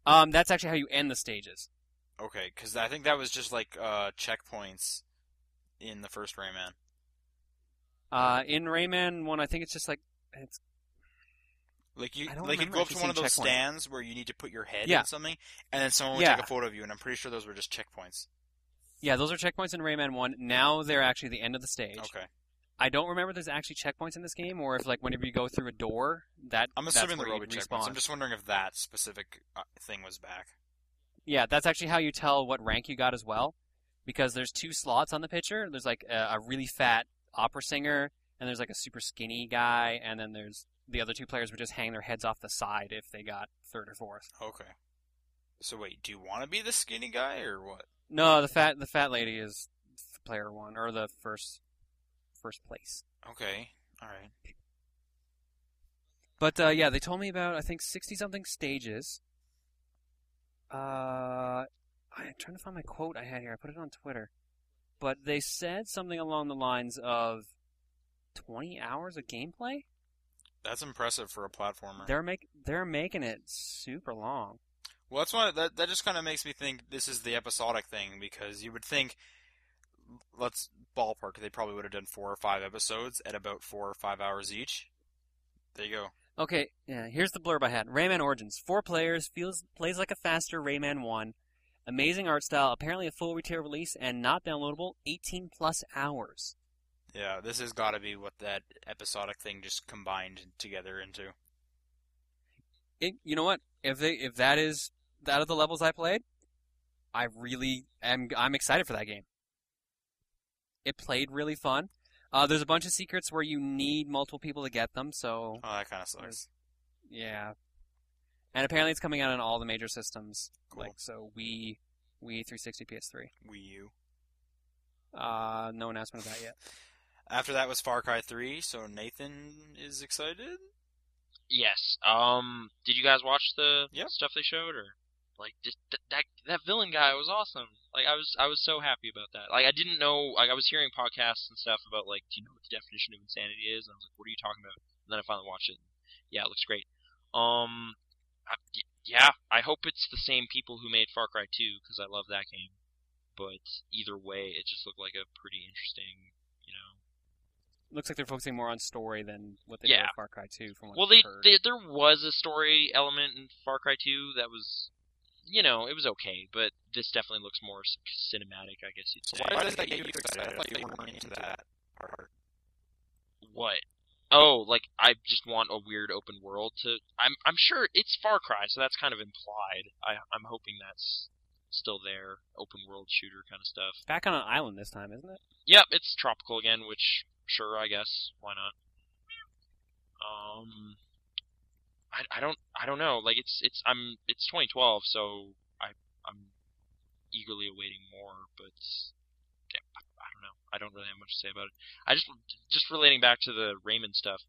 Um, that's actually how you end the stages. Okay, because I think that was just like uh, checkpoints in the first Rayman. Uh, in Rayman One, I think it's just like it's Like you, I don't like you remember go up to actually one of seeing those checkpoints. stands where you need to put your head Yeah. in something, and then someone would Yeah. take a photo of you. And I'm pretty sure those were just checkpoints. yeah, those are checkpoints in Rayman One. Now they're actually the end of the stage. Okay, I don't remember if there's actually checkpoints in this game, or if like whenever you go through a door, that I'm that's assuming where there will be you checkpoints. respawn. I'm just wondering if that specific uh, thing was back. Yeah, that's actually how you tell what rank you got as well, because there's two slots on the picture. There's like a, a really fat opera singer, and there's like a super skinny guy, and then there's the other two players would just hang their heads off the side if they got third or fourth. Okay. So wait, do you want to be the skinny guy or what? No, the fat the fat lady is f- player one or the first first place. Okay, all right. But uh, yeah, they told me about I think sixty something stages. Uh, I'm trying to find my quote I had here. I put it on Twitter, but they said something along the lines of twenty hours of gameplay. That's impressive for a platformer. They're make they're making it super long. Well, that's why that that just kind of makes me think this is the episodic thing because you would think, let's ballpark, they probably would have done four or five episodes at about four or five hours each. There you go. Okay, yeah, here's the blurb I had. Rayman Origins. Four players, feels plays like a faster Rayman 1. Amazing art style, apparently a full retail release and not downloadable, 18 plus hours. Yeah, this has got to be what that episodic thing just combined together into. It, you know what? If they if that is that of the levels I played, I really am I'm excited for that game. It played really fun. Uh, there's a bunch of secrets where you need multiple people to get them, so Oh, that kind of sucks. yeah. And apparently it's coming out on all the major systems. Cool. Like so we we 360 PS3. Wii U. Uh, no announcement of that yet. After that was Far Cry 3, so Nathan is excited. Yes. Um. Did you guys watch the Yep. stuff they showed, or like just th- that that villain guy was awesome. Like I was I was so happy about that. Like I didn't know. Like I was hearing podcasts and stuff about like do you know what the definition of insanity is? And I was like, what are you talking about? And then I finally watched it. Yeah, it looks great. Um. I, y- yeah, I hope it's the same people who made Far Cry 2 because I love that game. But either way, it just looked like a pretty interesting, you know, Looks like they're focusing more on story than what they did Yeah. with Far Cry 2. From what Well, I've they, heard. they there was a story element in Far Cry 2 that was, you know, it was okay, but this definitely looks more c- cinematic, I guess you'd say. does that get you excited? I thought you weren't into that part. What? Oh, like I just want a weird open world to. I'm I'm sure it's Far Cry, so that's kind of implied. I I'm hoping that's still there, open world shooter kind of stuff. back on an island this time, isn't it? Yep, it's tropical again, which sure, I guess, why not? Um, I, I don't I don't know. Like it's it's I'm it's 2012, so I I'm eagerly awaiting more, but yeah, I, I don't know. I don't really have much to say about it. I just just relating back to the Raymond stuff.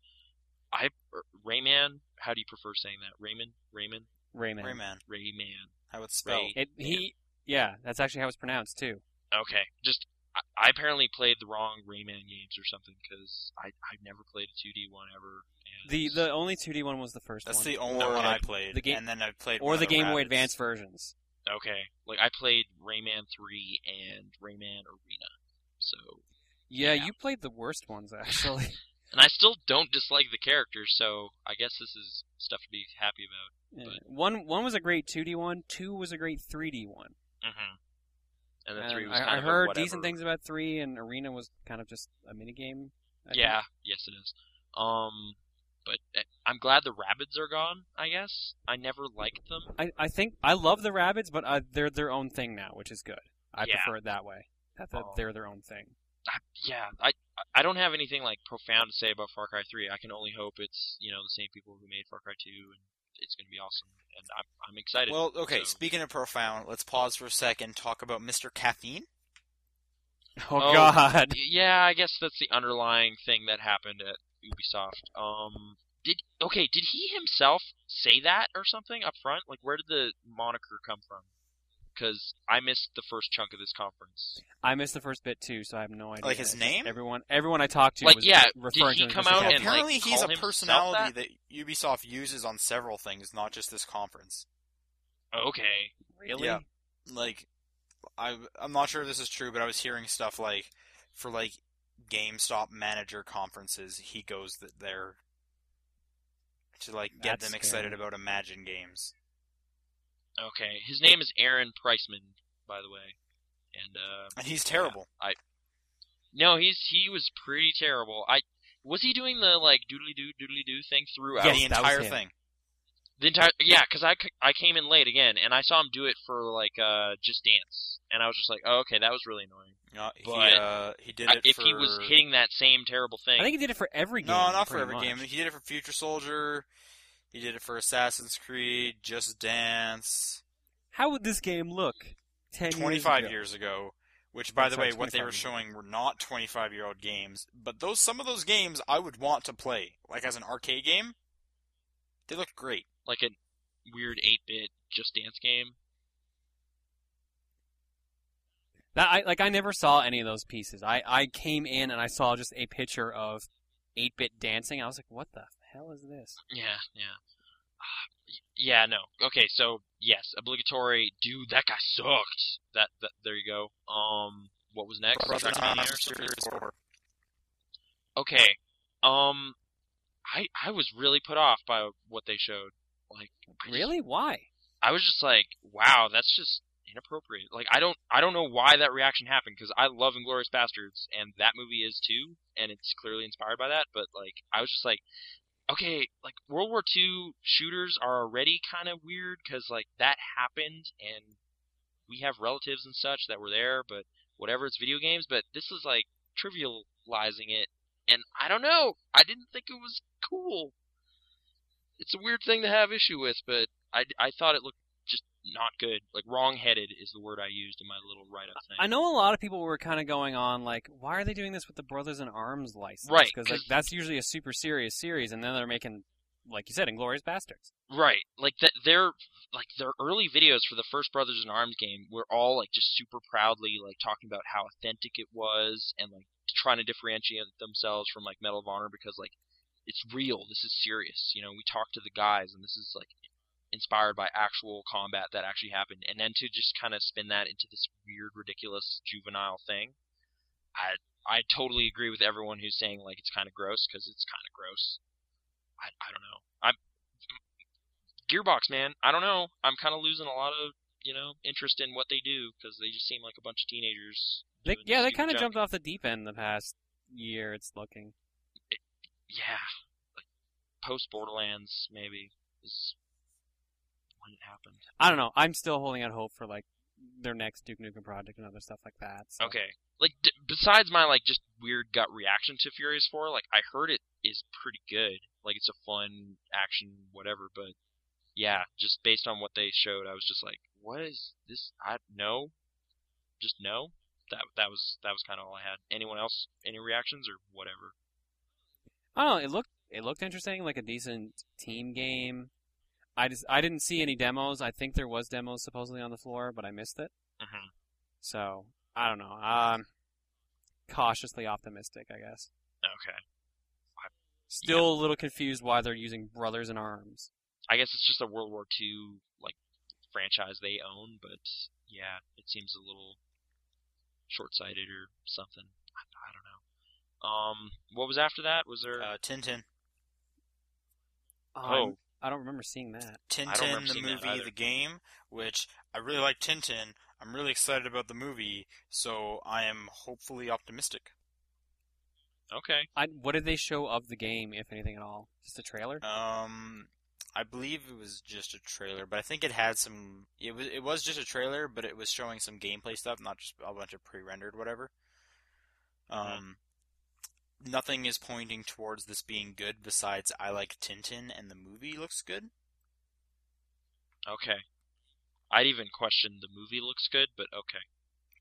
I er, Rayman, how do you prefer saying that? Raymond, Raymond, Rayman. Rayman. Rayman. How it's spelled. Ray- It he yeah, that's actually how it's pronounced too. Okay, just I, I apparently played the wrong Rayman games or something because I I've never played a 2D one ever. And The the only 2D one was the first That's one. the only Or- one I played. the game- and then I played one or of the Game Boy rabbits. Advance versions. okay, like I played Rayman 3 and Rayman Arena, so Yeah, Yeah. you played the worst ones actually. and I still don't dislike the characters, so I guess this is stuff to be happy about. Yeah. One one was a great 2D one. Two was a great 3D one. Mm-hmm. And then And three was Uh, I, kind I of a heard whatever. decent things about three, and Arena was kind of just a mini game. yeah, yes it is. Um, but eh, I'm glad the rabbits are gone. I guess I never liked them. I, I think I love the rabbits, but uh, they're their own thing now, which is good. I Yeah. prefer it that way. That, that Oh. they're their own thing. I, yeah, I I don't have anything like profound to say about Far Cry 3. I can only hope it's you know the same people who made Far Cry 2, and it's going to be awesome. And I'm I'm excited. Well, okay. so- Speaking of profound, let's pause for a second. Talk about Mr. Caffeine. Oh, Oh. God. Y- Yeah, I guess that's the underlying thing that happened at Ubisoft. Um, did okay? Did he himself say that or something up front? Like, where did the moniker come from? Because I missed the first chunk of this conference. I missed the first bit too, so I have no idea. Like his name? Everyone, everyone I talked to Like, was yeah, referring did he to him come as out Captain. Oh, and, like, Apparently, he's call a himself personality that? Ubisoft uses on several things, not just this conference. Okay. really? Yeah. Like, I I'm not sure if this is true, but I was hearing stuff like for like GameStop manager conferences, he goes th- there to like get That's them excited scary. about Imagine games. Okay. His name is Aaron Priceman, by the way. And uh, And he's terrible. no, he's he was pretty terrible. I was he doing the like doodly doo doodly doo thing throughout Yes, the that was entire him. thing. the entire yeah, because I, c- I came in late again and I saw him do it for like uh just dance and I was just like oh okay that was really annoying. Uh, he, But- uh, he did I- it if for he was hitting that same terrible thing, I think he did it for every game. No, not for pretty every much. game. He did it for Future Soldier. He did it for Assassin's Creed, Just Dance, How would this game look? Ten years 25 ago? years ago. Which, by the Sorry, way, what they 25 were years showing were not 25 year old games, but those some of those games I would want to play, like as an arcade game. They looked great. like a weird eight bit just dance game. That I like. I never saw any of those pieces. I I came in and I saw just a picture of eight bit dancing. I was like, what the hell is this? Yeah, yeah. Ah, y- Yeah, no. Okay, so yes, obligatory. Dude, that guy sucked. That, that there you go. Um, what was next? Brother Trackmania or Time something? Series four. Okay. Um, I I was really put off by what they showed. Like I just- Really? Why? I was just like, wow, that's just inappropriate. Like I don't I don't know why that reaction happened because I love Inglorious Bastards and that movie is too, and it's clearly inspired by that. But like I was just like, okay, like World War II shooters are already kind of weird because like that happened and we have relatives and such that were there, but whatever, it's video games. But this is like trivializing it, and I don't know. I didn't think it was cool. It's a weird thing to have issue with, but I, I thought it looked just not good. Like wrong-headed is the word I used in my little write-up thing. I know a lot of people were kind of going on like, why are they doing this with the Brothers in Arms license? Right, Because like 'cause- that's usually a super serious series, and then they're making, like you said, Inglorious Bastards. Right. Like that their like their early videos for the first Brothers in Arms game were all like just super proudly like talking about how authentic it was and like trying to differentiate themselves from like Medal of Honor because like it's real, this is serious. You know, we talked to the guys and this is like inspired by actual combat that actually happened and then to just kind of spin that into this weird ridiculous juvenile thing. I I totally agree with everyone who's saying like it's kind of gross because it's kind of gross. I I don't know. I Gearbox, man. I don't know. I'm kind of losing a lot of you know interest in what they do because they just seem like a bunch of teenagers. They, doing yeah, they stupid kind of junk. jumped off the deep end the past year. It's looking. Yeah, like post Borderlands maybe is when it happened. I don't know. I'm still holding out hope for like their next Duke Nukem project and other stuff like that. so- Okay. Like d- besides my like just weird gut reaction to Furious 4, like I heard it is pretty good. Like it's a fun action whatever, but yeah, just based on what they showed, I was just like, what is this? I no. Just no. That that was that was kind of all I had. Anyone else any reactions or whatever? I don't know. It looked it looked interesting, like a decent team game. I just I didn't see any demos. I think there was demos supposedly on the floor, but I missed it. Mhm. So I don't know. Um, cautiously optimistic, I guess. Okay. Still a little confused why they're using Brothers in Arms. I guess it's just a World War II like franchise they own, but yeah, it seems a little short-sighted or something. I, I don't know. Um, what was after that? Was there? Uh, Tintin. oh, I don't remember seeing that. I don't remember Tintin, the seeing that movie, either. the game, which I really like Tintin. I'm really excited about the movie, so I am hopefully optimistic. okay. I, what did they show of the game, if anything at all? Just a trailer? Uh, Um, I believe it was just a trailer, but I think it had some. It was it was just a trailer, but it was showing some gameplay stuff, not just a bunch of pre-rendered whatever. Um, nothing is pointing towards this being good. Besides, I like Tintin, and the movie looks good. Okay. I'd even question the movie looks good, but okay.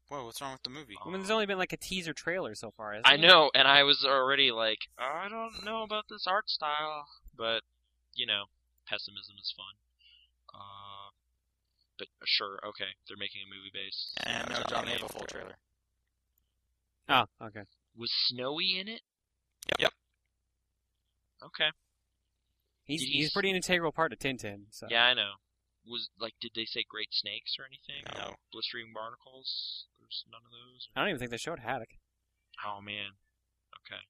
Whoa, what's wrong with the movie? Oh. I mean, there's only been like a teaser trailer so far. Hasn't I there? know, and I was already like, I don't know about this art style, but you know, pessimism is fun. Uh, but sure, okay, they're making a movie based. And I no, was John, on they have the a full trailer. Oh, okay. Was Snowy in it? Yep. Yep. Okay. He's Did you he's s- pretty an integral part to Tintin. So Yeah, I know. Was like, did they say great snakes or anything? No. Or blistering barnacles? There's none of those. I don't even think they showed Haddock. Oh man. Okay.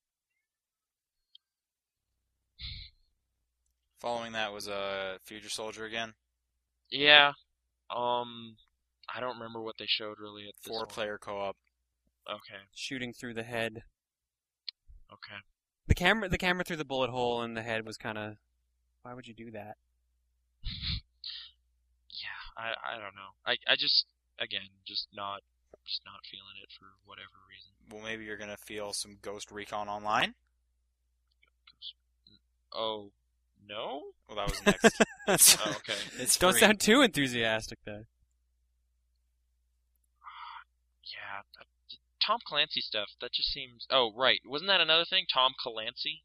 Following that was uh, Future Soldier again. Yeah. Um, I don't remember what they showed really at this Four one. player co op. Okay. Shooting through the head. Okay. The camera the camera through the bullet hole in the head was kind of. Why would you do that? yeah, I I don't know. I I just again just not just not feeling it for whatever reason. Well, maybe you're gonna feel some Ghost Recon Online. Oh no. Well, that was next. Oh, okay. it's Don't free. sound too enthusiastic there. yeah. that- Tom Clancy stuff. That just seems. Oh right. Wasn't that another thing? Tom Clancy.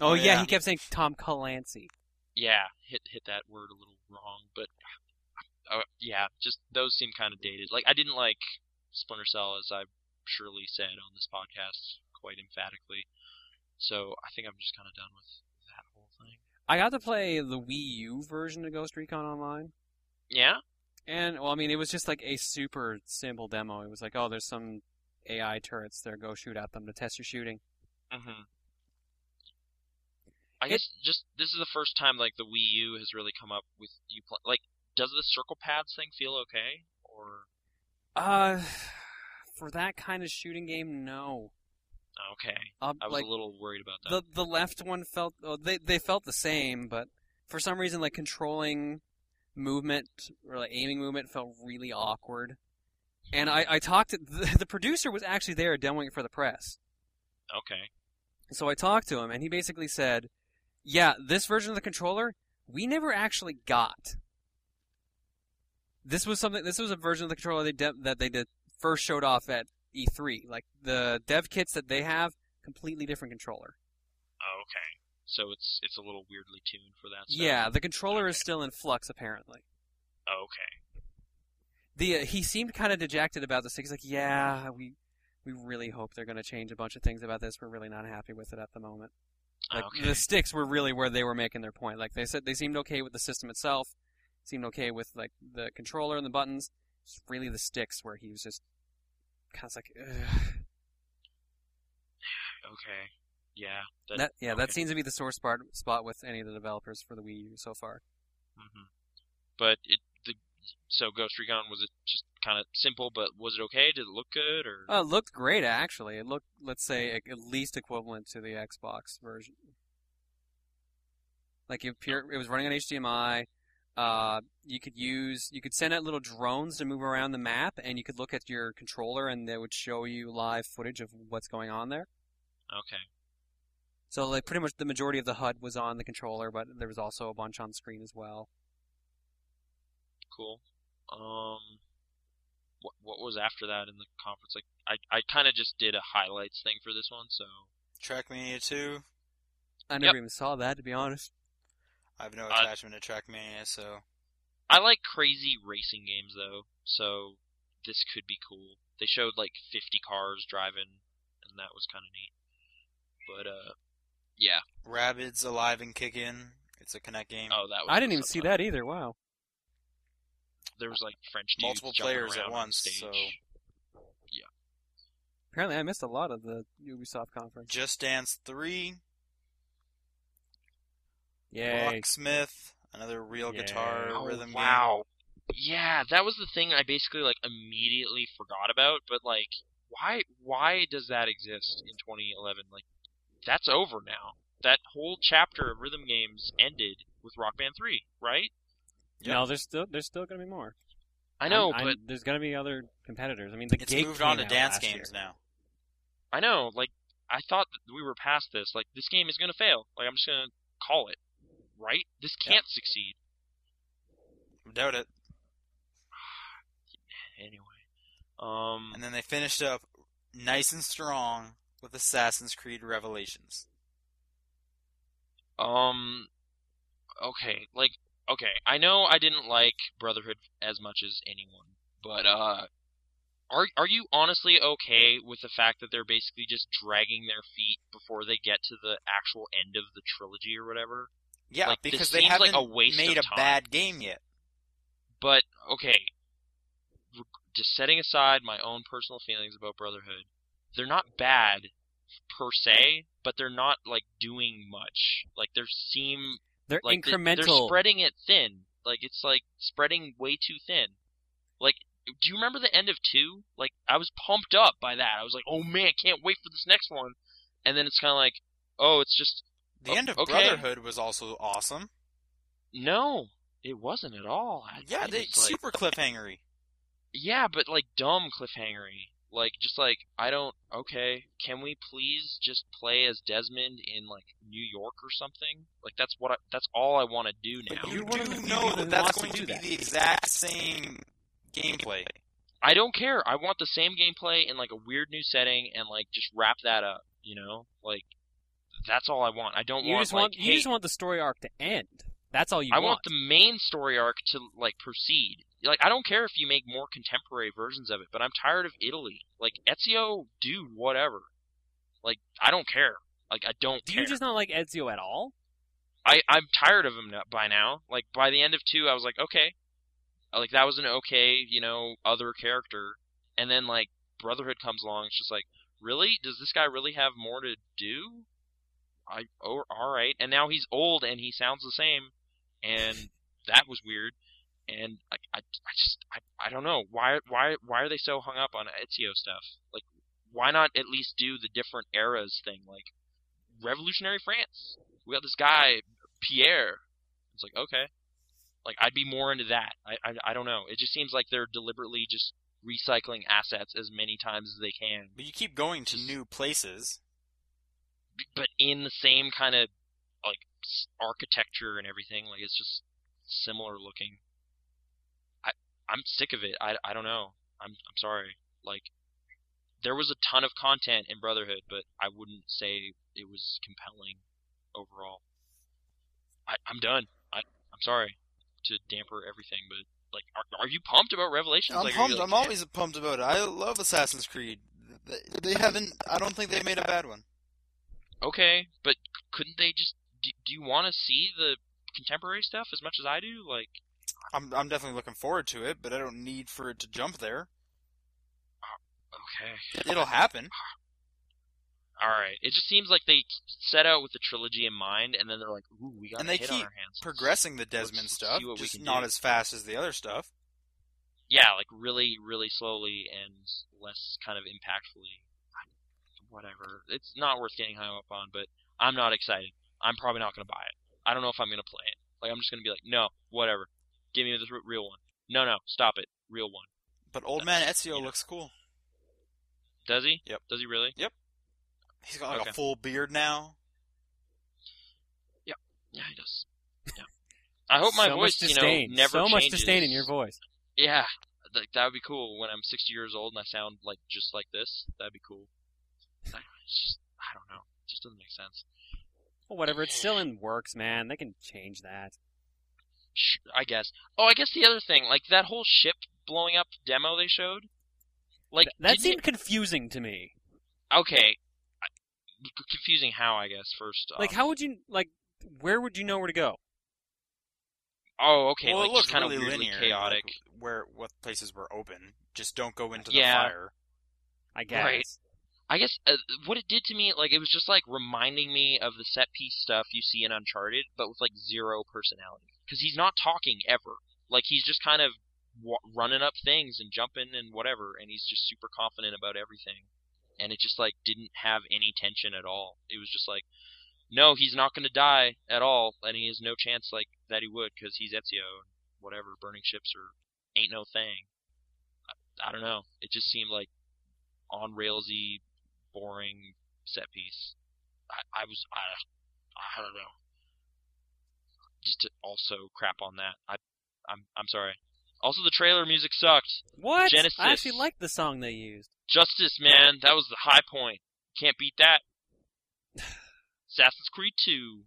Oh, Oh, yeah. yeah. he kept saying Tom Clancy. Yeah. Hit hit that word a little wrong, but. Uh, yeah, just those seem kind of dated. Like I didn't like Splinter Cell, as I've surely said on this podcast quite emphatically. So I think I'm just kind of done with that whole thing. I got to play the Wii U version of Ghost Recon Online. Yeah. And well, I mean, it was just like a super simple demo. It was like, oh, there's some AI turrets there. Go shoot at them to test your shooting. hmm I It- guess just this is the first time like the Wii U has really come up with you play. Like, does the circle pads thing feel okay? Or Uh, for that kind of shooting game, no. okay, Uh, I was like a little worried about that. the the left one felt oh, they they felt the same, but for some reason, like controlling movement or like aiming movement felt really awkward. And I I talked to the, the producer was actually there demoing it for the press. okay, So I talked to him, and he basically said, "Yeah, this version of the controller we never actually got. This was something. This was a version of the controller they de- that they did first showed off at E3. Like the dev kits that they have, completely different controller. Oh, okay. So it's it's a little weirdly tuned for that. Stuff. yeah, the controller okay. is still in flux apparently. Oh, Okay. The uh, he seemed kind of dejected about this. He's like, "Yeah, we." We really hope they're going to change a bunch of things about this. We're really not happy with it at the moment. Like Ah, okay. the sticks were really where they were making their point. Like they said, they seemed okay with the system itself, seemed okay with like the controller and the buttons. It's really the sticks where he was just kind of like, Ugh. Okay. Yeah. That. that yeah, okay. that seems to be the sore spot spot with any of the developers for the Wii U so far. hmm But it the so Ghost Recon was it just kind of simple, but was it okay? Did it look good or? Uh, it looked great actually. It looked, let's say, at at least equivalent to the Xbox version. Like it, pure, it was running on HDMI. Uh, you could use, you could send out little drones to move around the map, and you could look at your controller, and they would show you live footage of what's going on there. okay. So like pretty much the majority of the HUD was on the controller, but there was also a bunch on screen as well. cool. Um, what what was after that in the conference? Like, I I kind of just did a highlights thing for this one, so Track Mania 2. I never even saw that to be honest. I have no Uh, attachment to Track Mania, so I like crazy racing games though, so this could be cool. They showed like 50 cars driving, and that was kind of neat. But uh, yeah. Rabbids Alive and Kickin'. It's a Kinect game. Oh, that was I didn't even see sometime. that either. Wow. There was like French dudes Multiple jumping players at around on once, stage. so- Apparently, I missed a lot of the Ubisoft conference. Just Dance 3. Yay! Rocksmith. Another real guitar Yay. Oh, rhythm game. wow. Yeah, that was the thing I basically like immediately forgot about, but like why why does that exist in 2011? Like that's over now. That whole chapter of rhythm games ended with Rock Band 3, right? Yeah. No, there's still there's still going to be more. I know, I'm- I'm- but there's going to be other competitors. I mean, the It's gate moved on to came out dance last games year. now. I know, like I thought that we were past this. Like this game is going to fail. Like I'm just going to call it, right? This can't succeed. Doubt it. Anyway. Um, And then they finished up nice and strong with Assassin's Creed Revelations. um, okay, like, okay, I know I didn't like Brotherhood as much as anyone, but uh, are are you honestly okay with the fact that they're basically just dragging their feet before they get to the actual end of the trilogy or whatever? Yeah, Like, this because they seems haven't like a waste made of a time. bad game yet. But okay, r- just setting aside my own personal feelings about Brotherhood, they're not bad per se, but they're not like doing much. Like they seem They're like they- incremental. They're spreading it thin. Like it's like spreading way too thin. Like, do you remember the end of two? Like I was pumped up by that. I was like, oh man, can't wait for this next one. And then it's kind of like, oh, it's just The Oh, end of okay. Brotherhood was also awesome. no, it wasn't at all. I- Yeah, it they was, like, super cliffhangery. Yeah, but like dumb cliffhangery. Like just like I don't okay, can we please just play as Desmond in like New York or something? Like that's what I, that's all I want to do now. But You You're one of do the people know who that that's wants to going to, do be that. the exact same gameplay. I don't care. I want the same gameplay in like a weird new setting and like just wrap that up, you know? Like that's all I want. I don't you want just like want you hey, just want the story arc to end. That's all you I want the main story arc to like proceed. Like I don't care if you make more contemporary versions of it, but I'm tired of Italy. Like Ezio, dude, whatever. Like I don't care. Like I don't Do care. you just not like Ezio at all? I I'm tired of him now, by now. Like by the end of two, I was like, okay, like that was an okay, you know, other character. And then like Brotherhood comes along, it's just like, really? Does this guy really have more to do? I oh, all right. And now he's old and he sounds the same, and that was weird. And I I, I just I, I don't know why why why are they so hung up on Ezio stuff? Like why not at least do the different eras thing like revolutionary France? We got this guy Pierre. It's like okay, like I'd be more into that. I, I I don't know. It just seems like they're deliberately just recycling assets as many times as they can, But you keep going to new places. b- but in the same kind of like s- architecture and everything. Like it's just similar looking. I I'm sick of it. I I don't know. I'm I'm sorry. Like there was a ton of content in Brotherhood, but I wouldn't say it was compelling overall. I I'm done. I I'm sorry to damper everything, but like are, are you pumped about Revelations? I'm Like, are you pumped. like, I'm always pumped about it. I love Assassin's Creed. They, they haven't. I don't think they've made a bad one. okay, but c- couldn't they just? Do, do you want to see the contemporary stuff as much as I do? Like, I'm I'm definitely looking forward to it, but I don't need for it to jump there. okay, It'll happen. all right. It just seems like they set out with the trilogy in mind, and then they're like, "Ooh, we got And they a hit on keep our hands." Let's- Progressing the Desmond let's stuff, see what we just can not do. as fast as the other stuff. Yeah, like really, really slowly and less kind of impactfully. I- Whatever. It's not worth getting hung up on, but I'm not excited. I'm probably not going to buy it. I don't know if I'm going to play it. Like, I'm just going to be like, no, whatever. Give me the th- real one. No, no, stop it. Real one. But old man you know. Ezio looks cool. Does he? Yep. Does he really? He's got like Okay. a full beard now. Yeah, he does. Yeah. I hope my so voice, much you know, disdain. never so changes. much disdain in your voice. Yeah, like that would be cool. When I'm 60 years old and I sound like just like this, that'd be cool. I it's just, I don't know. It just doesn't make sense. Well, whatever. It's still in works, man. They can change that. Sh- I guess. Oh, I guess the other thing, like that whole ship blowing up demo they showed. Like Th- that didn't seemed confusing to me. it- okay. I- c- Confusing how I guess first. off. Like, how would you like? Where would you know where to go? Oh, okay. well, like it looks kind really of linear, chaotic. like, where what places were open. Just don't go into Yeah. the fire. I guess. Right. I guess uh, what it did to me, like it was just like reminding me of the set piece stuff you see in Uncharted, but with like zero personality. Because he's not talking ever. Like he's just kind of w- running up things and jumping and whatever, and he's just super confident about everything. And it just like didn't have any tension at all. It was just like, no, he's not going to die at all, and he has no chance like that he would because he's Ezio and whatever. Burning ships or ain't no thing. I, I don't know. It just seemed like on railsy boring set piece. I, I was I I don't know. Just to also crap on that. I I'm I'm sorry. Also, the trailer music sucked. What? Genesis. I actually liked the song they used. Justice, man, that was the high point. Can't beat that. Assassin's Creed 2.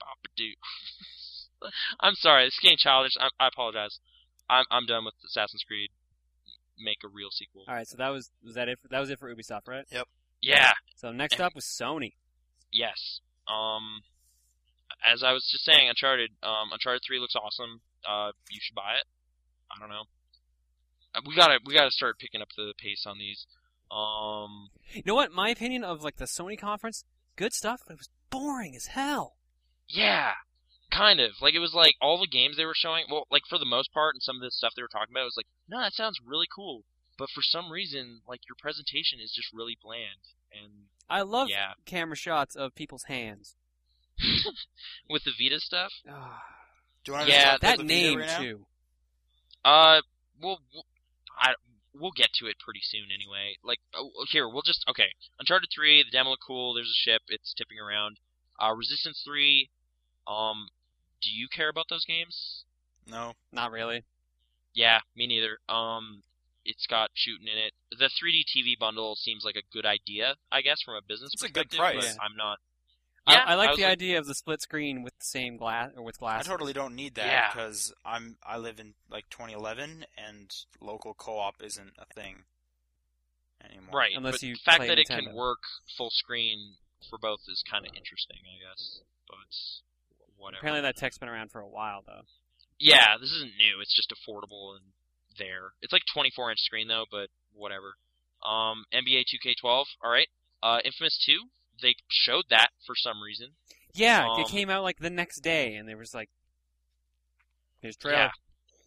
Bop-a-doo. I'm sorry, this game childish. I, I apologize. I'm I'm done with Assassin's Creed. Make a real sequel. All right, so that was was that it? For, that was it for Ubisoft, right? Yeah. So next Eh. up was Sony. Yes. Um, as I was just saying, Uncharted. Um, Uncharted Three looks awesome. Uh, you should buy it. I don't know. Uh, We gotta we gotta start picking up the pace on these. Um, You know what? My opinion of like the Sony conference, good stuff, but it was boring as hell. yeah, kind of. Like it was like all the games they were showing. Well, like for the most part, and some of the stuff they were talking about it was like, no, that sounds really cool. But for some reason, like your presentation is just really bland. And I love yeah, camera shots of people's hands. with the Vita stuff, Ah, Do you want Yeah, to that name right now? too. Uh, we'll, we'll- I, we'll get to it pretty soon anyway. Like, oh, here, we'll just, okay. Uncharted 3, the demo looked cool, there's a ship, it's tipping around. Uh, Resistance 3, um, do you care about those games? No. Not really. Yeah, me neither. Um, it's got shooting in it. The 3D TV bundle seems like a good idea, I guess, from a business It's a good perspective. price. but Yeah. I'm not. I, I like was the idea of the split screen with the same glass or with I glass. totally don't need Yeah. that because I'm I live in like 2011 and local co-op isn't a thing anymore. Right, Unless but you the fact play that it Nintendo. can work full screen for both is kind of interesting, I guess. But whatever. Apparently, that tech's been around for a while though. Yeah, this isn't new. It's just affordable and there. It's like 24 inch screen though, but whatever. Um, NBA 2K12. All right. Uh, Infamous 2. They showed that for some reason. Yeah, Um, it came out like the next day, and there was like, there's trailer. Yeah.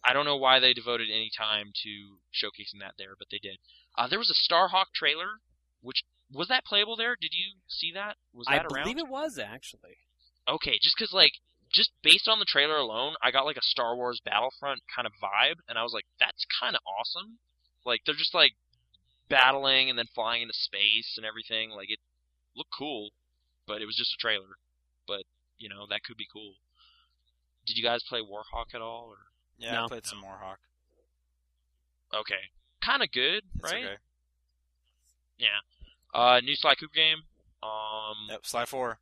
I don't know why they devoted any time to showcasing that there, but they did. Uh, there was a Starhawk trailer, which was that playable there? Did you see that? Was I that around? believe it was actually. okay, just because like just based on the trailer alone, I got like a Star Wars Battlefront kind of vibe, and I was like, that's kind of awesome. Like they're just like battling and then flying into space and everything. Like it looked cool, but it was just a trailer. But you know that could be cool. Did you guys play Warhawk at all? Or Yeah, No. I played some Warhawk. okay, kind of good, It's right? okay. Uh, new Sly Cooper game. Um, Yep, Sly 4.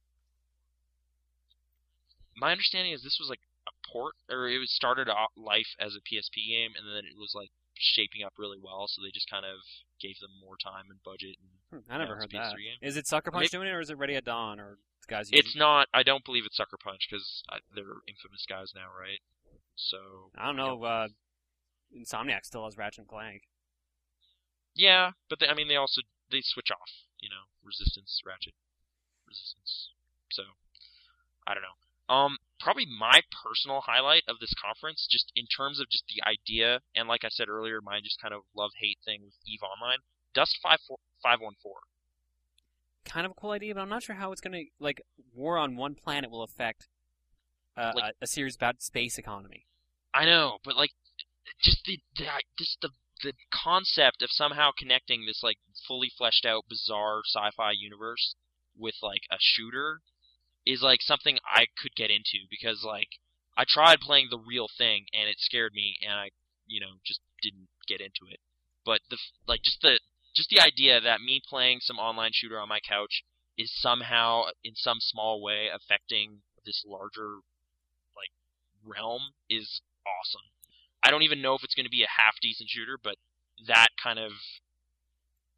my understanding is this was like a port, or it was started off life as a PSP game, and then it was like shaping up really well, so they just kind of gave them more time and budget. And Hmm, I never Yeah, heard it's a that. Mm-hmm. PS3 game. Is it Sucker Punch Maybe- doing it, or is it Ready at Dawn, or the guys? it's using- not. I don't believe it's Sucker Punch because they're infamous guys now, right? So I don't know. Uh, Insomniac still has Ratchet and Clank. yeah, but they, I mean, they also they switch off. You know, Resistance, Ratchet, Resistance. So I don't know. Um, probably my personal highlight of this conference, just in terms of just the idea, and like I said earlier, my just kind of love hate thing with Eve Online. Dust five four five one four. Kind of a cool idea, but I'm not sure how it's gonna like war on one planet will affect uh, Like- a, a series about space economy. I know, but like, just the, the just the the concept of somehow connecting this like fully fleshed out bizarre sci-fi universe with like a shooter is like something I could get into because like I tried playing the real thing and it scared me and I you know just didn't get into it. But the f- like just the just the idea that me playing some online shooter on my couch is somehow in some small way affecting this larger like realm is awesome. I don't even know if it's going to be a half decent shooter, but that kind of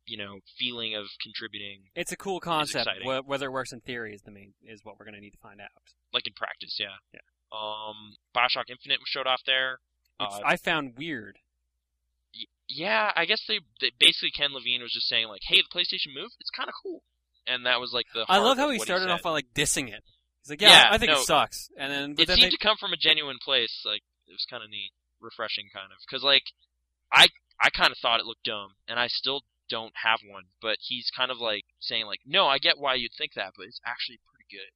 you know feeling of contributing It's a cool concept. exciting. Wh- whether it works in theory is the main is what we're gonna need to find out. like in practice, yeah. Yeah. Um, Bioshock Infinite was showed off there. Which Uh, I found weird. y- yeah, I guess they, they basically Ken Levine was just saying like, "Hey, the PlayStation Move, it's kind of cool," and that was like the. I heart love how of he what started said. off by like dissing it. He's like, Yeah, "Yeah, I think no. it sucks," and then but it then seemed they, to come from a genuine place. Like it was kind of neat, refreshing, kind of. Because like I I kind of thought it looked dumb, and I still don't have one. But he's kind of like saying like, no, I get why you'd think that, but it's actually pretty good.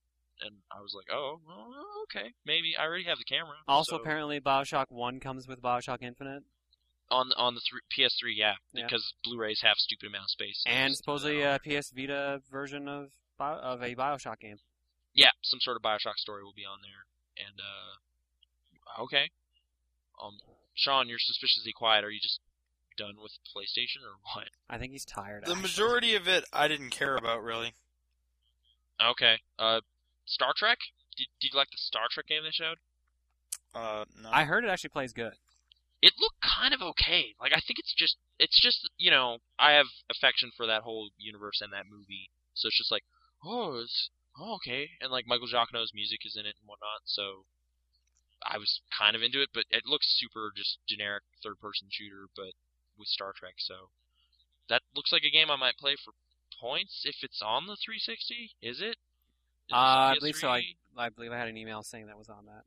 And I was like, oh, well, okay, maybe I already have the camera. also so- apparently Bioshock One comes with Bioshock Infinite, on the- on the thr PS3, yeah, Yeah. because Blu-rays have stupid amount of space. so and it's- supposedly uh, a PS Vita version of Bio- of a Bioshock game. yeah, some sort of Bioshock story will be on there, and uh, okay. Um, Sean, you're suspiciously quiet. Are you just done with PlayStation or what? I think he's tired. The actually. majority of it I didn't care about really. Okay. Uh, Star Trek. Did, did you like the Star Trek game they showed? Uh, no. I heard it actually plays good. It looked kind of okay. Like I think it's just it's just you know I have affection for that whole universe and that movie, so it's just like oh it's oh okay, and like Michael Giacchino's music is in it and whatnot, so I was kind of into it, but it looks super just generic third person shooter, but with Star Trek, so that looks like a game I might play for points if it's on the 360. Is it? Is it PS3? Uh, I believe so. I, I believe I had an email saying that was on that.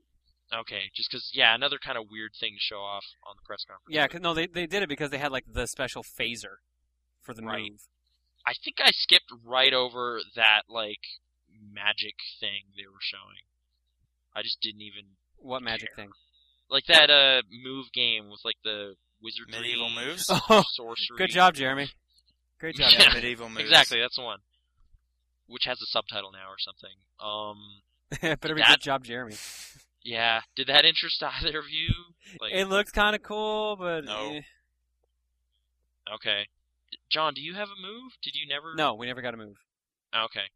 Okay, just because yeah, another kind of weird thing to show off on the press conference. Yeah, but- 'cause- no, they they did it because they had like the special phaser for the Right. move. I think I skipped right over that like magic thing they were showing. I just didn't even What magic Care. thing? like that uh move game with like the wizardry medieval moves. Oh, sorcery. good job, Jeremy. Great job. Yeah. Jeremy. medieval moves. Exactly, that's the one. Which has a subtitle now or something. Um Better be That- good job, Jeremy. yeah, did that interest either of you? Like It looked kind of cool, but No. eh. okay. John, do you have a move? Did you never no, we never got a move. Ah, Okay.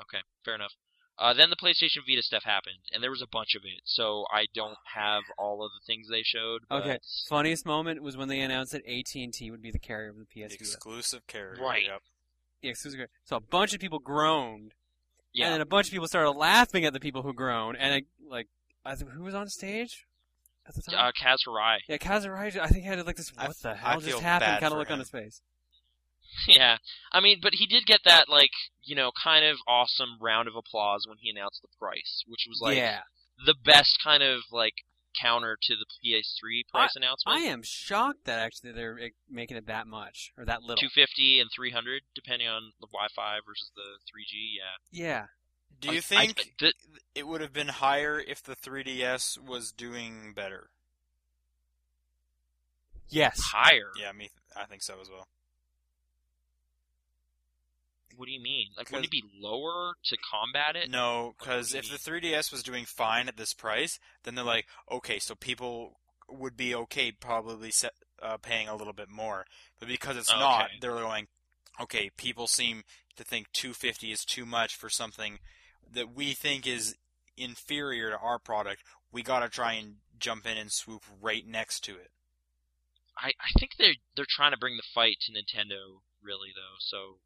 Okay, fair enough. Uh, then the PlayStation Vita stuff happened, and there was a bunch of it, so I don't have all of the things they showed. But... Okay. Funniest moment was when they announced that AT and T would be the carrier of the PS Vita. Exclusive carrier. Right. Yep. Yeah, excuse me. So a bunch of people groaned, and Yeah. then a bunch of people started laughing at the people who groaned, and I, like, I th- who was on stage at the time? Uh, Kaz Hirai. yeah, Kazurai. I think he had like this. I What the f- I hell just feel happened? bad Kind for of look him. on his face. yeah. I mean, but he did get that, like, you know, kind of awesome round of applause when he announced the price, which was, like, yeah, the best kind of, like, counter to the PS3 price announcement. I am shocked that actually they're eh, making it that much or that little. 250 and 300, depending on the Wi-Fi versus the 3G. Yeah. Yeah, Do you I- I- think th- it would have been higher if the 3DS was doing better? yes. higher? Yeah, me. I think so as well. What do you mean? Like, wouldn't it 'Cause- be lower to combat it? No, because if the 3DS was doing fine at this price, then they're like, okay, so people would be okay probably se- uh, paying a little bit more. But because it's not, Oh, Okay. they're going, okay, people seem to think 250 is too much for something that we think is inferior to our product. We gotta try and jump in and swoop right next to it. I, I think they're they're trying to bring the fight to Nintendo, really though. So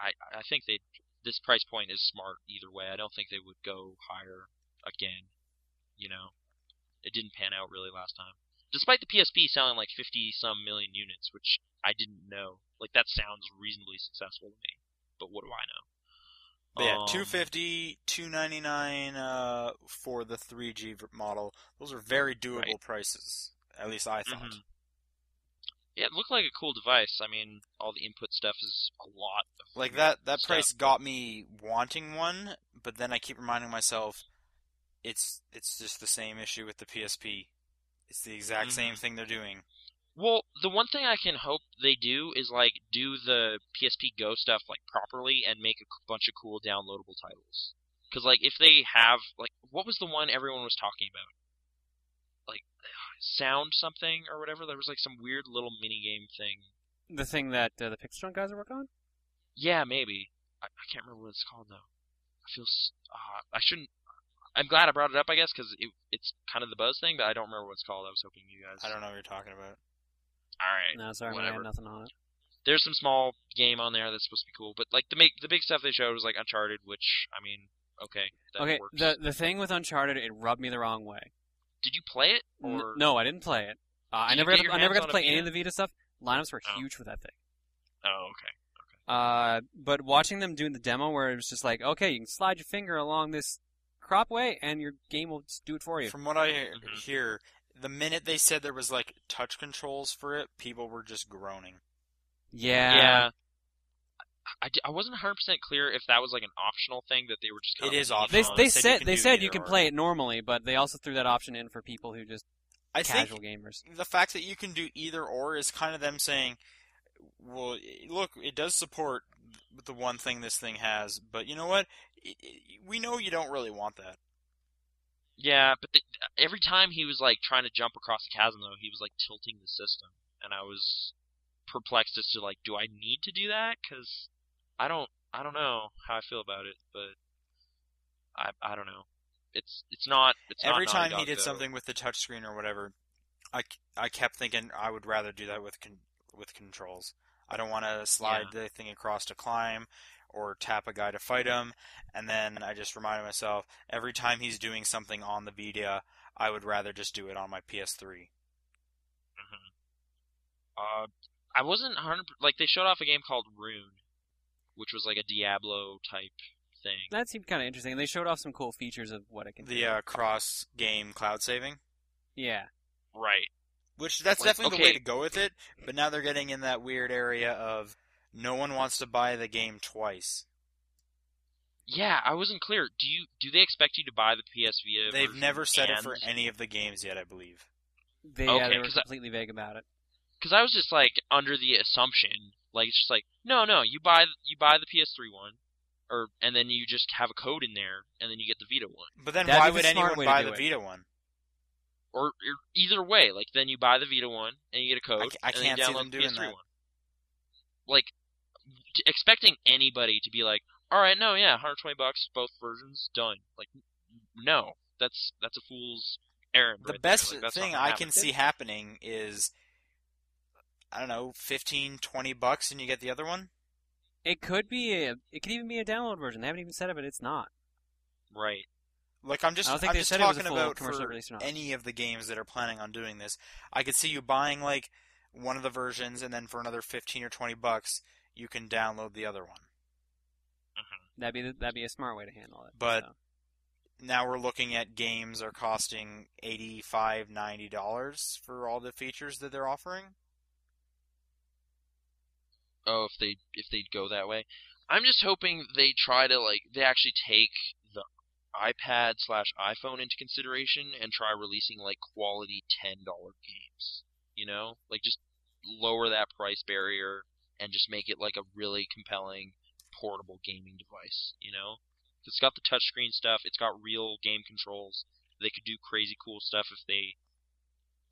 I I, I think they this price point is smart either way. I don't think they would go higher again. You know, it didn't pan out really last time, despite the PSP selling like fifty some million units, which I didn't know. Like that sounds reasonably successful to me, but what do I know? But yeah, Um, 250, 299 uh, for the 3G v- model. Those are very doable Right. prices. At least I thought. Mhm. Yeah, it looked like a cool device. I mean, all the input stuff is a lot. Of Like that that stuff. price got me wanting one, but then I keep reminding myself it's it's just the same issue with the PSP. It's the exact same thing they're doing. Well, the one thing I can hope they do is like do the PSP Go stuff like properly and make a c- bunch of cool downloadable titles. Because like if they have like what was the one everyone was talking about, like sound something or whatever. There was like some weird little mini game thing. The thing that uh, the Pixel guys are working on. Yeah, maybe. I, I can't remember what it's called though. I feel s- uh, I shouldn't. I'm glad I brought it up, I guess, because it, it's kind of the buzz thing, but I don't remember what it's called. I was hoping you guys. I don't know what you're talking about. All right. No, sorry, man, I Whatever. have nothing on it. there's some small game on there that's supposed to be cool, but like the make the big stuff they showed was like Uncharted, which I mean, okay, that okay, works. the the thing with Uncharted, it rubbed me the wrong way. Did you play it? N- Or no, I didn't play it. Uh, I Did never you get got to, your I hands never got to on a play any of Vita? the Vita stuff. Lineups were Oh. huge for that thing. Oh, okay. Uh, but watching them doing the demo where it was just like, okay, you can slide your finger along this crop way and your game will just do it for you. From what I hear, Mhm. hear, the minute they said there was like touch controls for it, people were just groaning. yeah. yeah. I- I, di- I wasn't 100 percent clear if that was like an optional thing that they were just. Kind It of is leaning optional. They, on. they said you said can they do said you either can or. play it normally, but they also threw that option in for people who just I think casual gamers. the fact that you can do either or is kind of them saying, well, i- look, it does support the one thing this thing has, but you know what? I- I- We know you don't really want that. Yeah, but the, every time he was like trying to jump across the chasm, though, he was like tilting the system, and I was perplexed as to like, do I need to do that? Because I don't, I don't know how I feel about it, but I, I don't know. It's, it's not. It's not Every time Naughty Dog, he did though. something with the touchscreen or whatever, I, c- I kept thinking I would rather do that with con- with controls. I don't want to slide the thing across to climb or tap a guy to fight him. And then I just reminded myself every time he's doing something on the Vita, I would rather just do it on my PS3. Mhm. Uh, I wasn't 100 like they showed off a game called Rune, which was like a Diablo type thing. That seemed kind of interesting. They showed off some cool features of what it can do. The uh, cross game cloud saving. Yeah. Right. Which that's Like, definitely the way okay. to go with it, but now they're getting in that weird area of no one wants to buy the game twice. Yeah, I wasn't clear. Do you do they expect you to buy the PS Vita? They've version never said it and- for any of the games yet, I believe. They, Okay, uh, they were 'cause I- completely vague about it. because I was just like under the assumption, like it's just like no, no, you buy you buy the PS3 one, or and then you just have a code in there, and then you get the Vita one, But then That'd why be the would smart anyone way to buy do the it. Vita one? or, or either way, like then you buy the Vita one and you get a code. ca- I and then you can't see download them the doing PS3 that. One. Like t- expecting anybody to be like, all right, no, yeah, 120 bucks, both versions, done. Like n- no, that's that's a fool's errand. The right there. best Like, that's not thing gonna I happen. can see happening is I don't know, 15, 20 bucks and you get the other one? It could be a. It could even be a download version. They haven't even said if it. It's not. right. Like I'm just I don't think am they just said it was a talking full about commercial for release or not. any of the games that are planning on doing this. I could see you buying like one of the versions and then for another 15 or 20 bucks you can download the other one. That'd be the, that'd be a smart way to handle it. But- so. Now we're looking at games are costing 85, 90 dollars for all the features that they're offering. oh if they if they'd go that way i'm just hoping they try to like they actually take the ipad slash iphone into consideration and try releasing like quality ten dollar games you know like just lower that price barrier and just make it like a really compelling portable gaming device you know it's got the touchscreen stuff it's got real game controls they could do crazy cool stuff if they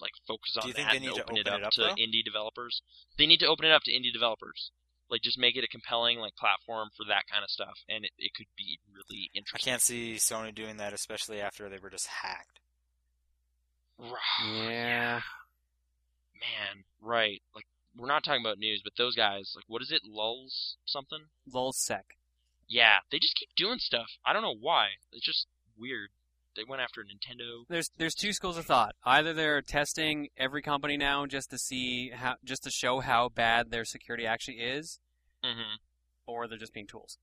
like focus on Do you that think they and need to open, it open up, it up, to though? indie developers they need to open it up to indie developers. Like just make it a compelling like platform for that kind of stuff, and it, it could be really I interesting. can't see Sony doing that, especially after they were just hacked. Right. Yeah. Man, right? Like we're not talking about news, but those guys, like what is it, lulls something? Lulzsec. Yeah, they just keep doing stuff. I don't know why. It's just weird. They went after Nintendo. There's there's two schools of thought. Either they're testing every company now just to see how just to show how bad their security actually is, Mm-hmm. or they're just being tools.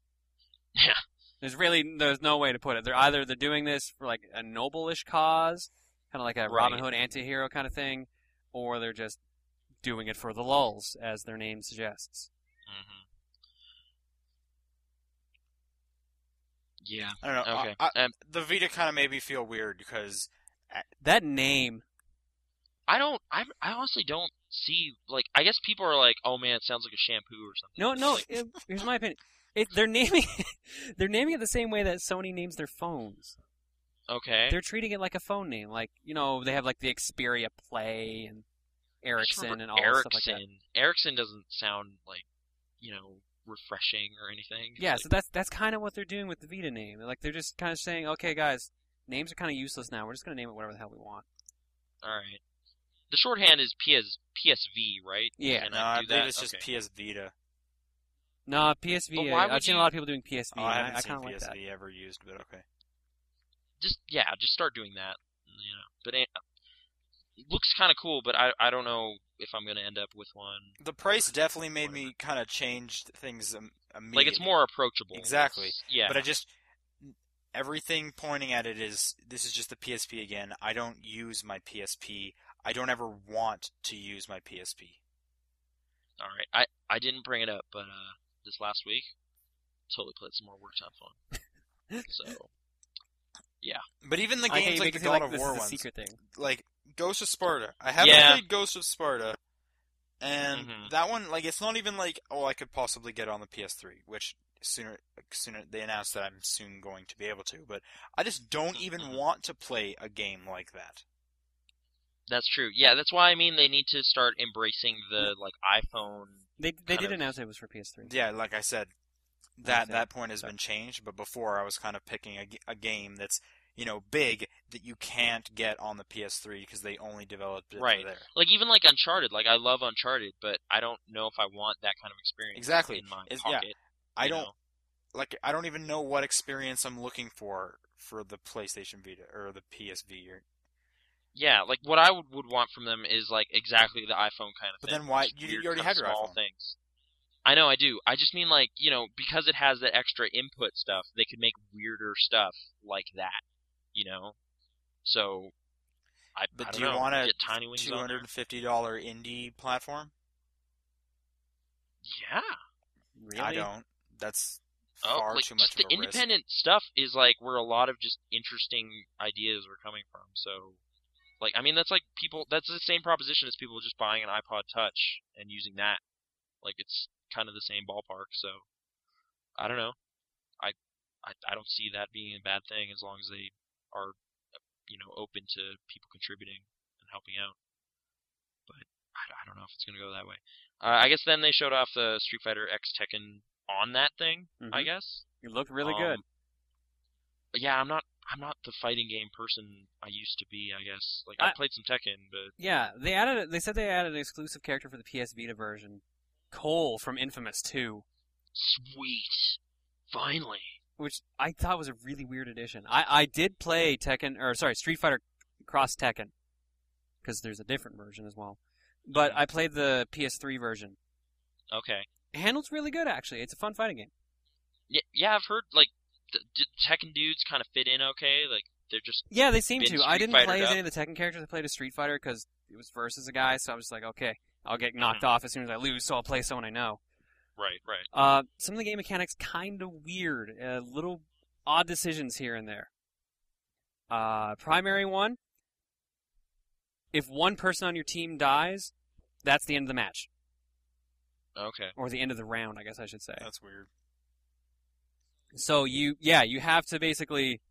Yeah. There's really there's no way to put it. They're either they're doing this for like a noble-ish cause, kind of like a Robin Hood anti-hero kind of thing, or they're just doing it for the lulls, as their name suggests. Mm-hmm. Yeah. I don't know. Okay. Uh, I, I, um, the Vita kind of made me feel weird because Uh, That name, I don't. I I honestly don't see like. I guess people are like, oh man, it sounds like a shampoo or something. no, It's no. like- it- here's my opinion. It, they're naming they're naming it the same way that Sony names their phones. okay. They're treating it like a phone name, like you know they have like the Xperia Play and Just Ericsson remember and all that Ericsson. stuff like that. Ericsson doesn't sound like, you know, refreshing or anything. It's Yeah, like- so that's that's kind of what they're doing with the Vita name. Like they're just kind of saying, okay, guys, names are kind of useless now. We're just gonna name it whatever the hell we want. all right. The shorthand is PS PSV, right? Yeah. Can no, I do believe that? it's just Okay. PS Vita. No, But PSV. why I've would seen you- a lot of people doing PSV. Oh, and I I, haven't I seen kind of like PSV that. ever used, but okay. Just yeah, just start doing that. You know, but it it looks kind of cool, but I I don't know if I'm gonna end up with one. The price definitely made Whatever. me kind of change things im- immediately. Like it's more approachable. Exactly. It's- yeah. But I just everything pointing at it is this is just the PSP again. I don't use my PSP. I don't ever want to use my PSP. All right. I I didn't bring it up, but uh, this last week, totally played some more Workshop Fun. so But even the I can't games even like the say, God like, of this War is a ones, secret thing. like Ghost of Sparta. I haven't Yeah. played Ghost of Sparta, and Mhm. that one like it's not even like oh I could possibly get on the PS3, which sooner sooner they announced that I'm soon going to be able to, but I just don't even want to play a game like that. That's true. Yeah, that's why I mean they need to start embracing the like iPhone. They they Kind did of- announce it was for PS3. Yeah, like I said, I that see. that point has So- been changed, but before I was kind of picking a, g- a game that's you know big that you can't get on the PS3 because they only developed it for Right. there. Like even like Uncharted. Like I love Uncharted, but I don't know if I want that kind of experience Exactly. in my It's- yeah. pocket. I you don't know? like I don't even know what experience I'm looking for for the PlayStation Vita or the PSV. Or, Yeah, like what I would, would want from them is like exactly the iPhone kind of But thing. then why- just you- you weird already kind have of your small iPhone. things. I know I do. I just mean like you know because it has that extra input stuff, they could make weirder stuff like that. You know, so. I, but I do don't you know, want a get tiny wings two on hundred there? and fifty dollar indie platform? Yeah. Really? I don't. That's Oh, far like, too much just of the a risk. independent stuff is like where a lot of just interesting ideas are coming from. So, like, I mean, that's like people. That's the same proposition as people just buying an iPod Touch and using that. Like, it's kind of the same ballpark. So, I don't know. I, I, I don't see that being a bad thing as long as they are, you know, open to people contributing and helping out. But I, I don't know if it's gonna go that way. Uh, I guess then they showed off the Street Fighter X Tekken on that thing. I Mhm. guess. It looked really Um, good. but Yeah, I'm not. I'm not the fighting game person I used to be. I guess. Like I, I- played some Tekken, but Yeah, they added. They said they added an exclusive character for the PS Vita version, Cole from Infamous Two, sweet, finally. which I thought was a really weird addition. I I did play Tekken, or sorry, Street Fighter Cross Tekken, because there's a different version as well. But I played the PS3 version. Okay. It handles really good actually. It's a fun fighting game. Yeah, yeah. I've heard like the, the Tekken dudes kind of fit in okay. Like they're just Yeah, they seem Been to. I Street didn't Fightered play as up. any of the Tekken characters. I played as Street Fighter because it was versus a guy, so I was like, okay, I'll get knocked off as soon as I lose, so I'll play someone I know. right, right. Uh, some of the game mechanics kind of weird. Uh, little odd decisions here and there. Uh, primary one: if one person on your team dies, that's the end of the match Okay. or the end of the round, I guess I should say. That's weird. So you, yeah, you have to basically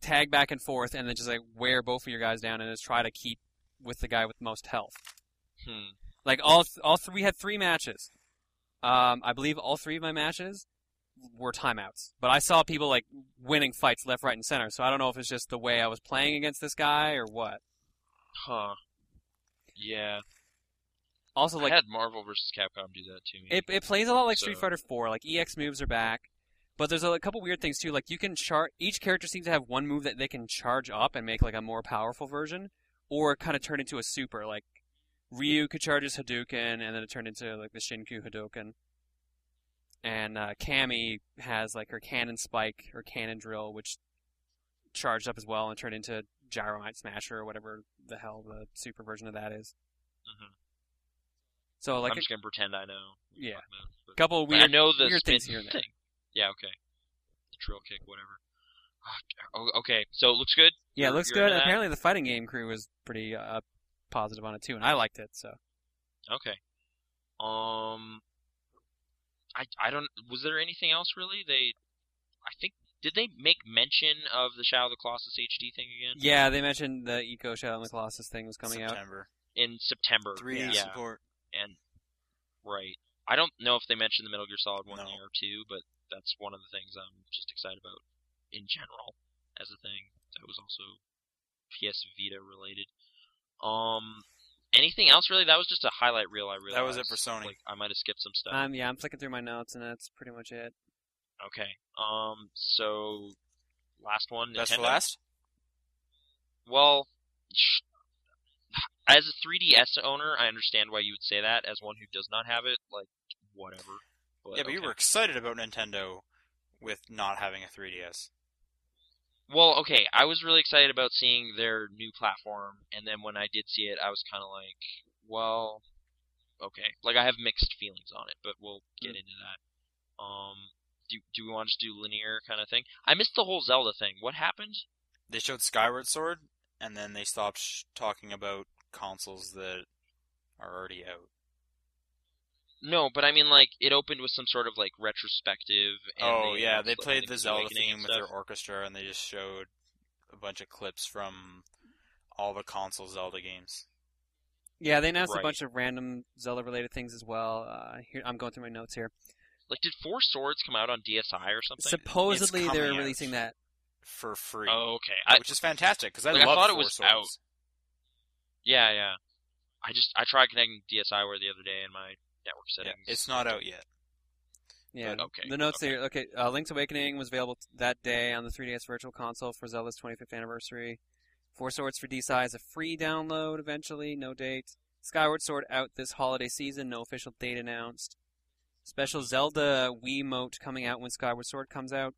tag back and forth, and then just like wear both of your guys down, and just try to keep with the guy with most health. Hmm. Like all, th- all three we had three matches. Um, I believe all three of my matches were timeouts, but I saw people like winning fights left, right, and center. So I don't know if it's just the way I was playing against this guy or what. Huh. Yeah. Also, like I had Marvel vs. Capcom do that to me. It, it plays a lot like Street So- Fighter 4. Like EX moves are back, but there's a, couple weird things too. Like you can char Each character seems to have one move that they can charge up and make like a more powerful version, or kind of turn into a super. Like Ryu could charge his Hadouken, and then it turned into like the Shinku Hadouken. And uh, Kami has like her cannon spike or cannon drill, which charged up as well and turned into Gyromite Smasher or whatever the hell the super version of that is. Mhm. So like I'm a, just gonna pretend I know. yeah, But- couple But I weird know the weird spin things here and there. thing. Yeah. Okay. The drill kick, whatever. Oh, okay. So it looks good. Yeah, it You're- looks you're good. into that? Apparently, the fighting game crew was pretty uh, positive on it too, and I liked it. So Okay. Um, I I don't. Was there anything else really? They, I think, did they make mention of the Shadow of the Colossus HD thing again yeah, they mentioned the Eco Shadow and the Colossus thing was coming out. September. in September? 3D yeah, support. and right. I don't know if they mentioned the Metal Gear Solid one No. thing or two, but that's one of the things I'm just excited about in general as a thing that was also PS Vita related. Um, anything else really? That was just a highlight reel. I realized That was it for Sony. Like I might have skipped some stuff. Um, yeah, I'm flicking through my notes, and that's pretty much it. Okay. Um. So, last one. Best for Nintendo. last. Well, sh- as a 3DS owner, I understand why you would say that. As one who does not have it, like whatever. But, yeah, but you okay. were excited about Nintendo with not having a 3DS. Well, okay. I was really excited about seeing their new platform, and then when I did see it, I was kind of like, well, okay. Like I have mixed feelings on it, but we'll get Mm. into that. Um. Do, do we want to just do linear kind of thing? I missed the whole Zelda thing. What happened? They showed Skyward Sword, and then they stopped sh- talking about consoles that are already out. No, but I mean, like, it opened with some sort of like retrospective. And oh they yeah, announced, they like, played Link's the Zelda Awakening theme and with their stuff. orchestra, and they just showed a bunch of clips from all the console Zelda games. Yeah, they announced Right. a bunch of random Zelda-related things as well. Uh, here, I'm going through my notes here. Like, did Four Swords come out on DSi or something? Supposedly they're coming out. releasing that. For free, oh, okay. I, which is fantastic because I Like, I love thought it Four was Swords. out. yeah, yeah. I just I tried connecting DSiWare the other day in my network Yeah, settings. it's not out yet. Yeah. But okay, The notes okay. here. Okay. Uh, Link's Awakening was available t- that day on the 3DS Virtual Console for Zelda's 25th anniversary. Four Swords for DSi is a free download eventually. No date. Skyward Sword out this holiday season. No official date announced. Special Zelda Wiimote coming out when Skyward Sword comes out.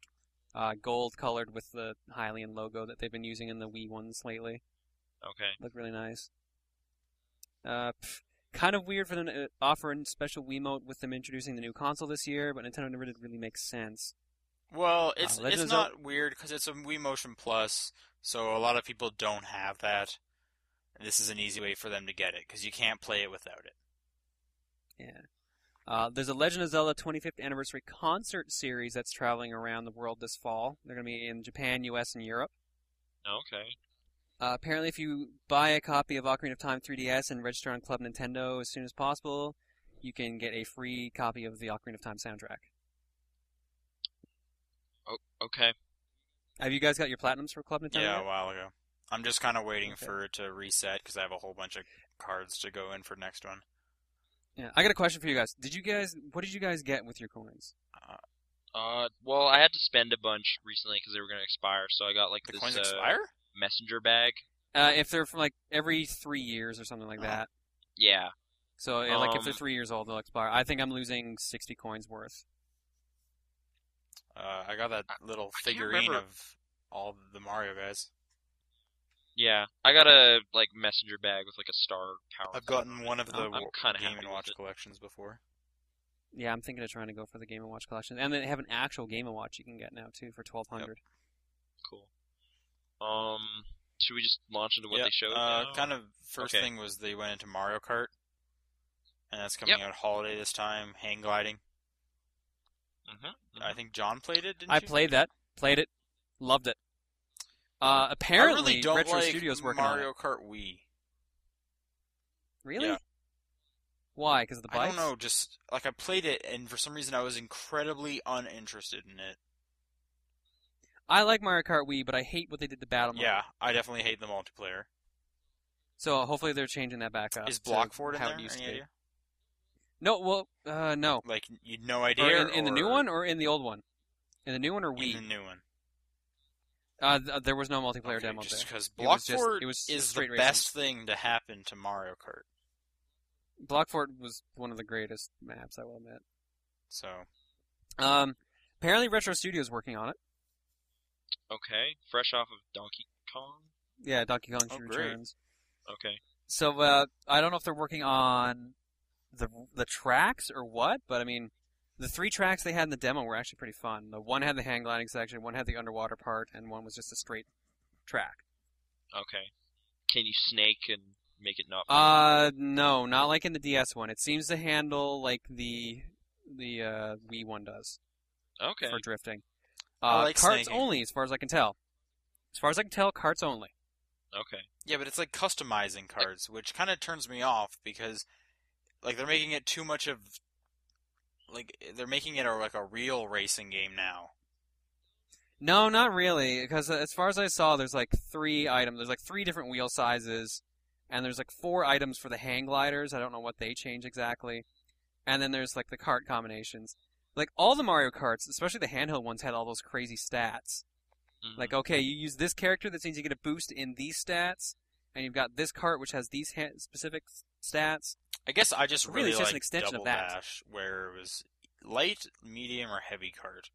Uh, gold colored with the Hylian logo that they've been using in the Wii ones lately okay. look really nice. Uh, pff, kind of weird for them to uh, offer a special Wiimote with them introducing the new console this year, but Nintendo never did really make sense. Well, it's Legend of it's Zelda- not weird because it's a Wii Motion Plus, so a lot of people don't have that. And This is an easy way for them to get it because you can't play it without it. Uh, there's a Legend of Zelda 25th Anniversary concert series that's traveling around the world this fall. They're going to be in Japan, U.S., and Europe. Okay. Uh, apparently, if you buy a copy of Ocarina of Time 3DS and register on Club Nintendo as soon as possible, you can get a free copy of the Ocarina of Time soundtrack. Okay. Have you guys got your platinums for Club Nintendo? Oh, Yeah, yet? a while ago. I'm just kind of waiting Okay. for it to reset because I have a whole bunch of cards to go in for next one. yeah. I got a question for you guys. Did you guys? What did you guys get with your coins? Uh, well, I had to spend a bunch recently because they were gonna expire, so I got like The this coins uh, expire? messenger bag. Uh, if they're from like every three years or something like Oh. that. Yeah. So uh, like if they're Um, three years old, they'll expire. I think I'm losing sixty coins worth. Uh, I got that I- little I can't figurine remember. of all the Mario guys. Yeah, I got a like messenger bag with like a star power. I've card gotten on it. one of the I'm, w- kind of Game happy and with Watch it. collections before. Yeah, I'm thinking of trying to go for the Game and Watch collection, and then they have an actual Game and Watch you can get now too for twelve hundred. Cool. Um, should we just launch into what Yeah, they showed? Oh. uh, now? kind of first Okay. thing was they went into Mario Kart, and that's coming out holiday this time. Hang gliding. Mhm, I think John played it. Didn't I you? played that, played it, loved it. I Uh, apparently, really don't Retro like Studios working on Mario it. Kart Wii. Really? yeah. Why? Because of the bikes? I don't know. Just like I played it, and for some reason I was incredibly uninterested in it. I like Mario Kart Wii, but I hate what they did to Battle Mode. Yeah, I definitely hate the multiplayer. So hopefully they're changing that back up. Is to Blockford in how there? It used Any to be. idea? No, well, uh, no. Like you no Or idea in, in the new or one or in the old one? In the new one or In the Wii? new one. Uh, th- there was no multiplayer Okay, demo just there. because It was just- Blockford it was is the straight racing. best thing to happen to Mario Kart. Blockfort was one of the greatest maps, I will admit. So Um, apparently Retro Studios working on it. Okay, fresh off of Donkey Kong. Yeah, Donkey Kong Oh, Returns. great. Okay. So uh, I don't know if they're working on the the tracks or what, but I mean, the three tracks they had in the demo were actually pretty fun. The one had the hang gliding section, one had the underwater part, and one was just a straight track. Okay. Can you snake and make it not? Uh, no, not like in the DS one. It seems to handle like the the uh, Wii one does okay. for drifting. Uh, I like carts snaking. only, as far as I can tell. As far as I can tell, carts only. Okay. Yeah, but it's like customizing cards, which kind of turns me off because, like, they're making it too much of, like, they're making it a, like a real racing game now. No, not really, because as far as I saw, there's like three items. There's like three different wheel sizes, and there's like four items for the hang gliders. I don't know what they change exactly, and then there's like the cart combinations. Like all the Mario Karts, especially the handheld ones, had all those crazy stats. Mm-hmm. Mhm. Like, okay, you use this character, that means you get a boost in these stats, and you've got this cart which has these ha- specific s- stats. I guess I just Really, really, it's just an like extension of Double that. Dash, where it was light, medium, or heavy card.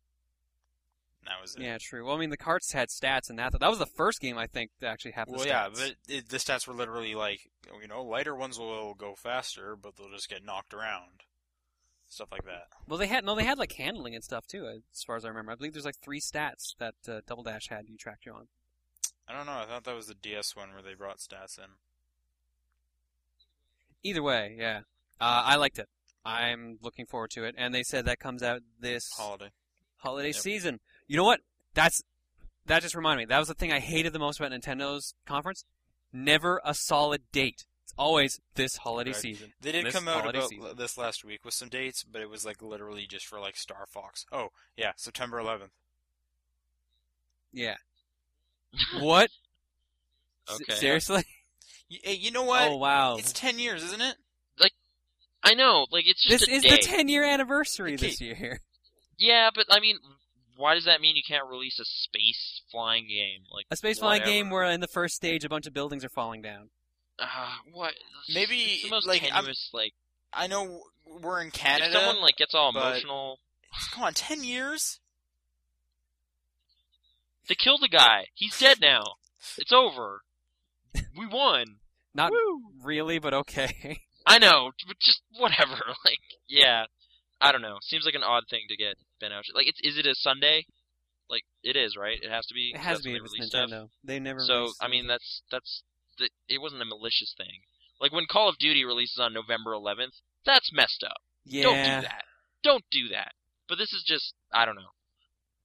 And That was it. Yeah, true. Well, I mean, the carts had stats, and that that was the first game I think to actually have. The Well, stats. yeah, but it, the stats were literally like, you know, lighter ones will go faster, but they'll just get knocked around, stuff like that. Well, they had no, they had like handling and stuff too, as far as I remember. I believe there's like three stats that uh, Double Dash had you tracked you on. I don't know. I thought that was the DS one where they brought stats in. Either way, yeah, uh, I liked it. I'm looking forward to it. And they said that comes out this Holiday. holiday Yep. season. You know what? That's that just reminded me. That was the thing I hated the most about Nintendo's conference. Never a solid date. It's always this holiday Correct. season. They did This come out holiday about season. l- this last week with some dates, but it was like literally just for like Star Fox. Oh yeah, September 11th. Yeah. What? S- Okay. Seriously? Y- hey, you know what? Oh wow. It's 10 years, isn't it? I know, like it's just this a is day. the 10 year anniversary Okay. this year. yeah, but I mean, why does that mean you can't release a space flying game? Like A space flying whatever. game where in the first stage a bunch of buildings are falling down. Ah, what? It's Maybe, just- it's the most like, I'm- tenuous. like I know w- we're in Canada. if someone like gets all but- emotional, Come on, 10 years? they killed the guy. He's dead now. It's over. We won. Not Woo! really, but okay. I know, but just whatever. Like, yeah, I don't know. Seems like an odd thing to get Ben Ouch. Like, it's, is it a Sunday? Like, it is, right? It has to be. It 'cause has that's to be when if they release it's Nintendo. stuff. They never. So, release I mean, that's that's that, it wasn't a malicious thing. Like when Call of Duty releases on November 11th, that's messed up. yeah. Don't do that. Don't do that. But this is just, I don't know.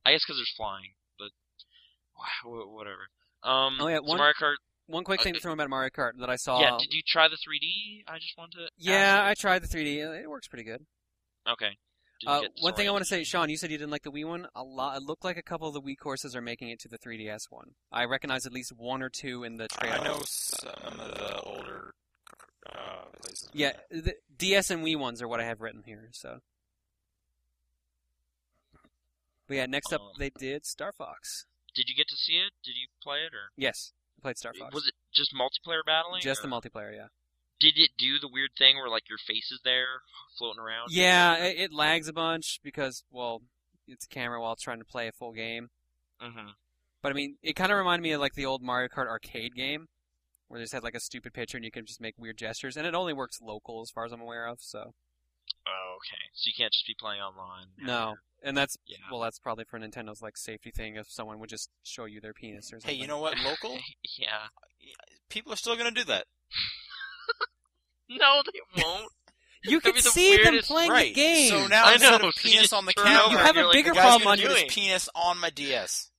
I guess because there's flying, but wha- wha- whatever. Um, Oh, yeah, so one- Mario Kart. One quick thing to throw about Mario Kart that I saw. Yeah, did you try the 3D? I just wanted to. ask. Yeah, I tried the 3D. It works pretty good. Okay. Didn't Uh, get one thing I want to say, disoriented. Sean, you said you didn't like the Wii one. A lot. It looked like a couple of the Wii courses are making it to the 3DS one. I recognize at least one or two in the trailer. I know some of the older. Uh, places. Yeah, the DS and Wii ones are what I have written here. So. But yeah, next up Um, they did Star Fox. Did you get to see it? Did you play it or Yes, I played Star Fox. was it just multiplayer battling? Just the or- multiplayer, yeah. Did it do the weird thing where like your face is there floating around? Yeah, it, it lags a bunch because well, it's a camera while trying to play a full game. Mm-hmm. hmm But I mean, it kind of reminded me of like the old Mario Kart arcade game, where they just had like a stupid picture and you could just make weird gestures, and it only works local as far as I'm aware of. So Oh, okay. So you can't just be playing online. no, and that's Yeah. well, that's probably for Nintendo's like safety thing if someone would just show you their penis or something. Hey, you know what? Local yeah. people are still gonna do that. No, they won't. you that'd can be the see them weirdest- playing right. the game. So now I instead know, of so you penis just on the turn camera, over. You have a You're like, bigger the "Guys, guy's problem what are gonna do you his doing?" penis on my DS.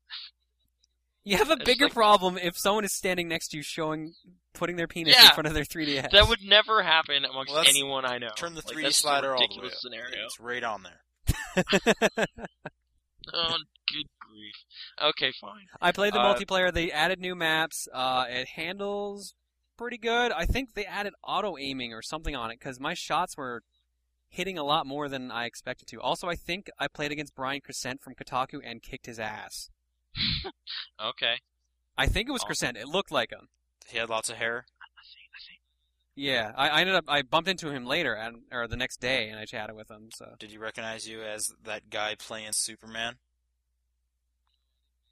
you have a It's bigger like- problem if someone is standing next to you showing putting their penis in Yeah. front of their 3DS. That would never happen amongst Well, that's- anyone I know. turn the Like, 3D that's just a slider all the way ridiculous up. scenario. It's right on there. Oh, good grief. Okay, fine. I played the Uh, multiplayer. They added new maps. Uh, it handles pretty good. I think they added auto aiming or something on it because my shots were hitting a lot more than I expected to. Also, I think I played against Brian Crescent from Kotaku and kicked his ass. Okay. I think it was Awesome. Crescent. It looked like him. He had lots of hair. Yeah, I, I ended up I bumped into him later and or the next day and I chatted with him. So Did you recognize you as that guy playing Superman?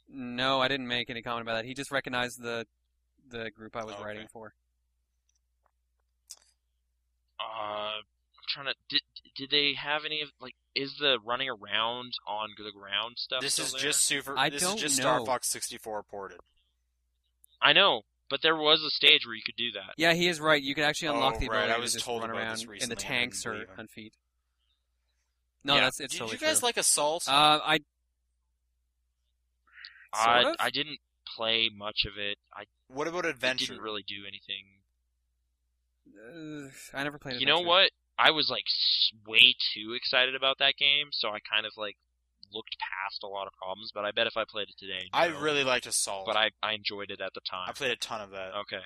no, I didn't make any comment about that. He just recognized the the group I was Okay. writing for. Uh, I'm trying to. Did, did they have any of like? Is the running around on the ground stuff? This still is there? just super. I this don't is just Star know. Fox 64 ported. I know, but there was a stage where you could do that. Yeah, he is right. You can actually unlock Oh, the right. ability I to was just told run about around this in recently. the I tanks didn't or believe him. on feet. No, Yeah. that's it's Did totally you guys true. like Assault? uh, I I sort of? I didn't play much of it. I what about it Adventure? didn't really do anything. uh, I never played. you know Adventure. what? I was like s- way too excited about that game, so I kind of like looked past a lot of problems. But I bet if I played it today, I no. really liked Assault. But I I enjoyed it at the time. I played a ton of that. Okay.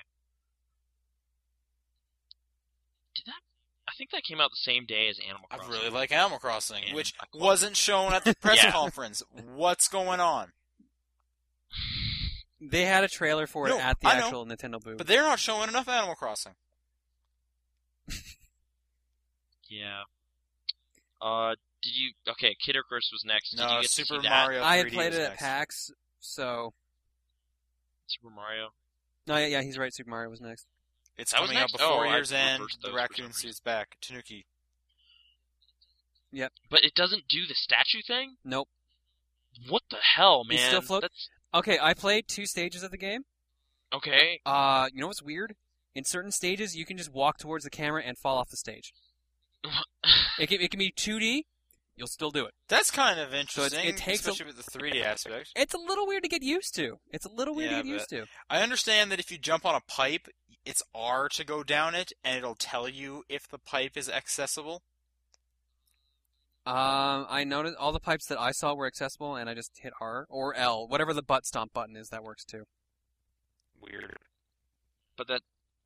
Did that? I think that came out the same day as Animal I Crossing. really like Animal Crossing, And which I love- wasn't shown at the press Yeah. conference. What's going on? They had a trailer for No, it at the I know. actual Nintendo booth. But they're not showing enough Animal Crossing. Yeah. Uh, did you? Okay, Kid Icarus was next. Did no, you get to see Super that? Mario 3D I had played was it at next. PAX, so Super Mario. no, yeah, yeah, he's right. Super Mario was next. It's That was coming out next? Oh, before I year's reversed end. those The for some raccoon reason. suit's back. Tanuki. But it doesn't do the statue thing. Nope. What the hell, You man? still float? That's Okay, I played two stages of the game. okay. Uh, you know what's weird? In certain stages, you can just walk towards the camera and fall off the stage. It can, it can be 2D. You'll still do it. That's kind of interesting, takes a- especially with the 3D aspect. It's a little weird to get used to. It's a little weird Yeah, to get used to. I understand that if you jump on a pipe, it's R to go down it, and it'll tell you if the pipe is accessible. Um, I noticed all the pipes that I saw were accessible, and I just hit R or L, whatever the butt stomp button is. That works too. Weird. But that,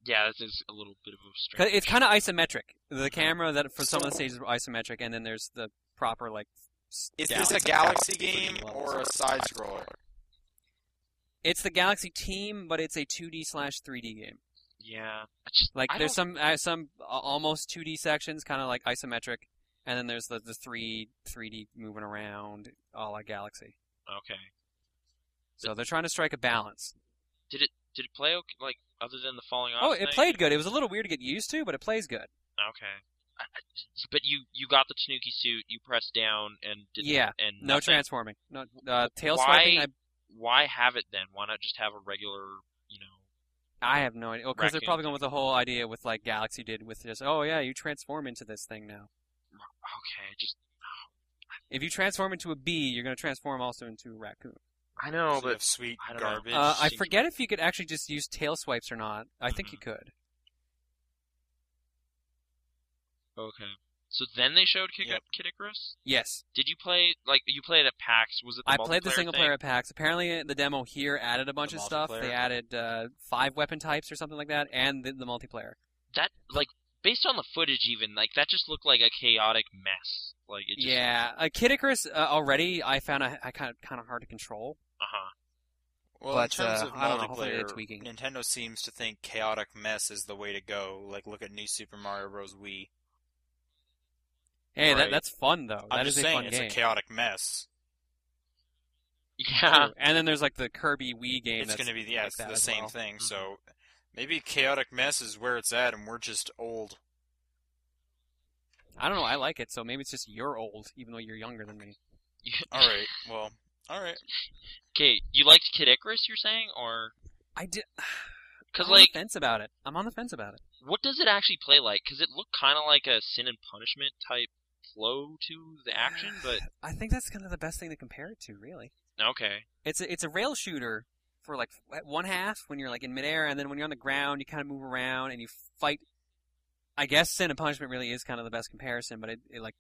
yeah, that is a little bit of a 'Cause strange. It's kind of isometric. The camera that for some of the stages were isometric, and then there's the proper like. s- Is this Galaxy- a Galaxy game levels. or a side scroller? It's the Galaxy Team, but it's a 2D slash 3D game. yeah, I just Like I there's don't- some uh, some a- almost 2D sections, kind of like isometric, and then there's the the three 3D moving around, a la Galaxy. okay. So they're trying to strike a balance. Did it play okay, like other than the falling off? Oh, it thing? played good. It was a little weird to get used to, but it plays good. Okay. I- I- But you you got the Tanuki suit. You pressed down and did Yeah. and No nothing. transforming. No uh, tail Why- swiping. I, Why have it then? Why not just have a regular you know? I have no idea. Because they're Raccoon. probably going with the whole idea with like Galaxy did with just oh yeah, you transform into this thing now. Okay, just If you transform into a bee, you're going to transform also into a raccoon. I know, Sort of sweet I don't know. garbage. Uh, I Interesting. forget if you could actually just use tail swipes or not. I think you could. okay. So then they showed Kid, Yep. Kid Icarus. Yes, Did you play like you played at PAX? Was it? The I played the multiplayer single thing? player packs. Apparently, the demo here added a bunch The of stuff. They multiplayer? added uh, five weapon types or something like that, and the, the multiplayer. That like based on the footage, even like that just looked like a chaotic mess. Like it just, yeah, uh, Kid Icarus uh, already I found a, I kind of kind of hard to control. Uh huh. well, but, in terms uh, of I don't know, hopefully they're multiplayer, tweaking. Nintendo seems to think chaotic mess is the way to go. Like, look at New Super Mario Bros. Wii. Hey, Right. that, that's fun though. I'm That just is a saying, fun it's game. a chaotic mess. Yeah. True. And then there's like the Kirby Wii game. it's that's going to be the, like yeah, it's that the as same well. Mm-hmm. thing. Mhm. So maybe chaotic mess is where it's at, and we're just old. I don't know. I like it, so maybe it's just you're old, even though you're younger than me. All right. Well. All right. Okay, you liked Kid Icarus, you're saying, or I did. because I'm on like, the fence about it. I'm on the fence about it. what does it actually play like? Because it looked kind of like a Sin and Punishment type flow to the action, but I think that's kind of the best thing to compare it to, really. okay, It's a, it's a rail shooter for like f- one half when you're like in midair, and then when you're on the ground, you kind of move around and you fight. I guess Sin and Punishment really is kind of the best comparison, but it, it like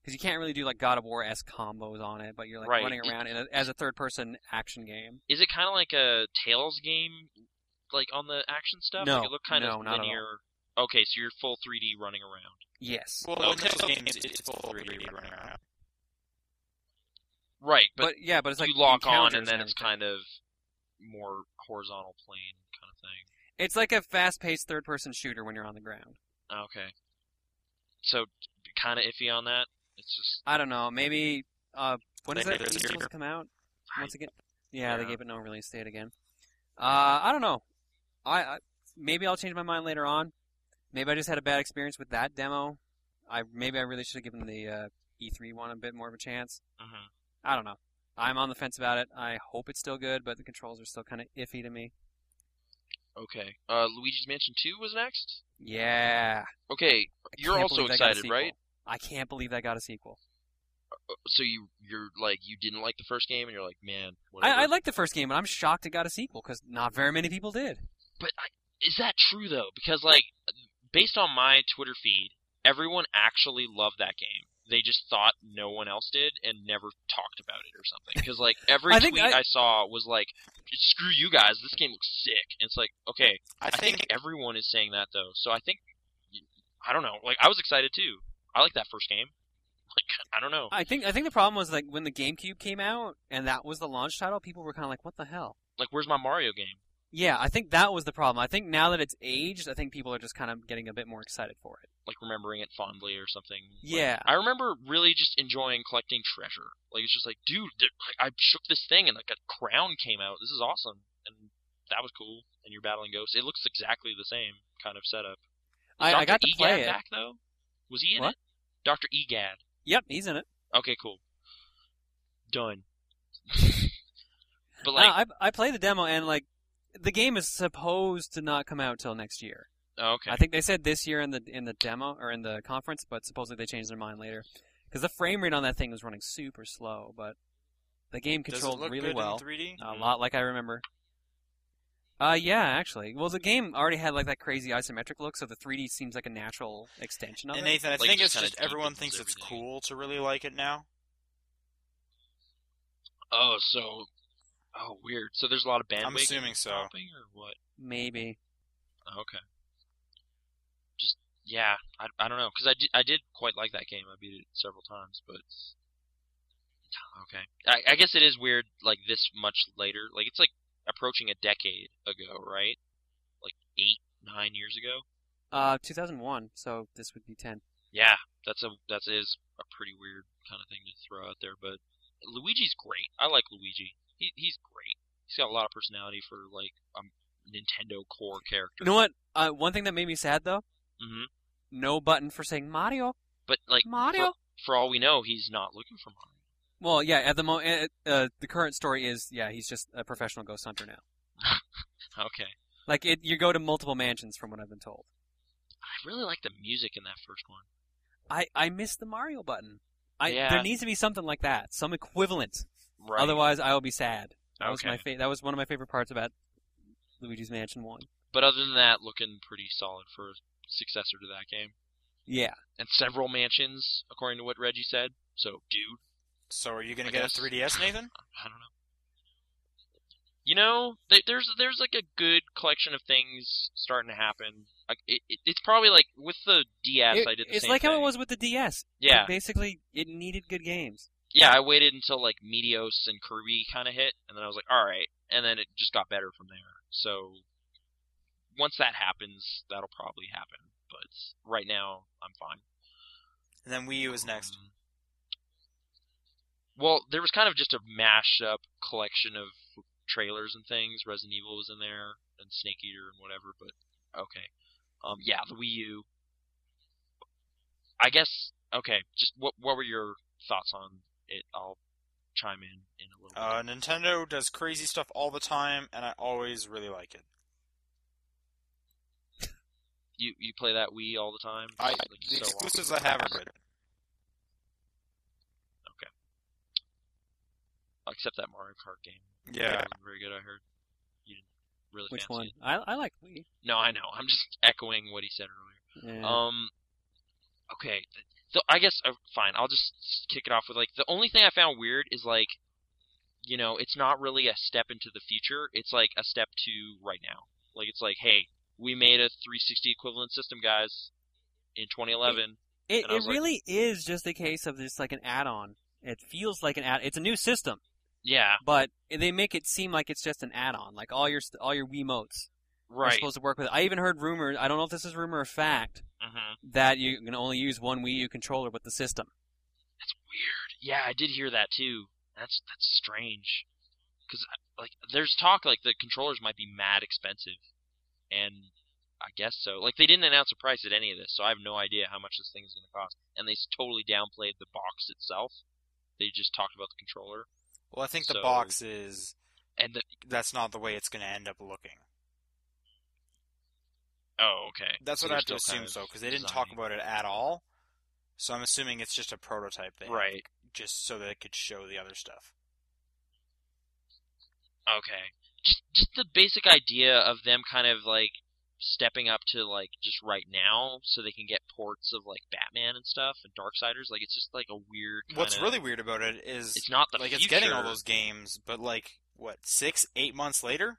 because you can't really do like God of War esque combos on it, but you're like Right. running around in a, as a third person action game. is it kind of like a Tails game, like on the action stuff? No, like, it looked kind no, of not at all. linear. Okay, so you're full 3D running around. Yes, Well, Okay. in Nintendo's games, it- it's full 3D running around. Right, but, but, yeah, but it's like you lock on encounters and then it's everything. kind of more horizontal plane kind of thing. It's like a fast paced third person shooter when you're on the ground. Ah, Okay, so kind of iffy on that. It's just I don't know. Maybe uh, when is Later that this game year. supposed to come out? Once again, yeah, they Yeah. gave it no release date again. Uh, I don't know. I, I maybe I'll change my mind later on. Maybe I just had a bad experience with that demo. I maybe I really should have given the uh, E3 one a bit more of a chance. mhm. I don't know. I'm on the fence about it. I hope it's still good, but the controls are still kind of iffy to me. okay. Uh, Luigi's Mansion 2 was next. Yeah, Okay, I You're can't also believe that got a excited, sequel. right? I can't believe that got a sequel. so you you're like you didn't like the first game and you're like man I, I whatever. liked the first game, but I'm shocked it got a sequel because not very many people did. but I, is that true though because like based on my twitter feed everyone actually loved that game they just thought no one else did and never talked about it or something because like every I think tweet I- I... saw was like screw you guys this game looks sick and it's like okay I i think, think everyone is saying that though so i think i don't know like i was excited too i like that first game like i don't know I think I think the problem was like when the GameCube came out and that was the launch title, people were kind of like, "What the hell?" like where's my mario game Yeah, I think that was the problem. I think now that it's aged, I think people are just kind of getting a bit more excited for it. like remembering it fondly or something. Like, Yeah. I remember really just enjoying collecting treasure. Like it's just like, dude, th- I I shook this thing and like a crown came out. This is awesome, and that was cool. And you're battling ghosts. It looks exactly the same kind of setup. Is I, I Dr. got to Egad play it. back though. Was he in it? What? Doctor Egad. Yep, he's in it. Okay, cool. Done. but like, Uh, I I played the demo and like the game is supposed to not come out till next year. Okay. I think they said this year in the in the demo or in the conference, but supposedly they changed their mind later because the frame rate on that thing was running super slow. But the game Does it controlled look really good well, in 3D? a lot like I remember. Uh, yeah, actually. Well, the game already had like that crazy isometric look, so the 3D seems like a natural extension of And it. Nathan, I Like, think just it's kinda just everyone deepens thinks it's everything. cool to really like it now. Oh, so oh weird. So there's a lot of bandwagon. I'm assuming so. hopping or what? Maybe. Oh, okay. Just yeah, I, I don't know because I, di- I did quite like that game. I beat it several times, but okay. I, I guess it is weird like this much later. Like it's like approaching a decade ago, right? Like eight nine years ago. Uh, 2001. So this would be 10. Yeah, that's a that is a pretty weird kind of thing to throw out there. But Luigi's great. I like Luigi. He he's great. He's got a lot of personality for like a Nintendo core character. You know what? Uh, one thing that made me sad though, hmm no button for saying Mario, But like Mario. for all we know, he's not looking for Mario. Well, yeah. At the mo, uh, uh, the current story is yeah, he's just a professional ghost hunter now. Okay. Like it, you go to multiple mansions from what I've been told. I really like the music in that first one. I I miss the Mario button. I Yeah. there needs to be something like that, some equivalent. Right. Otherwise, I will be sad. That was okay. my fa- that was one of my favorite parts about Luigi's Mansion One. But other than that, looking pretty solid for a successor to that game. Yeah, And several mansions, according to what Reggie said. So, dude, So are you going I to get guess. a 3DS, Nathan? I don't know. You know, th- there's there's like a good collection of things starting to happen. Like it, it, it's probably like with the DS, It- I did the it's same like how it thing. was with the DS. Yeah, Like, basically, it needed good games. yeah. I waited until like Meteos and Kirby kind of hit, and then I was like, all right, and then it just got better from there. So once that happens, that'll probably happen. But right now, I'm fine. And then Wii U is next. Um, Well, there was kind of just a mashed up collection of trailers and things. Resident Evil was in there, and Snake Eater and whatever. But okay, um, yeah, the Wii U. I guess okay. Just what what were your thoughts on it? I'll chime in in a little. Uh, Nintendo does crazy stuff all the time, and I always really like it. bit. You you play that Wii all the time. I, Like, the so often. exclusives I have are good. except that Mario Kart game. Yeah. That wasn't very good. I heard. You didn't really. Which fancy one? it. I I like Wii. No, I know. I'm just echoing what he said earlier. Yeah. Um, okay. th- So I guess uh, fine. I'll just s- kick it off with like the only thing I found weird is like, you know, it's not really a step into the future. It's like a step to right now. Like it's like, hey, we made a 360 equivalent system, guys, in 2011. It, And I it was like- really is just a case of just like an add-on. It feels like an add. It's a new system, yeah, but they make it seem like it's just an add-on. Like all your st- all your Wiimotes are right. supposed to work with. It. I even heard rumors. I don't know if this is rumor or fact Mhm. that you can only use one Wii U controller with the system. That's weird. Yeah, I did hear that too. That's that's strange. Cuz like there's talk like the controllers might be mad expensive. And I guess so. Like they didn't announce a price at any of this, so I have no idea how much this thing is going to cost. And they s- totally downplayed the box itself. They just talked about the controller Well, I think the So- box is. and the That's not the way it's going to end up looking. Oh, okay. That's So what I they're have to still assume, kind so, of because they didn't talk designing. about it at all. So I'm assuming it's just a prototype thing. Right. Just so that it could show the other stuff. Okay. Just just the basic idea of them kind of like stepping up to like just right now so they can get ports of like Batman and stuff and Darksiders. Like it's just like a weird kind What's really weird about it is it's not the like future it's getting all those games, but like what six, eight months later,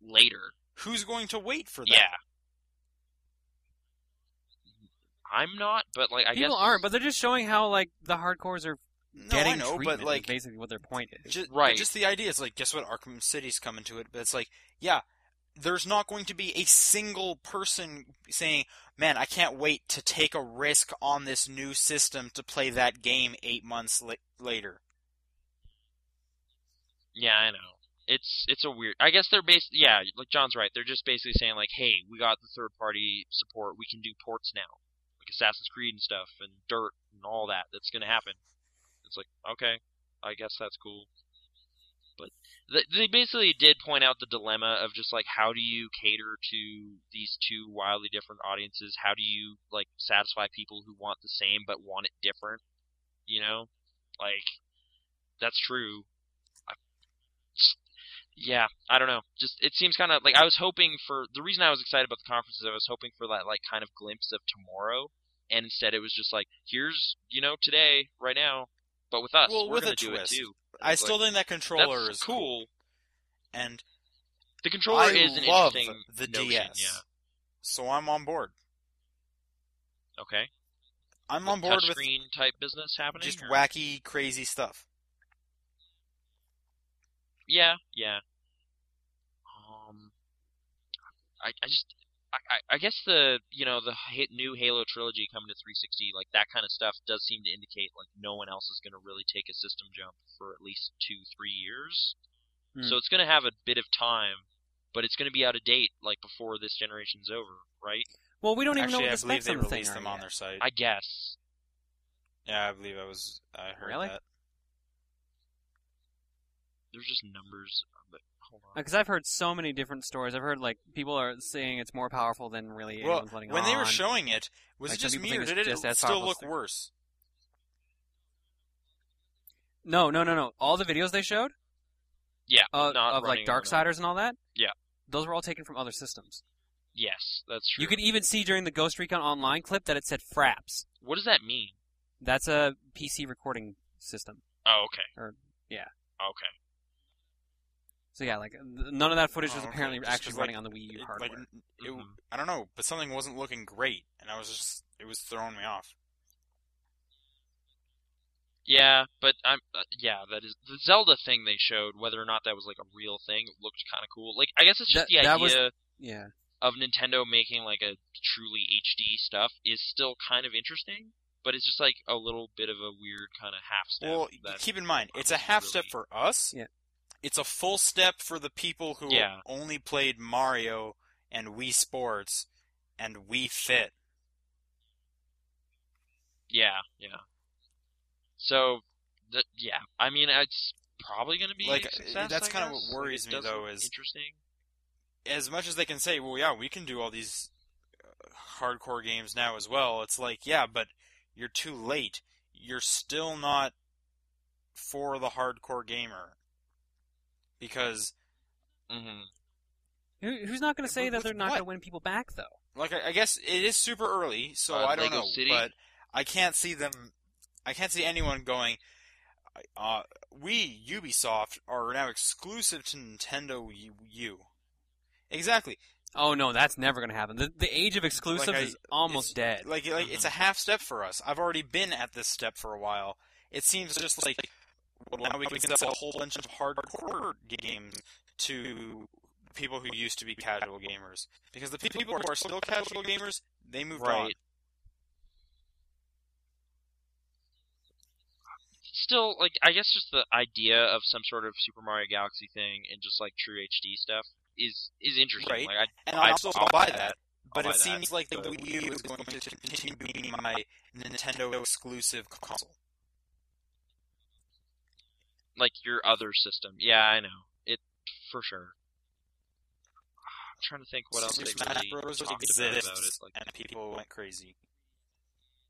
later. who's going to wait for that? Yeah. I'm not, but like I People guess aren't, but they're just showing how like the hardcores are no, getting I know, treatment. but is like basically what their point is. just, Right. just the idea is like, guess what? Arkham City's coming to it, but it's like, yeah, there's not going to be a single person saying, "Man, I can't wait to take a risk on this new system to play that game eight months la- later." yeah, I know. It's it's a weird. I guess they're based. Yeah, like John's right. They're just basically saying like, hey, we got the third party support. We can do ports now, like Assassin's Creed and stuff, and Dirt and all that. That's gonna happen. It's like okay, I guess that's cool. But th- they basically did point out the dilemma of just like how do you cater to these two wildly different audiences? How do you like satisfy people who want the same but want it different? You know, like that's true. I, yeah, I don't know. Just it seems kind of like I was hoping for the reason I was excited about the conference is I was hoping for that like kind of glimpse of tomorrow, and instead it was just like here's you know today right now, but with us Well, we're with gonna a do twist. it too. I It's still like, think that controller that's is cool. and The controller I is an love interesting the notion, DS. Yeah. So I'm on board. Okay. I'm on board with touchscreen type business happening. just or- wacky, crazy stuff. Yeah, yeah. Um, I, I just, I, I, I guess the, you know, the hit new Halo trilogy coming to 360, like that kind of stuff, does seem to indicate like no one else is going to really take a system jump for at least two, three years. Hmm. So it's going to have a bit of time, but it's going to be out of date like before this generation's over, right? Well, we don't even Actually, know I what the believe specs they on the thing released are them yet. on their site. I guess. Yeah, I believe I was. I heard Really? that. There's just numbers. But hold on. Because Uh, I've heard so many different stories. I've heard like people are saying it's more powerful than really Well, anyone's letting when on. they were showing it, was Like, it some just people me think or it's did it just as still powerful look as- worse? no, no, no, no. All the videos they showed Yeah, uh, not of like running on Darksiders and all that. Yeah. those were all taken from other systems. a- Yes, that's true. You could e even see during the Ghost Recon Online clip that it said Fraps. What does that mean? That's a PC recording system. Oh, okay. Or- yeah. Okay. So yeah, like th- none of that footage Oh, was okay. apparently Just 'cause, actually like, running on the Wii It, U like, hardware. n- it- Mm-hmm. Mhm. I don't know, but something wasn't looking great, and I was just. It was throwing me off. Yeah, but I'm uh, yeah. That is the Zelda thing they showed. Whether or not that was like a real thing, it looked kind of cool. Like I guess it's just That- the idea that was- yeah, of Nintendo making like a truly HD stuff is still kind of interesting, but it's just like a little bit of a weird kind of half step. well, that- keep in mind, I it's a was half step really- for us. Yeah. It's a full step for the people who Yeah. only played Mario and Wii Sports and Wii Fit. yeah, yeah. So, th- yeah. I mean, it's probably going to be Like, a success, that's I kinda what guess. Like, worries it me, does though, look is- interesting. as much as they can say, well, yeah, we can do all these uh, hardcore games now as well. It's like, yeah, but you're too late. You're still not for the hardcore gamer because, hmm Who, who's not going to say With- that with they're not what? going to win people back though? like, I, I guess it is super early, so Uh, I don't Lego know, City? but I can't see them. I can't see anyone going. Uh, we Ubisoft are now exclusive to Nintendo U. U." Exactly. Oh no, that's never going to happen. The, the age of exclusives I- is almost it's- dead. Like, like it's a Uh-huh. half step for us. I've already been at this step for a while. It seems just like well, now we can sell a whole bunch of hardcore games to people who used to be casual gamers. Because the people who are still casual gamers, they moved on. Right. Still, like I guess just the idea of some sort of Super Mario Galaxy thing and just like true HD stuff is is interesting. Right. Like I And I'll- I'll also I'll buy buy that. that. But I'll it buy that. seems like the But- Wii U is going to continue being my Nintendo exclusive console. like your other system. Yeah, I know it for sure. I'm trying to think what else they Super Smash really Bros. talked about exists, about it. Like, and people went crazy.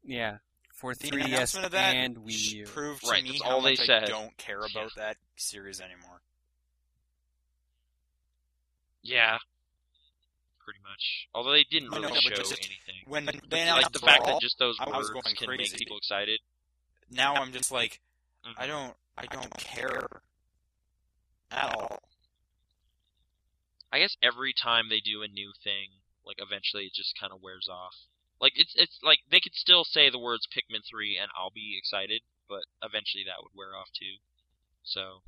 Yeah, for The 3DS announcement of that and Wii U. proved to Right, me that's how all they much I said. don't care about that series anymore. yeah, pretty much. Although they didn't I really know, but show just- anything. When they announced Like the fact Brawl, that just those I words was going can crazy. make people excited. now I'm just like Mhm. I don't I don't care at all. I guess every time they do a new thing, like eventually it just kind of wears off. Like it's it's like they could still say the words Pikmin three and I'll be excited, but eventually that would wear off too. So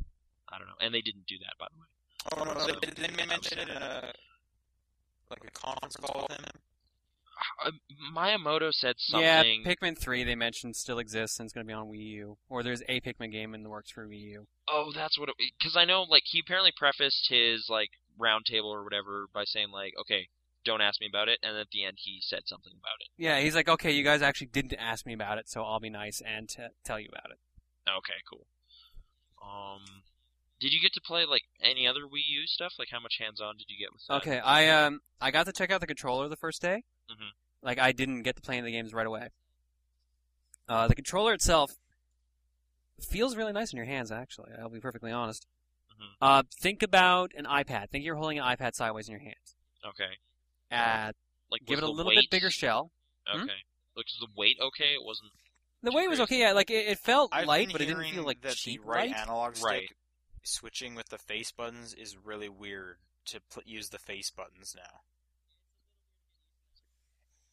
I don't know, and they didn't do that by the way. Oh no, no, So- they, they may mention it in a like a conference call with him. Uh, Miyamoto said Yeah, something. Pikmin 3 they mentioned still exists and it's going to be on Wii U. Or there's a Pikmin game in the works for Wii U. oh, that's what. Because I know like he apparently prefaced his like roundtable or whatever by saying like, okay, don't ask me about it, and at the end he said something about it. Yeah, he's like, okay, you guys actually didn't ask me about it, so I'll be nice and t- tell you about it. Okay, cool. Um, Did you get to play like any other Wii U stuff? Like how much hands-on did you get with that? Okay, I um I got to check out the controller the first day. Mhm. Mm-hmm. Like I didn't get to play any of the games right away. Uh, the controller itself feels really nice in your hands. Actually, I'll be perfectly honest. Mm-hmm. Mhm. Uh, think about an iPad. Think you're holding an iPad sideways in your hands. Okay. Uh, Like give was it a the little weight, bit bigger shell. Okay. hmm? Like was the weight okay? It wasn't. The weight was okay. Yeah, like it, it felt I've light, been but it didn't feel hearing like that cheap the right, light. analog stick Right. switching with the face buttons is really weird to pl- use the face buttons now.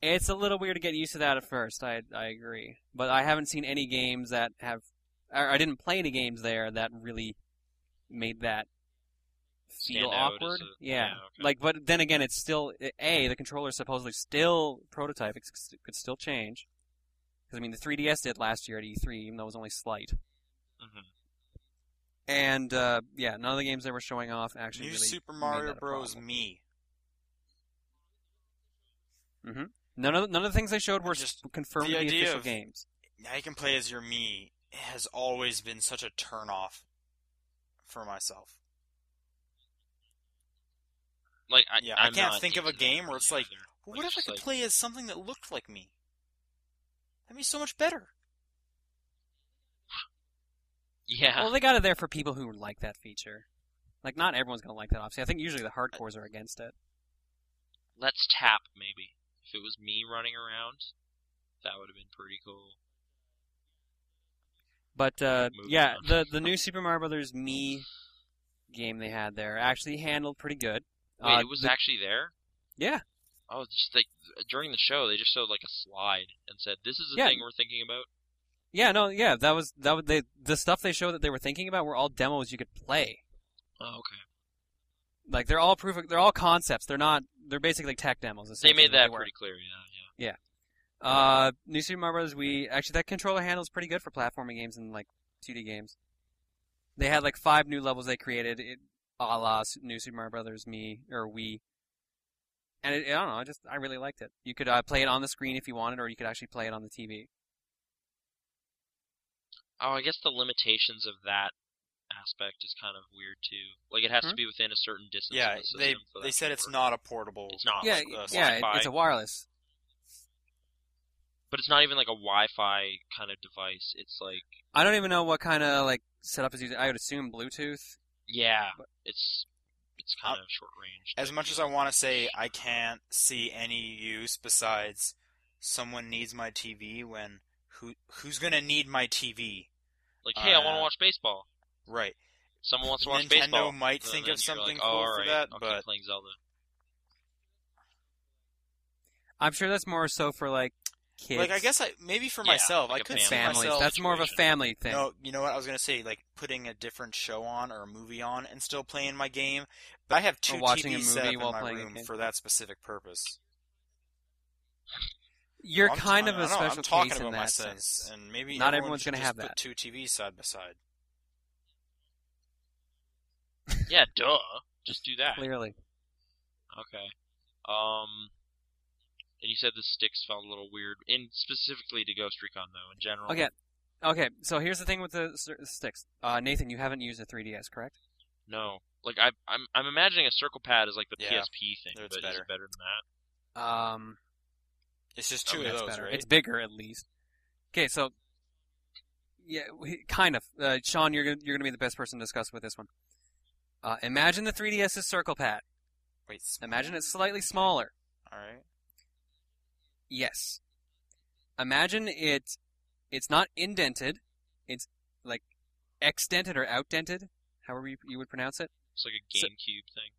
It's a little weird to get used to that at first. I I agree, but I haven't seen any games that have, or I didn't play any games there that really made that feel Stand out as awkward. a- yeah, yeah, okay. like but then again, it's still a the controller's supposedly still prototype. It s- could still change because I mean the 3DS did last year at E3, even though it was only slight. Mhm. And uh, yeah, none of the games they were showing off actually New really Super made Mario that a Bros. problem. Me. None of none of the things they showed were Just s- confirmed the to be idea official of- games. Now you can play as your me. It has always been such a turnoff for myself. Like I, Yeah, I I'm can't not think of a into that game where it's really like, either. Well, Like, what if I just could like- play as something that looked like me? That'd be so much better. Yeah. Well, they got it there for people who like that feature. Like, not everyone's gonna like that. Obviously, I think usually the hardcores are against it. Let's tap maybe. If it was me running around, that would have been pretty cool. But uh, Moving yeah, on. the the new Super Mario Brothers Me game they had there actually handled pretty good. Wait, Uh, it was the- actually there. yeah, Oh, it's just like during the show, they just showed like a slide and said, "This is a Yeah. thing we're thinking about." yeah, no, yeah. That was that was they the stuff they showed that they were thinking about were all demos you could play. Oh, okay. Like they're all proof. They're all concepts. They're not. They're basically tech demos. They essentially, made they that were. pretty clear. Yeah, yeah. Uh, New Super Mario Bros. We actually that controller handles pretty good for platforming games and like 2D games. They had like five new levels they created, it, a la Su- New Super Mario Brothers, me or we. And it, I don't know, I just I really liked it. You could uh, play it on the screen if you wanted, or you could actually play it on the TV. Oh, I guess the limitations of that aspect is kind of weird too. Like it has to be within a certain distance. Hmm? Yeah, of the they system for that they to said it's work. not a portable. It's not. yeah, like, it- uh, yeah, it- Wi-Fi, it's a wireless. but it's not even like a Wi-Fi kind of device. It's like I don't even know what kind of like setup is using. I would assume Bluetooth. yeah, it's it's kind Uh, of short range. As much as I want to say, I can't see any use besides someone needs my TV. When who who's gonna need my TV? like, hey, I want uh, to watch baseball. Right. Someone wants to watch Nintendo baseball. might So think then of you're something like, oh, cool all for right, that, I'll keep but playing Zelda. I'm sure that's more so for like kids. Like I guess I maybe for Yeah, myself, like I a could see families. myself. That's more of a situation. family thing. No, you know what I was gonna say, like putting a different show on or a movie on and still playing my game. But I have two watching a TVs movie set up in while my playing a room game. for that specific purpose. You're Well, I'm- kind I of a don't know, special I'm talking case about in that my sense. sense, and maybe Not everyone everyone's should gonna just have put that. two TVs side by side. yeah, duh. Just do that. Clearly, Okay. Um. And you said the sticks felt a little weird, in specifically to Ghost Recon though. In general, Okay. Okay, so here's the thing with the s- sticks. Uh, Nathan, you haven't used a 3DS, correct? No, like I, I'm I'm imagining a circle pad is like the Yeah, PSP thing, it's but is better. it better than that? Um, It's just Oh, two of that's those, better. right? It's bigger at least. Okay, so yeah, we, kind of. Uh, Sean, you're gonna, you're going to be the best person to discuss with this one. Uh, imagine the 3DS's circle pad. Wait, s- Imagine it's slightly smaller. all right. Yes. Imagine it. It's not indented. It's like exdented or outdented, however you, you would pronounce it. It's like a So- GameCube thing.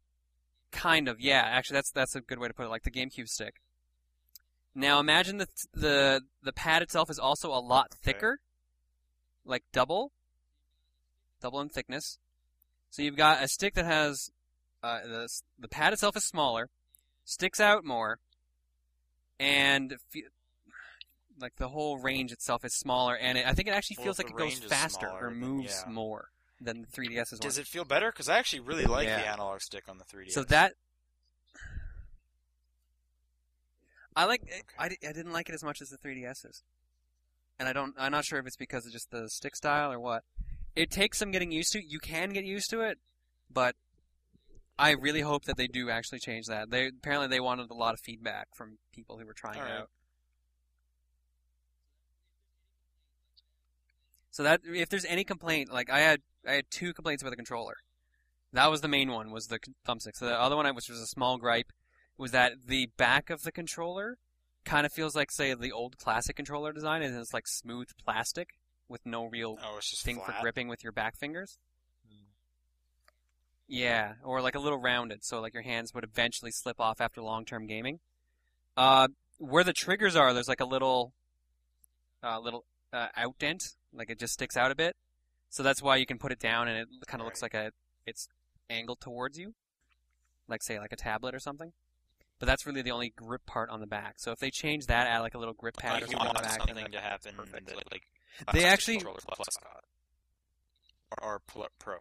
Kind of, yeah. Actually, that's that's a good way to put it. Like the GameCube stick. Now imagine that the the pad itself is also a lot Okay. thicker, like double, double in thickness. So you've got a stick that has uh, the s- the pad itself is smaller, sticks out more, and fe- like the whole range itself is smaller. And it, I think it actually Well, feels if like the it goes range is faster smaller, or then moves yeah. more than the 3DS's one. Does it feel better? Because I actually really like the Yeah. analog stick on the 3D. So that I like. I, di- I didn't like it as much as the 3DS's, and I don't. I'm not sure if it's because of just the stick style or what. it takes some getting used to. You can get used to it, but I really hope that they do actually change that. They apparently they wanted a lot of feedback from people who were trying All it right. out. So that if there's any complaint, like I had I had two complaints about the controller. That was the main one was the con- thumbstick. So the other one, I- which was a small gripe, was that the back of the controller kind of feels like say the old classic controller design, and it's like smooth plastic with no real Oh, it's just thing flat. for gripping with your back fingers. Hmm. Yeah, or like a little rounded, so like your hands would eventually slip off after long-term gaming. Uh, where the triggers are, there's like a little, uh, little uh, out dent, like it just sticks out a bit. So that's why you can put it down, and it kind of looks like a it's angled towards you, like say like a tablet or something. But that's really the only grip part on the back. So if they change that, add like a little grip pad Like, or you something on want the back, something and to happen. perfect. Like, like They plastic actually- controller plus, uh, or pl- pro.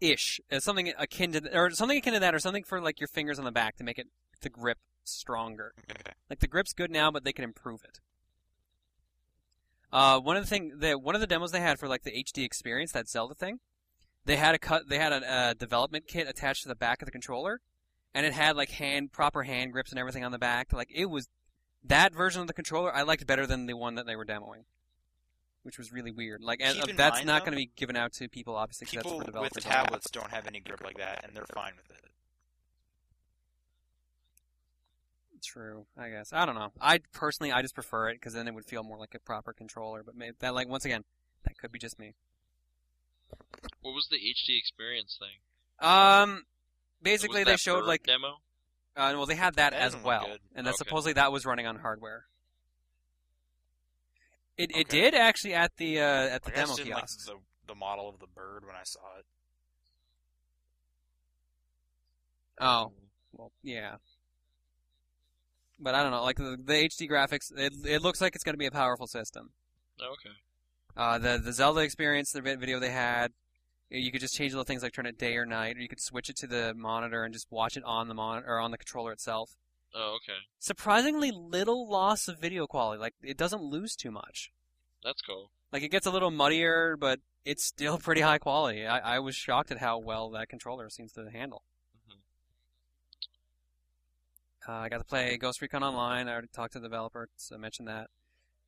ish, uh, something akin to th- or something akin to that, or something for like your fingers on the back to make it the grip stronger. Okay. Like the grip's good now, but they can improve it. Uh, one of the thing the one of the demos they had for like the HD experience, that Zelda thing, they had a cut. They had a, a development kit attached to the back of the controller, and it had like hand proper hand grips and everything on the back. Like it was that version of the controller I liked better than the one that they were demoing, which was really weird. Like and, Keep uh, in that's mind, not though, going to be given out to people obviously. 'cause People with that's for developers only. tablets don't have any grip like that, and they're fine with it. True, I guess. I don't know. I personally, I just prefer it because then it would feel more like a proper controller. But maybe that, like, once again, that could be just me. What was the HD experience thing? Um, Was basically, they that showed for like, demo. uh, well, they had that, That as doesn't look well, good. and that Okay. supposedly that was running on hardware. It it Okay. did actually at the uh, at the Like, I demo just didn't like kiosks. the, the model of the bird when I saw it. Oh, well, yeah. But I don't know, like the, the HD graphics, it it looks like it's going to be a powerful system. Oh, okay. Uh, the the Zelda experience, the vi- video they had, you could just change little things like turn it day or night, or you could switch it to the monitor and just watch it on the monitor or on the controller itself. Oh, okay. Surprisingly little loss of video quality. Like it doesn't lose too much. That's cool. Like it gets a little muddier, but it's still pretty high quality. I, I was shocked at how well that controller seems to handle. Mhm. Uh, I got to play Ghost Recon Online. I already talked to the developer, so I mentioned that.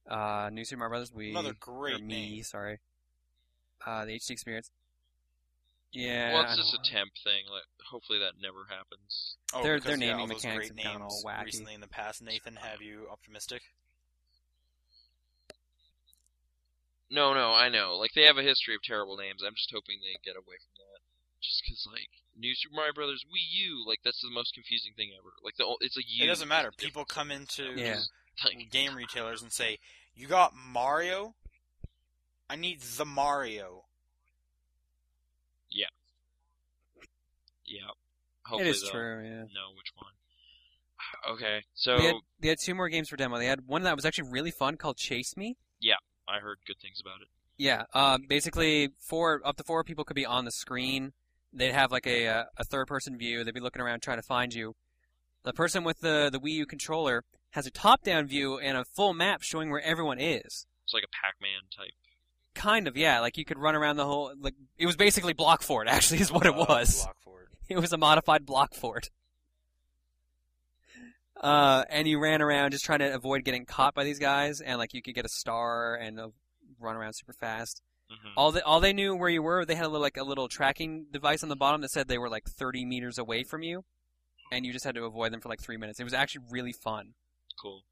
Uh, New Super Mario Brothers Wii Another or great me, name. sorry. Uh, the HD experience. Yeah. well, I it's just know. a temp thing. Like, hopefully that never happens. Oh, Their- because, their yeah, naming all those mechanics great have gotten all names wacky. recently in the past. Nathan, have you optimistic? No, no, I know. Like they have a history of terrible names. I'm just hoping they get away from that. Just because, like, New Super Mario Brothers Wii U, like that's the most confusing thing ever. Like the o- it's a U. It doesn't matter. People difference. come into Yeah. Mm. Like, game retailers and say, "You got Mario? I need the Mario." yeah. Hopefully it is they'll true. Yeah. Know which one. Okay, so They had, they had two more games for demo. They had one that was actually really fun called Chase Me. I heard good things about it. Yeah. Uh, basically, four up to four people could be on the screen. They'd have like a uh, a third person view. They'd be looking around trying to find you. The person with the the Wii U controller has a top down view and a full map showing where everyone is. It's like a Pac-Man type. Kind of, yeah. Like you could run around the whole. Like it was basically Block Fort. Actually, is what it Oh, Uh, was. Block Fort. It was a modified block fort. Uh, and you ran around just trying to avoid getting caught by these guys, and like you could get a star and uh, run around super fast. hmm All they all they knew where you were. They had a little like a little tracking device on the bottom that said they were like 30 meters away from you, and you just had to avoid them for like three minutes. It was actually really fun. Cool.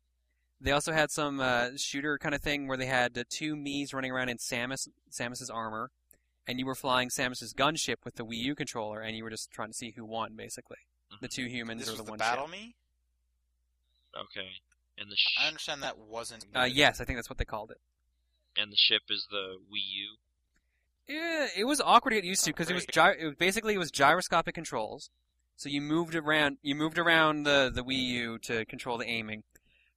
They also had some uh, shooter kind of thing where they had uh, two Mii's running around in Samus Samus's armor, and you were flying Samus's gunship with the Wii U controller, and you were just trying to see who won, basically. The two humans Mm-hmm. This or was the the one Battle ship. Me. Okay. And the I sh- understand that wasn't. Uh, good. yes, I think that's what they called it. and the ship is the Wii U. Yeah, Eh, it was awkward to get used to because it was gy- it was basically it was gyroscopic controls. So you moved around you moved around the the Wii U to control the aiming.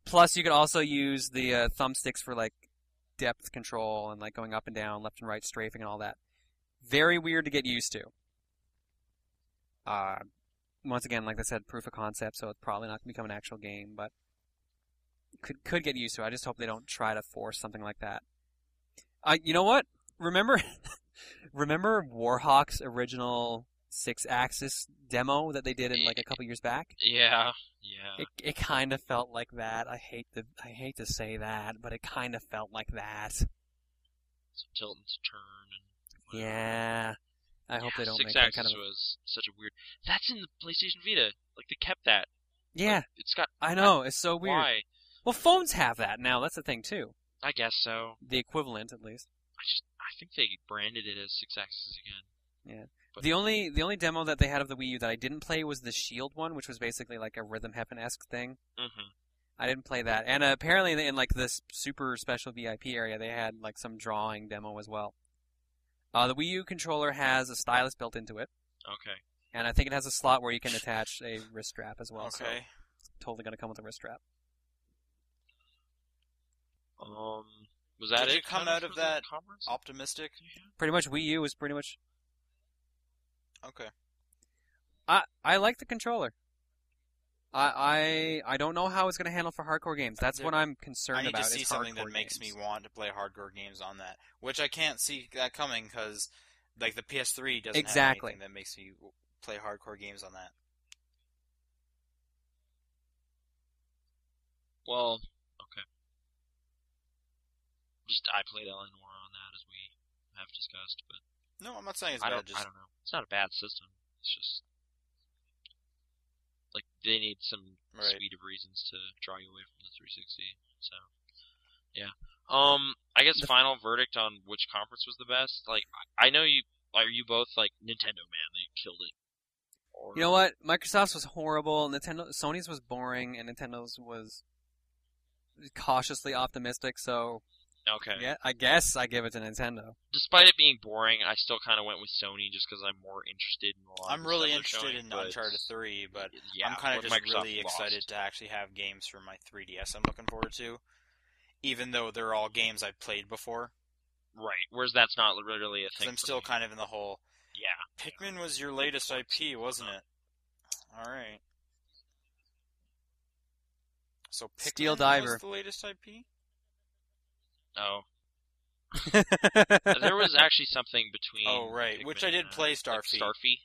Plus, you could also use the uh, thumbsticks for like depth control and like going up and down, left and right, strafing, and all that. Very weird to get used to. Uh, once again, like I said, proof of concept, so it's probably not going to become an actual game, but could could get used to. I just hope they don't try to force something like that. Uh, you know what? remember remember Warhawk's original six axis demo that they did in like a couple years back? Yeah, yeah. It, it kind of felt like that. I hate to I hate to say that, but it kind of felt like that. Some tilt and some turn. And whatever. Yeah. I hope Yeah, they don't six make that axis kind of. was such a weird. That's in the PlayStation Vita. Like they kept that. Yeah, Like, it's got I know. It's so weird. why. Well, phones have that now. That's the thing too. I guess so. The equivalent, at least. I just I think they branded it as six axis again. But- The only the only demo that they had of the Wii U that I didn't play was the Shield one, which was basically like a rhythm heaven esque thing. Mm-hmm. I didn't play that, and uh, apparently in like this super special VIP area, they had like some drawing demo as well. Uh, the Wii U controller has a stylus built into it, Okay. and I think it has a slot where you can attach a wrist strap as well. So okay. it's totally gonna come with a wrist strap. Um. Was that Did it? you come kinda, out of for the that conference? Optimistic. Pretty much, Wii U was pretty much. Okay. I I like the controller. I I I don't know how it's gonna handle for hardcore games. That's There- what I'm concerned I need about. to is see something that hardcore makes games. me want to play hardcore games on that, which I can't see that coming because, like, the PS3 doesn't Exactly. have anything that makes me w- play hardcore games on that. Well, okay. Just I played Ellen Noir on that as we have discussed, but No, I'm not saying it's I bad. don't. just I don't know. It's not a bad system. It's just like they need some Right. suite of reasons to draw you away from the 360. So yeah. Um, I guess The- final verdict on which conference was the best. Like I, I know you are you both like Nintendo man. They killed it. Or, You know what? Microsoft's was horrible. Nintendo, Sony's was boring, and Nintendo's was cautiously optimistic. So Okay. yeah, I guess I give it to Nintendo. Despite it being boring, I still kind of went with Sony just because I'm more interested in. A lot of I'm the really stuff they're interested in showing, but- Uncharted 3, but Yeah, I'm kind what of just Microsoft really lost. excited to actually have games for my 3DS. I'm looking forward to, even though they're all games I've played before. Right. Whereas that's not really a Because thing. I'm still kind of in the whole. Yeah. Pikmin was your latest IP, wasn't it? All right. So Pikmin Steel Diver. was the latest IP. Oh. Uh, there was actually something between. Oh right, which I Pikmin did and, play uh, like Starfy. Starfy.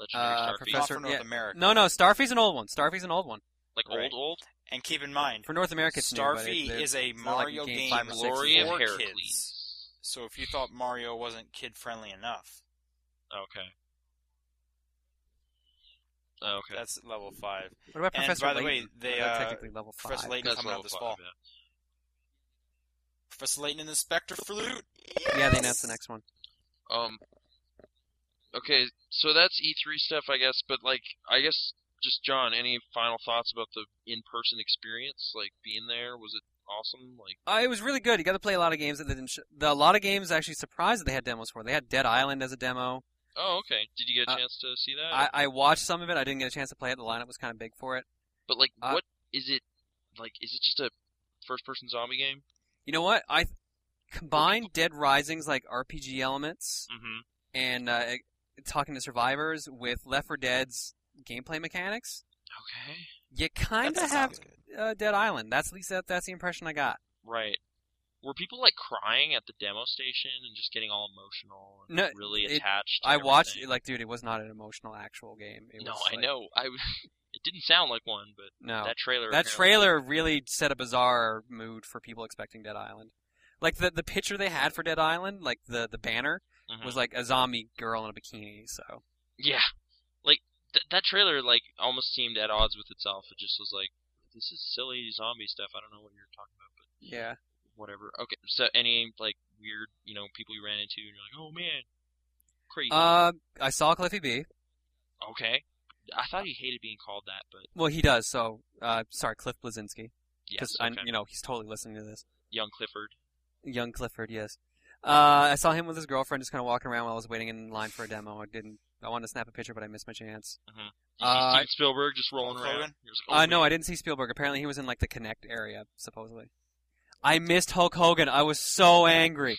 Legendary Uh, Starfy. Not Professor- for North yeah. America. no, no, Starfy's an old one. Starfy's an old one like right. old, old. And keep in mind, for North America. It's new, but Starfy it- it- is a it's not like Mario game game, five or six Glory of before. for Heracles. kids. So if you thought Mario wasn't kid friendly enough, Okay. Okay. that's level five. What about And Professor by the Layton? way, they, Although uh, technically level five. Professor Layton That's coming out level this five, fall. yeah. Professor Layton and the Spectre Flute. Yeah, they announced the next one. Um. Okay, so that's E3 stuff, I guess. But like, I guess just John, any final thoughts about the in-person experience? Like being there, was it awesome? Like, Uh, it was really good. You got to play a lot of games that they didn't. Sh- the, a lot of games actually surprised that they had demos for. They had Dead Island as a demo. oh, okay. Did you get Uh, a chance to see that? I, I watched some of it. I didn't get a chance to play it. The lineup was kind of big for it. But like, Uh, what is it? Like, is it just a first-person zombie game? You know what? I combined Dead Rising's like RPG elements Mm-hmm. and uh, talking to survivors with Left 4 Dead's gameplay mechanics. Okay. You kind That of have sounds good. uh, Dead Island. That's at least that, that's the impression I got. Right. Were people like crying at the demo station and just getting all emotional and No, really it- attached? to I watched it. everything? Like, dude, it was not an emotional actual game. It no, was, I like- know. I it didn't sound like one, but No, that trailer. that apparently- trailer really set a bizarre mood for people expecting Dead Island. Like the the picture they had for Dead Island, like the the banner Mhm. was like a zombie girl in a bikini. So Yeah. Like th- that trailer like almost seemed at odds with itself. It just was like this is silly zombie stuff. I don't know what you're talking about, but yeah, whatever. Okay. So any like weird, you know, people you ran into and you're like, "Oh man." Crazy. uh, I saw Cliffy B. okay. I thought he hated being called that, but Well, he does. So, uh, sorry, Cliff Blazinski, yes, because okay. you know he's totally listening to this. Young Clifford. Young Clifford, yes. Uh, I saw him with his girlfriend, just kind of walking around while I was waiting in line for a demo. I didn't. I wanted to snap a picture, but I missed my chance. You see Uh, Steven Spielberg just rolling Hulk around. Hogan? He was like, "Oh, Uh, no, I didn't see Spielberg. Apparently, he was in like the Connect area, supposedly. I missed Hulk Hogan. I was so angry.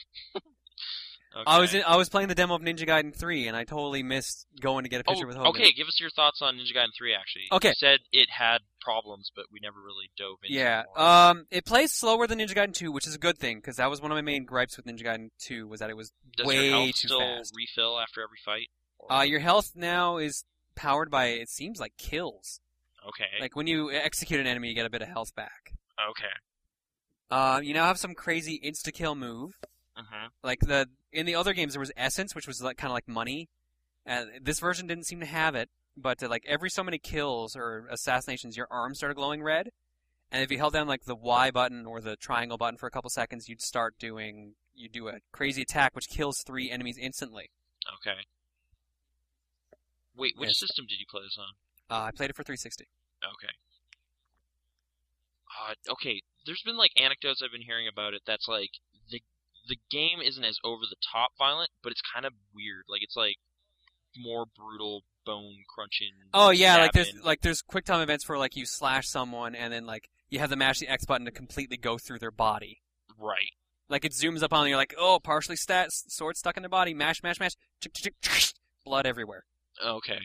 Okay. I was in, I was playing the demo of Ninja Gaiden 3, and I totally missed going to get a Oh, picture with Hogan. okay, give us your thoughts on Ninja Gaiden 3, actually. Okay. You said it had problems, but we never really dove into Yeah. it more. Um, it plays slower than Ninja Gaiden 2, which is a good thing because that was one of my main gripes with Ninja Gaiden 2 was that it was Does way your health too still fast. refill after every fight? Or- Uh, your health now is powered by it seems like kills. okay. Like when you execute an enemy, you get a bit of health back. okay. Uh, you now have some crazy insta kill move. Uh-huh. Like the in the other games there was essence, which was like kind of like money. And this version didn't seem to have it, but uh, like every so many kills or assassinations, your arms started glowing red. And if you held down like the Y button or the triangle button for a couple seconds, you'd start doing you do a crazy attack which kills three enemies instantly. Okay. Wait, which Yes. system did you play this on? Uh, I played it for 360. Okay. Uh, okay, there's been like anecdotes I've been hearing about it that's like the the game isn't as over the top violent, but it's kind of weird. Like it's like more brutal, bone crunching. Oh yeah, like there's like there's quick time events where like you slash someone and then like you have to mash the X button to completely go through their body. right. Like it zooms up on you, you're like, oh, partially stat sword stuck in their body, mash, mash, mash, chick, chick, chick, blood everywhere. Okay.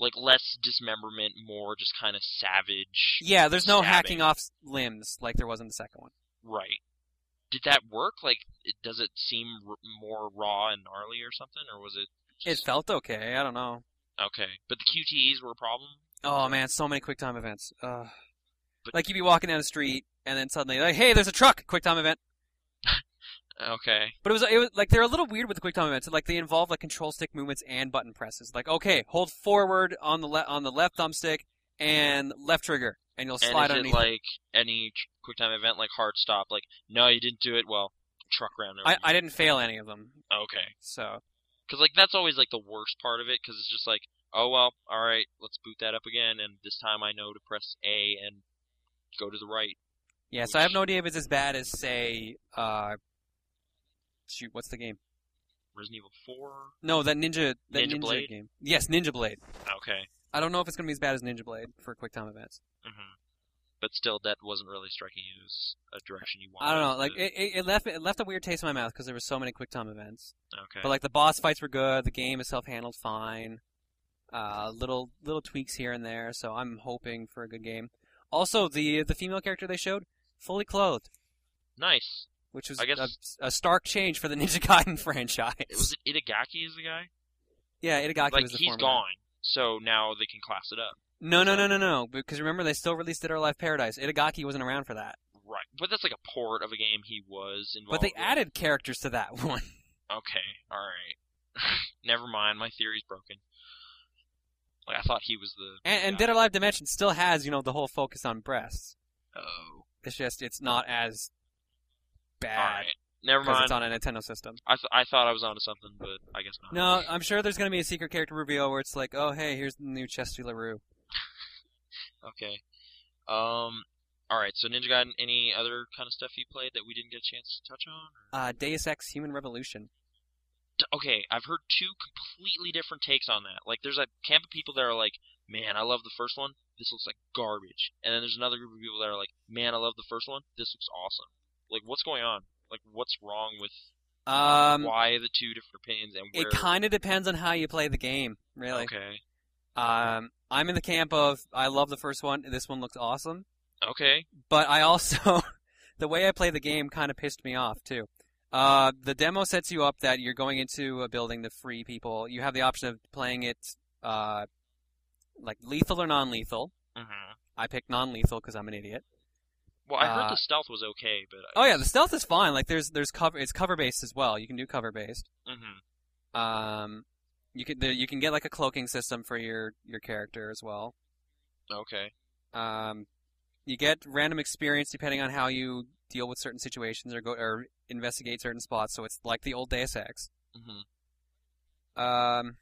Like less dismemberment, more just kind of savage. Yeah, there's no stabbing. hacking off s- limbs like there was in the second one. Right. Did that work? Like, it, does it seem r- more raw and gnarly or something, or was it? It Just... felt okay. I don't know. Okay, but the QTEs were a problem. Oh man, so many quick time events. Ugh. But- Like you'd be walking down the street and then suddenly like, hey, there's a truck, quick time event. Okay. But it was, it was like they're a little weird with the quick time events. Like they involve like control stick movements and button presses. Like okay, hold forward on the le- on the left thumbstick and left trigger, and you'll slide and is underneath. it like any tr- QuickTime event, like hard stop? Like, no, you didn't do it. Well, truck round. I, I didn't fail any of them, Okay, so because like that's always like the worst part of it, because it's just like, oh well, all right, let's boot that up again, and this time I know to press A and go to the right. yeah. So I have no idea if it's as bad as say, uh, shoot, what's the game? Resident Evil Four. No, that ninja that Ninja ninja, Blade? game. Yes, Ninja Blade. Okay. I don't know if it's gonna be as bad as Ninja Blade for quick time events. hmm But still, that wasn't really striking you as a direction you wanted. I don't know. Like to- it, it, it left it left a weird taste in my mouth because there were so many quick time events. okay. But like the boss fights were good. The game is self-handled fine. Uh, little little tweaks here and there. So I'm hoping for a good game. Also, the the female character they showed fully clothed, nice. which was I guess- a, a stark change for the Ninja Gaiden franchise. Was it Itagaki is the guy? yeah, Itagaki like was the he's former. gone, so now they can class it up. No, no, no, no, no. Because remember, they still released Dead or Alive Paradise. Itagaki wasn't around for that, Right. But that's like a port of a game he was but involved. they with. added characters to that one. Okay, alright. Never mind, my theory's broken. Like I thought he was the And, and guy. Dead or Alive Dimension still has, you know, the whole focus on breasts. Oh. It's just it's not as bad Alright. Never because mind. it's on a Nintendo system. I th- I thought I was onto something, but I guess not. No, I'm sure there's gonna be a secret character reveal where it's like, oh hey, here's the new Chesty Larue. Okay. Um alright, so Ninja Gaiden any other kind of stuff you played that we didn't get a chance to touch on? Uh, Deus Ex: Human Revolution. D- okay, I've heard two completely different takes on that. Like, there's a camp of people that are like, man, I love the first one. This looks like garbage. And then there's another group of people that are like, man, I love the first one. This looks awesome. Like, what's going on? Like, what's wrong with Um, why the two different opinions and where? it kind of depends on how you play the game, really. okay, Um, I'm in the camp of I love the first one. This one looks awesome, okay, but I also the way I play the game kind of pissed me off too. Uh, the demo sets you up that you're going into a building to free people. You have the option of playing it uh, like lethal or non-lethal. hmm I picked non-lethal because I'm an idiot. Well, I heard Uh, the stealth was okay, but Oh yeah, the stealth is fine. Like there's there's cover. It's cover based as well. You can do cover based. hmm Um, you can there, you can get like a cloaking system for your your character as well. okay, Um, you get random experience depending on how you deal with certain situations or go or investigate certain spots. So it's like the old Deus Ex. hmm Um,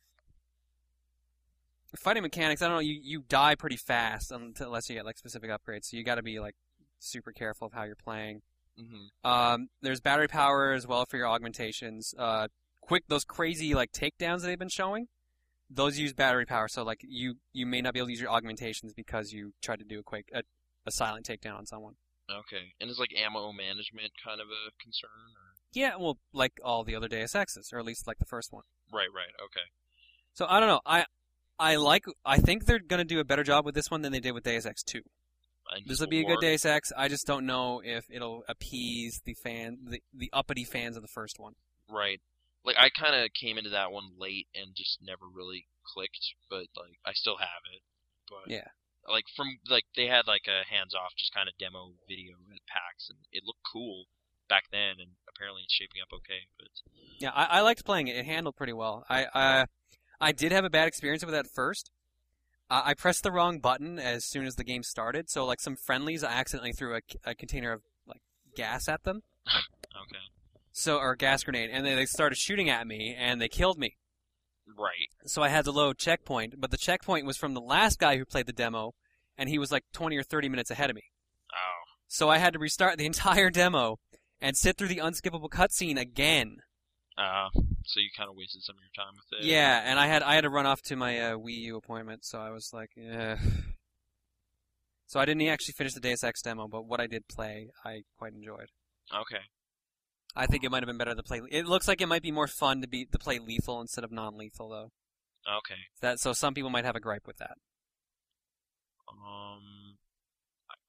fighting mechanics. I don't know. You you die pretty fast unt- unless you get like specific upgrades. So you got to be like super careful of how you're playing. hmm Um, there's battery power as well for your augmentations. Uh, quick those crazy like takedowns that they've been showing. Those use battery power, so like you you may not be able to use your augmentations because you tried to do a quick a, a silent takedown on someone. okay. And it's like ammo management kind of a concern. Or... Yeah, well, like all the other Deus Exes, or at least like the first one. Right, right, okay. So I don't know. I I like. I think they're gonna do a better job with this one than they did with Deus Ex Two. And This just will be a good war- Deus Ex. I just don't know if it'll appease the fan, the, the uppity fans of the first one. Right. Like I kind of came into that one late and just never really clicked, but like I still have it. But Yeah. like from like they had like a hands-off just kind of demo video at PAX, and it looked cool back then, and apparently it's shaping up okay. But Yeah, I, I liked playing it. It handled pretty well. I I, I did have a bad experience with that first. I, I pressed the wrong button as soon as the game started, so like some friendlies, I accidentally threw a, a container of like gas at them, okay, so or a gas grenade, and then they started shooting at me and they killed me. right, So I had to load checkpoint, but the checkpoint was from the last guy who played the demo, and he was like 20 or 30 minutes ahead of me. oh, So I had to restart the entire demo and sit through the unskippable cutscene again. uh, so you kind of wasted some of your time with it. Yeah, and I had I had to run off to my uh, Wii U appointment, so I was like, eh. So I didn't e, actually finish the Deus Ex demo, but what I did play, I quite enjoyed. Okay. I think it might have been better to play. It looks like it might be more fun to be to play lethal instead of non-lethal, though. Okay. That so some people might have a gripe with that. Um.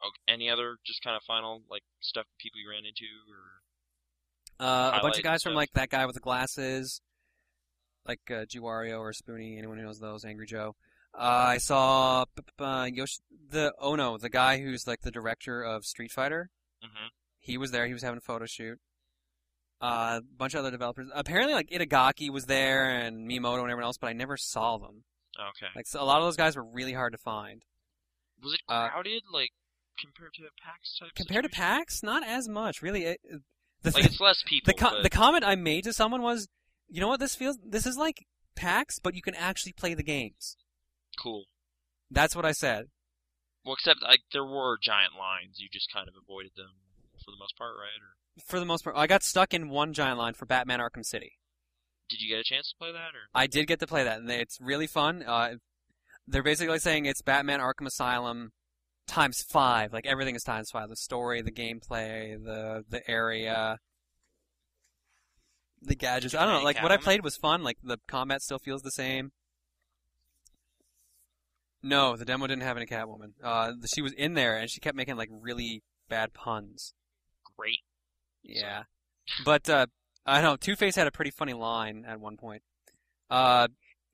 o- Any other just kind of final like stuff people you ran into or Uh, a bunch Highlights of and guys from stuff. like that guy with the glasses, like uh, Juario or Spoonie, anyone who knows those, Angry Joe. Uh, I saw p- p- uh, Yosh- the oh no, the guy who's like the director of Street Fighter. Mm-hmm. hmm He was there. He was having a photo shoot. A uh, bunch of other developers. Apparently, like Itagaki was there and Miyamoto and everyone else, but I never saw them. Okay. Like so a lot of those guys were really hard to find. Was it Uh, crowded like compared to PAX type? Compared to situation? PAX, not as much really. It, it- the like it's less people. the com- but, the comment I made to someone was, you know what this feels? This is like PAX, but you can actually play the games. cool. That's what I said. Well, except like there were giant lines. You just kind of avoided them for the most part, right? Or For the most part, I got stuck in one giant line for Batman: Arkham City. did you get a chance to play that? Or I did get to play that, and it's really fun. Uh, they're basically saying it's Batman: Arkham Asylum times five. Like everything is times five: the story, the gameplay, the the area, the gadgets. I don't know. play Like what I Catwoman? played was fun. Like the combat still feels the same. No, the demo didn't have any Catwoman. Uh, she was in there, and she kept making like really bad puns. great. Yeah. But uh, I don't know. Two Face had a pretty funny line at one point. Uh,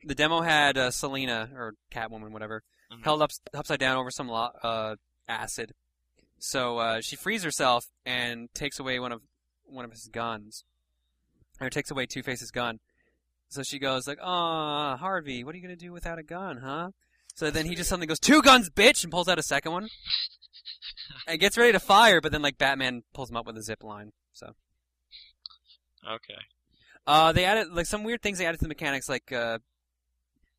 the demo had uh, Selena or Catwoman, whatever, Mhm. held up upside down over some lo- uh, acid. So uh, she frees herself and takes away one of one of his guns, or takes away Two Face's gun. So she goes like, "Ah, Harvey, what are you gonna do without a gun, huh?" So then he just suddenly goes, two guns, bitch!" and pulls out a second one, and gets ready to fire. But then like Batman pulls him up with a zip line. So Okay. uh, they added like some weird things they added to the mechanics, like uh,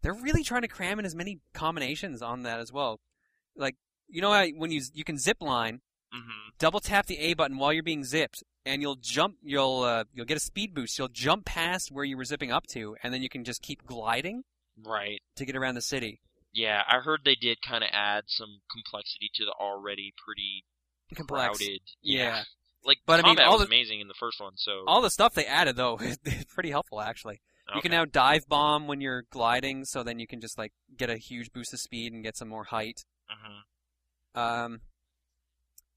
they're really trying to cram in as many combinations on that as well. Like you know how when you z- you can zip line, Mm-hmm. double tap the A button while you're being zipped, and you'll jump. You'll uh, you'll get a speed boost. You'll jump past where you were zipping up to, and then you can just keep gliding Right. to get around the city. Yeah, I heard they did kind of add some complexity to the already pretty Complex. crowded. Yeah. Like But I mean, combat all was the- amazing in the first one, so All the stuff they added though is pretty helpful actually. You okay. can now dive bomb when you're gliding, so then you can just like get a huge boost of speed and get some more height. Mhm. Um,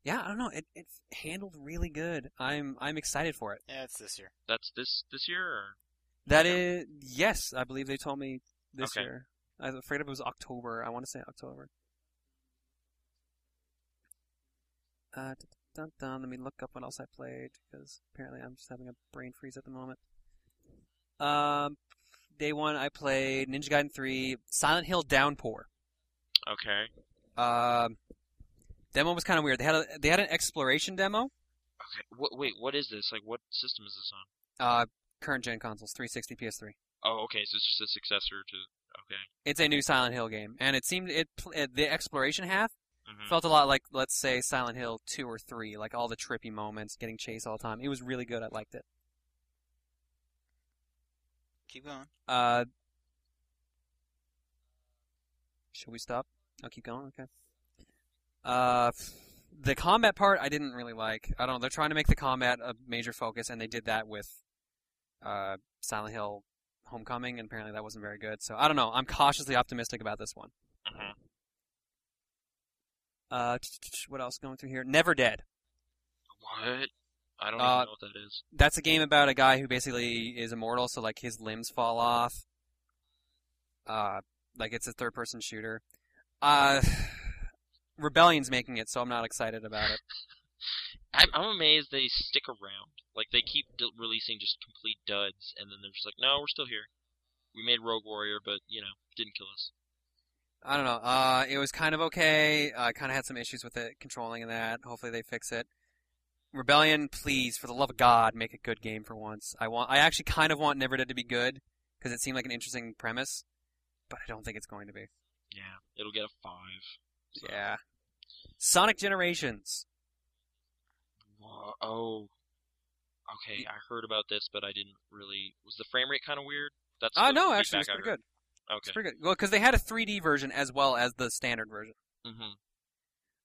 yeah, I don't know. It, it handled really good. I'm I'm excited for it. Yeah, it's this year. That's this this year. Or? That is yes, I believe they told me this Okay. year. I was afraid it was October. I want to say October. Uh, dun, dun, dun, let me look up what else I played because apparently I'm just having a brain freeze at the moment. Um, day one I played Ninja Gaiden 3, Silent Hill Downpour. Okay. Um, demo was kind of weird. They had a, they had an exploration demo. Okay. What, wait, what is this? Like, what system is this on? Uh, current gen consoles, 360, PS3. Oh, okay. So it's just a successor to. Okay. It's a new Silent Hill game, and it seemed it, pl- uh the exploration half Mhm. felt a lot like let's say Silent Hill two or three, like all the trippy moments, getting chased all the time. It was really good. I liked it. Keep going. Uh, should we stop? I'll keep going. Okay. Uh, the combat part I didn't really like. I don't know. They're trying to make the combat a major focus, and they did that with uh, Silent Hill Homecoming, and apparently that wasn't very good. So I don't know. I'm cautiously optimistic about this one. Mhm. Uh, what else going through here? Never Dead. What? I don't Uh, even know what that is. That's a game about a guy who basically is immortal, so like his limbs fall off. Uh, like it's a third-person shooter. Uh, Rebellion's making it, so I'm not excited about it. I'm, I'm amazed they stick around. Like they keep d- releasing just complete duds, and then they're just like, no, we're still here. We made Rogue Warrior, but you know, didn't kill us. I don't know. Uh, it was kind of okay. Uh, I kind of had some issues with it controlling and that. Hopefully they fix it. Rebellion, please, for the love of God, make a good game for once. I want. I actually kind of want Never Dead to be good because it seemed like an interesting premise, but I don't think it's going to be. Yeah, it'll get a five. So- Yeah. Sonic Generations. Wha- Oh. Okay, I heard about this, but I didn't really. Was the frame rate kind of weird? That's. Oh the no, actually, feedback it's I pretty good. heard. It's Okay. pretty good. Well, because they had a 3D version as well as the standard version. hmm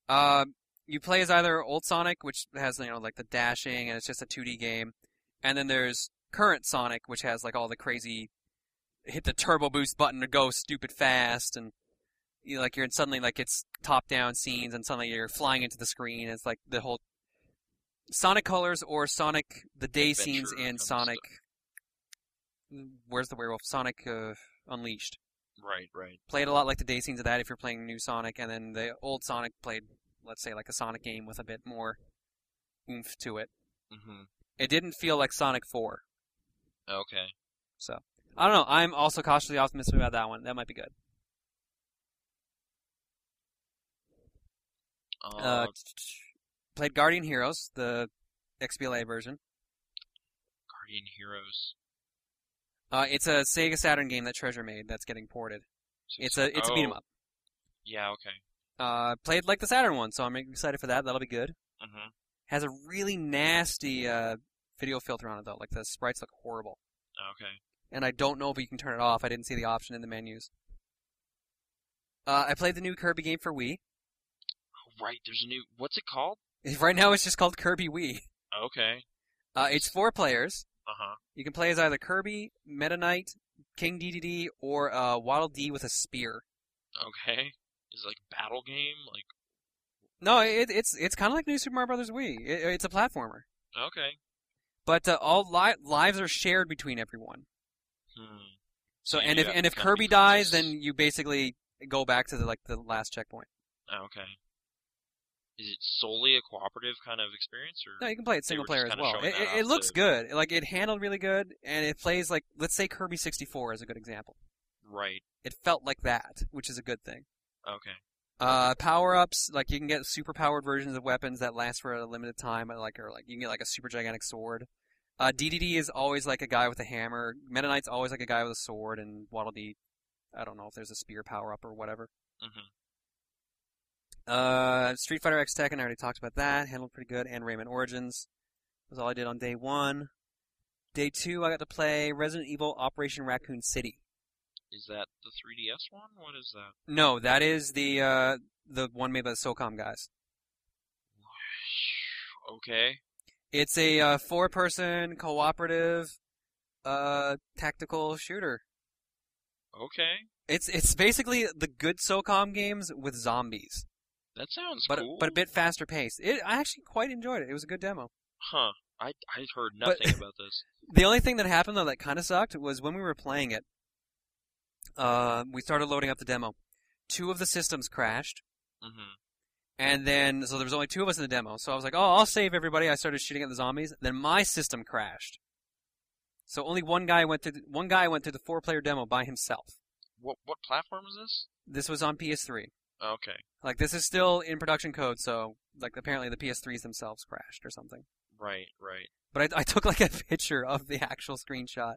Um, you play as either old Sonic, which has you know like the dashing, and it's just a 2D game, and then there's current Sonic, which has like all the crazy, hit the turbo boost button to go stupid fast, and you know, like you're in suddenly like it's top down scenes, and suddenly you're flying into the screen. It's like the whole Sonic Colors or Sonic the Day scenes Adventure kind in of Sonic. mm, Where's the werewolf? Sonic uh, Unleashed Right. Right. played a lot like the day scenes of that if you're playing new Sonic, and then the old Sonic played, let's say, like a Sonic game with a bit more oomph to it. hmm It didn't feel like Sonic 4. Okay. So, I don't know. I'm also cautiously optimistic about that one. That might be good. Um, Uh, played Guardian Heroes, the XBLA version. Guardian Heroes. Uh, it's a Sega Saturn game that Treasure made that's getting ported. So oh, It's a it's a beat 'em up. Yeah. Okay. Uh, played like the Saturn one, so I'm excited for that. That'll be good. hmm Has a really nasty uh, video filter on it though. Like the sprites look horrible. Okay. and I don't know if you can turn it off. I didn't see the option in the menus. Uh, I played the new Kirby game for Wii. Oh, right. There's a new. What's it called? Right now, it's just called Kirby Wii. Okay. Uh, it's four players. Uh huh. You can play as either Kirby, Meta Knight, King DDD, or uh, Waddle Dee with a spear. Okay. Is it like a battle game? Like. No, it, it's it's kind of like New Super Mario Bros. Wii. It, it's a platformer, Okay. but uh, all li- lives are shared between everyone. Hmm. So Yeah, and you if got- and if gotta be Kirby dies, close. then you basically go back to the like the last checkpoint. Okay. Is it solely a cooperative kind of experience, or No, you can play it They single were player just as kinda well. showing It, that it, off it looks to- good. Like it handled really good, and it plays like let's say Kirby 64 is a good example. right? It felt like that, which is a good thing. Okay. Uh, power ups like you can get super powered versions of weapons that last for a limited time, and, like or like you can get like a super gigantic sword. Uh, DDD is always like a guy with a hammer. Meta Knight's always like a guy with a sword, and Waddle Dee, I don't know if there's a spear power up or whatever. Mhm. Uh, Street Fighter X Tekken, I already talked about that. Handled pretty good. And Rayman Origins was all I did on day one. Day two, I got to play Resident Evil Operation Raccoon City. Is that the 3DS one? What is that? No, that is the uh, the one made by the SOCOM guys. Okay. It's a uh, four-person cooperative uh, tactical shooter. Okay. It's it's basically the good SOCOM games with zombies, That sounds but cool. but a bit faster paced. It I actually quite enjoyed it. It was a good demo. Huh. I I heard But- nothing about this. The only thing that happened though that kind of sucked was when we were playing it. Uh, we started loading up the demo. Two of the systems crashed, hmm and then so there was only two of us in the demo. So I was like, "Oh, I'll save everybody." I started shooting at the zombies. Then my system crashed. So only one guy went through. The, one guy went through the four-player demo by himself. What what platform is this? This was on PS3. Okay. Like this is still in production code, so like apparently the PS3s themselves crashed or something. Right. Right. But I, I took like a picture of the actual screenshot.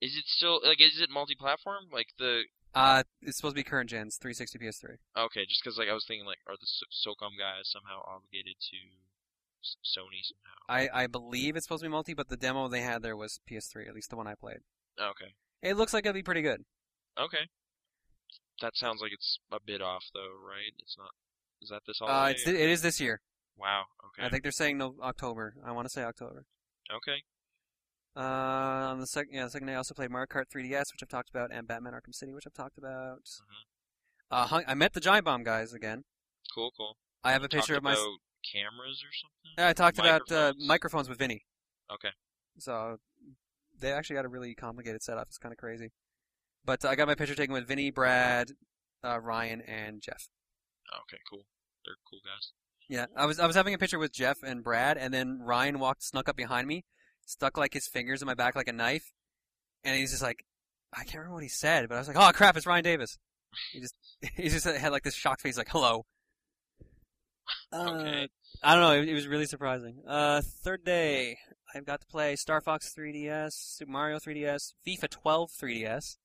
Is it still like? Is it multi-platform? Like the Uh, it's supposed to be current gens, 360 PS3. okay, just because like I was thinking like, are the So- SOCOM guys somehow obligated to S- Sony somehow? I, I believe it's supposed to be multi, but the demo they had there was PS3, at least the one I played. Okay. It looks like it'll be pretty good. Okay. That sounds like it's a bit off though, right? It's not. Is that this all? Uh, it's, Uh, it is this year. Wow. Okay. I think they're saying no October. I want to say October. okay. Uh, on the second, yeah, the second day I also played Mario Kart 3DS, which I've talked about, and Batman Arkham City, which I've talked about. Mm-hmm. Uh, hung- I met the Giant Bomb guys again. Cool. Cool. I have a Talked picture of my. about cameras or something. Yeah, I talked about uh, microphones. microphones with Vinny. Okay. So they actually got a really complicated setup. It's kind of crazy. But uh, I got my picture taken with Vinny, Brad, uh, Ryan, and Jeff. Okay. Cool. They're cool guys. Yeah, I was I was having a picture with Jeff and Brad, and then Ryan walked, snuck up behind me, stuck like his fingers in my back like a knife, and he's just like, I can't remember what he said, but I was like, oh crap, it's Ryan Davis. He just he just had like this shocked face, like hello. Okay. Uh, I don't know. It, it was really surprising. Uh, third day, I've got to play Star Fox 3DS, Super Mario 3DS, FIFA 12 3DS,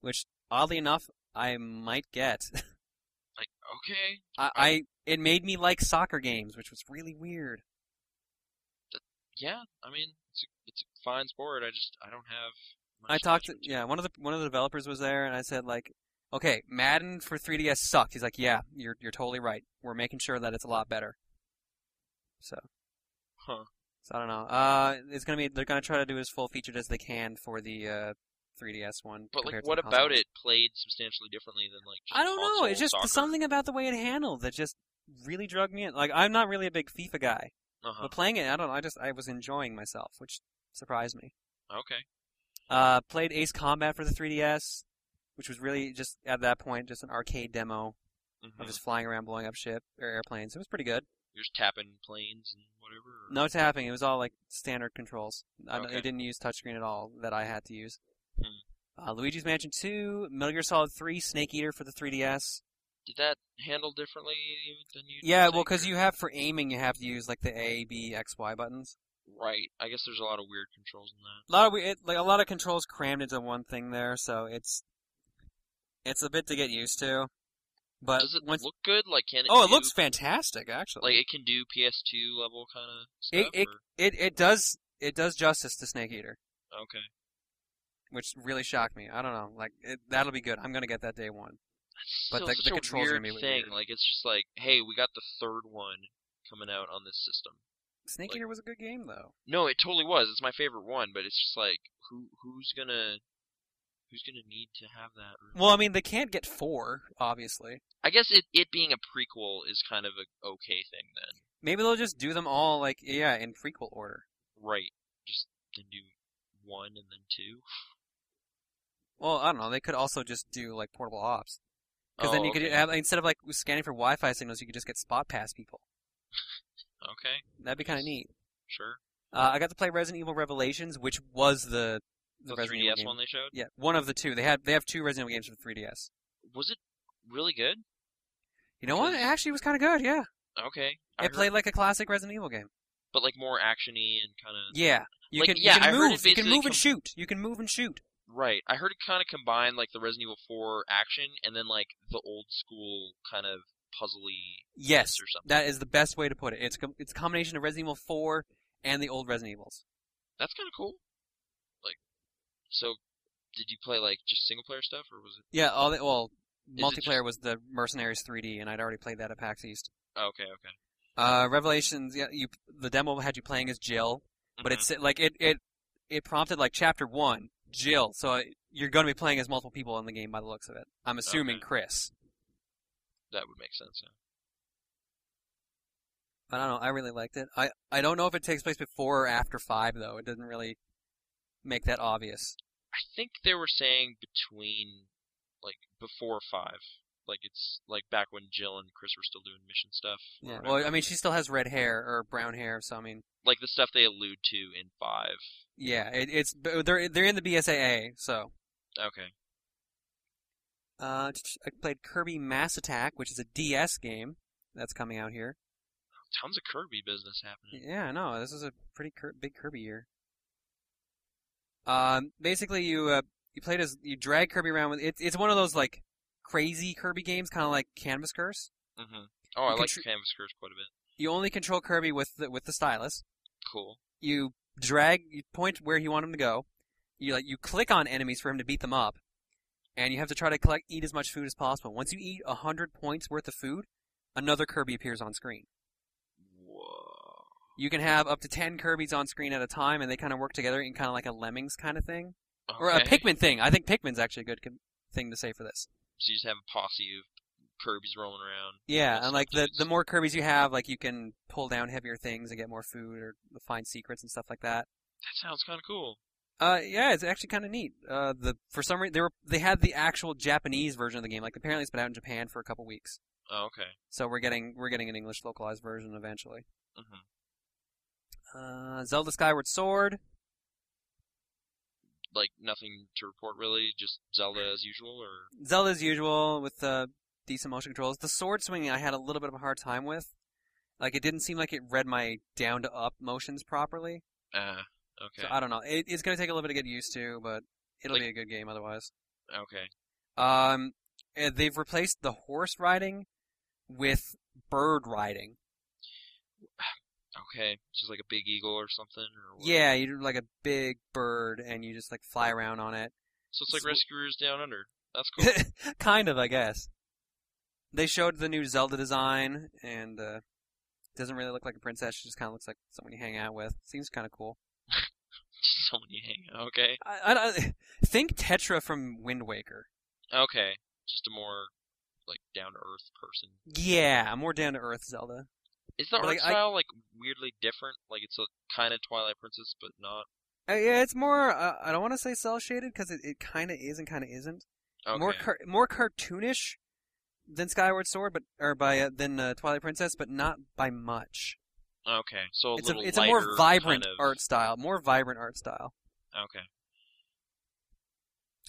which oddly enough, I might get. Like okay. I, I it made me like soccer games, which was really weird. Yeah. I mean, it's a, it's a fine sport. I just I don't have. Much I talked to attachment yeah one of the one of the developers was there, and I said like, okay, Madden for 3DS sucked. He's like, yeah, you're you're totally right. We're making sure that it's a lot better. So Huh. so I don't know. Uh, it's gonna be they're gonna try to do as full featured as they can for the uh 3DS one. But like, compared to what the about console. it played substantially differently than like? Just I don't know. console It's just soccer? something about the way it handled that just really drugged me in. Like I'm not really a big FIFA guy, Uh-huh. but playing it, I don't know. I just I was enjoying myself, which surprised me. Okay. Uh, played Ace Combat for the 3DS, which was really just at that point just an arcade demo hmm of just flying around, blowing up ship or airplanes. It was pretty good. You're just tapping planes and whatever. or- No tapping. It was all like standard controls. I Okay. It didn't use touchscreen at all that I had to use. Hmm. Uh, Luigi's Mansion 2, Metal Gear Solid 3, Snake Eater for the 3DS. Did that handle differently than you? Yeah, think, well, because or- you have for aiming, you have to use like the A, B, X, Y buttons. Right. I guess there's a lot of weird controls in that. A lot of we- it, like a lot of controls crammed into one thing there, so it's it's a bit to get used to. But Does it Uh, once look good? Like can it? Oh, it do- looks fantastic, actually. like it can do PS2 level kind of It- stuff. it- or- it it does it does justice to Snake Eater, Okay, which really shocked me. I don't know, like it, that'll be good. I'm gonna get that day one. That's But still the- such the a controls are weird gonna be thing. weird. Like it's just like, hey, we got the third one coming out on this system. Snake Like- Eater was a good game though. No, it totally was. It's my favorite one, but it's just like, who who's gonna who's gonna need to have that? really? Well, I mean, they can't get four, obviously. I guess it it being a prequel is kind of a okay thing then, Maybe they'll just do them all like yeah in prequel order. right? Just then do one and then two. Well, I don't know. They could also just do like portable ops. Because then Oh, you could okay. have, instead of like scanning for Wi-Fi signals, you could just get spot past people. Okay, That'd be kind of neat. sure. Uh, I got to play Resident Evil Revelations, which was the the, The, Resident Evil 3DS game. one they showed Yeah, one of the two. They had they have two Resident Evil games for the 3DS. was it really good? You know what? It Yes. actually was kind of good. Yeah, Okay, I it heard- played like a classic Resident Evil game. but like more actiony and kind of Yeah, you Like, can yeah, you I can heard move. it you can basically move com- and shoot. You can move and shoot. Right. I heard it kind of combined like the Resident Evil 4 action and then like the old school kind of puzzly Yes, or something. that is the best way to put it. It's com- it's a combination of Resident Evil 4 and the old Resident Evils. That's kind of cool. Like, so did you play like just single player stuff or was it? Yeah, all the, well, it multiplayer just- was the Mercenaries 3D, and I'd already played that at PAX East. Oh, okay, okay. Uh, Revelations, yeah, you the demo had you playing as Jill, Mhm. but it's like it it it prompted like chapter one, Jill. So uh, you're going to be playing as multiple people in the game by the looks of it. I'm assuming Okay. Chris, that would make sense. Yeah. but I don't know. I really liked it. I I don't know if it takes place before or after five though. It doesn't really make that obvious. I think they were saying between like before 5. Like it's like back when Jill and Chris were still doing mission stuff. or Yeah. whatever. Well, I mean, she still has red hair or brown hair, so I mean, like the stuff they allude to in 5. yeah, it, it's but they're they're in the BSAA, so. Okay. Uh, t- t- I played Kirby Mass Attack, which is a DS game that's coming out here. Tons of Kirby business happening. Yeah, no, this is a pretty cur- big Kirby year. Um, basically, you uh, you played as you drag Kirby around with it's it's one of those like crazy Kirby games, kind of like Canvas Curse. Mhm. Oh, I You like contr- Canvas Curse quite a bit. You only control Kirby with the, with the stylus. Cool. You drag, you point where you want him to go. You like you click on enemies for him to beat them up, and you have to try to collect eat as much food as possible. Once you eat hundred points worth of food, another Kirby appears on screen. you can have up to 10 Kirby's on screen at a time, and they kind of work together in kind of like a Lemmings kind of thing. Or a Okay. Pikmin thing. I think Pikmin's actually a good com- thing to say for this. So you just have a posse of Kirby's rolling around. Yeah, Yes, and like the yes. the more Kirby's you have, like you can pull down heavier things and get more food or find secrets and stuff like that. That sounds kind of cool. Uh, yeah, it's actually kind of neat. Uh, the for some reason they were they had the actual Japanese version of the game. Like apparently it's been out in Japan for a couple weeks, Oh, okay. so we're getting we're getting an English localized version eventually. hmm Uh, Zelda Skyward Sword. Like nothing to report really, just Zelda as usual, or Zelda as usual with uh, decent motion controls. The sword swinging I had a little bit of a hard time with. Like it didn't seem like it read my down to up motions properly. uh, okay, So I don't know. It, it's gonna take a little bit to get used to, but it'll Like- be a good game otherwise. okay. Um, and they've replaced the horse riding with bird riding. Okay, just like a big eagle or something. Or what? Yeah, you're like a big bird and you just like fly around on it. So it's like So- Rescuers Down Under. That's cool. kind of, I guess. They showed the new Zelda design and uh doesn't really look like a princess, she just kind of looks like someone you hang out with. Seems kind of cool. Someone you hang. Okay, I, I, I think Tetra from Wind Waker. okay. Just a more like down to earth person. Yeah, more down to earth Zelda. Is the But, art like, I- style like weirdly different? Like it's a kind of Twilight Princess, but not. Uh, yeah, it's more. Uh, I don't want to say cell shaded because it, it kind of is and kind of isn't. Okay. more car- more cartoonish than Skyward Sword, but or by uh, than uh, Twilight Princess, but not by much. okay, so a it's a little it's a more lighter vibrant kind of- art style, more vibrant art style. Okay.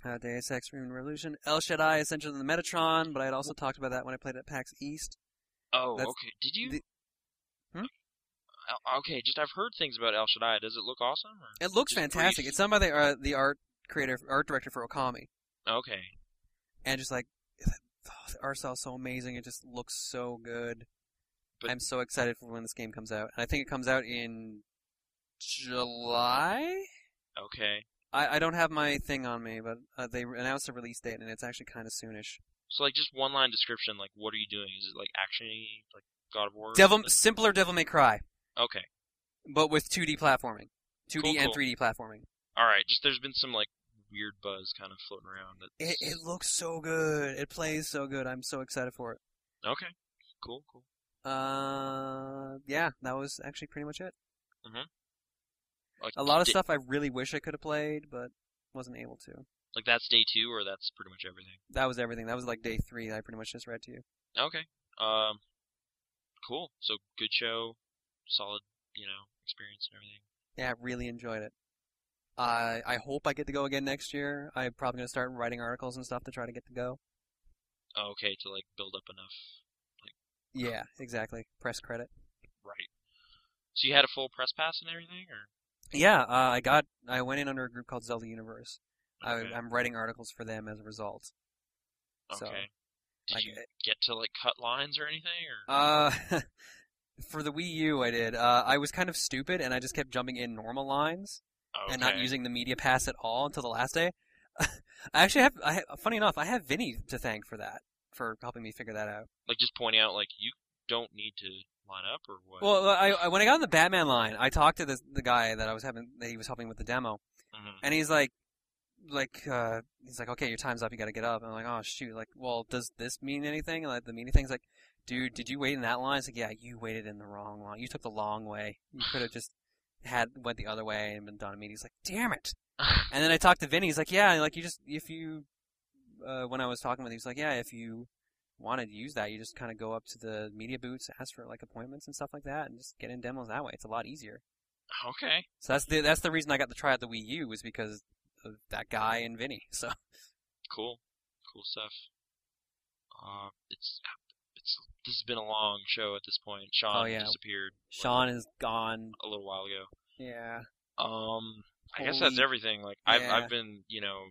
Uh, Deus Ex: Human Revolution, El Shaddai: Ascension of the Metatron, but I had also talked about that when I played at PAX East. Oh, That's okay. Did you? the- Hmm? Uh, Okay, just I've heard things about El Shaddai. Does it look awesome? Or? It looks Just fantastic. brief. It's done by the uh, the art creator, art director for Okami, Okay. and just like oh, the art style's so amazing, it just looks so good. But- I'm so excited for when this game comes out, and I think it comes out in July. Okay. I, I don't have my thing on me, but uh, they announced a release date, and it's actually kind of soonish. So like just one line description. Like what are you doing? Is it like actiony? Like God of War? or Devil, something? simpler Devil May Cry, Okay. but with 2D platforming, 2D Cool, and cool. 3D platforming. All right. Just there's been some like weird buzz kind of floating around. That's... It, it looks so good. It plays so good. I'm so excited for it. Okay. Cool. Cool. Uh, yeah, that was actually pretty much it. Like, A lot of di- stuff I really wish I could have played, but wasn't able to. Like that's day two, or that's pretty much everything. That was everything. That was like day three. That I pretty much just read to you. Okay. Um. Cool. So good show, solid. You know, experience and everything. Yeah, I really enjoyed it. I I hope I get to go again next year. I'm probably gonna start writing articles and stuff to try to get to go. Oh, okay, to like build up enough. Yeah, exactly. Press credit. Right. So you had a full press pass and everything, or Yeah, uh, I got. I went in under a group called Zelda Universe. Okay. I, I'm writing articles for them as a result. So, okay. Did like, you get to like cut lines or anything, or uh, for the Wii U, I did. Uh, I was kind of stupid, and I just kept jumping in normal lines and not Oh, Okay. using the media pass at all until the last day. I actually have. I ha funny enough, I have Vinny to thank for that for helping me figure that out. like just pointing out like you don't need to line up or what? Well, I, I when I got on the Batman line, I talked to the the guy that I was having that he was helping with the demo, Mhm. And he's like, like, uh, he's like, okay, your time's up. You got to get up. And I'm like, oh shoot. Like, well, does this mean anything? And, like, the meaning thing's like, dude, did you wait in that line? It's like, yeah, you waited in the wrong line. You took the long way. You could have just had went the other way and been done immediately. He's like, damn it. And then I talked to Vinny. He's like, yeah, like you just if you, uh, when I was talking with him, he's like, yeah, if you wanted to use that, you just kind of go up to the media booths, ask for like appointments and stuff like that, and just get in demos that way. It's a lot easier. okay. So that's the that's the reason I got to try out the Wii U was because of that guy and Vinny. So Cool. Cool stuff. Uh, it's it's this has been a long show at this point. Sean Oh, yeah. disappeared Sean is gone. a little while ago. Yeah. Um, I guess that's Holy- everything. Like I've Yeah. I've been you know.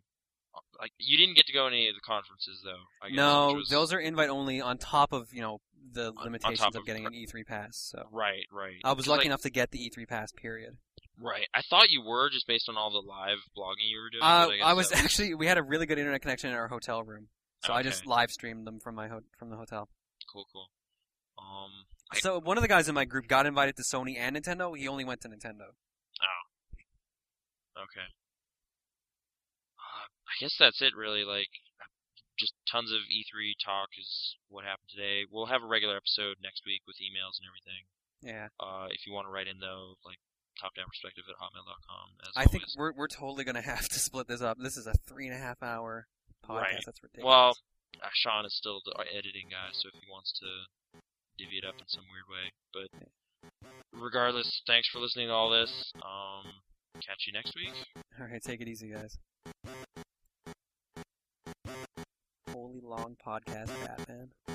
uh, Like you didn't get to go to any of the conferences though. I guess, No, which was- those are invite only on top of, you know, the on limitations top of, of getting pre- an E3 pass. So right, right. I was 'Cause, lucky like, enough to get the E3 pass period. Right. I thought you were just based on all the live blogging you were doing. Uh, but I, guess I, was that actually we had a really good internet connection in our hotel room. So I just Okay. live streamed them from my ho- from the hotel. cool, cool. Um, So one of the guys in my group got invited to Sony and Nintendo. He only went to Nintendo. Okay. Uh, I guess that's it, really. Like, just tons of E3 talk is what happened today. We'll have a regular episode next week with emails and everything. Yeah, Uh, if you want to write in, though, like top-down perspective at hotmail.com. As I think always. we're we're totally gonna have to split this up. This is a three and a half hour podcast. Right. That's ridiculous. Well, uh, Sean is still the editing guy, so if he wants to divvy it up in some weird way, but regardless, thanks for listening to all this. Um, catch you next week. all right, take it easy, guys. Holy long podcast, Batman.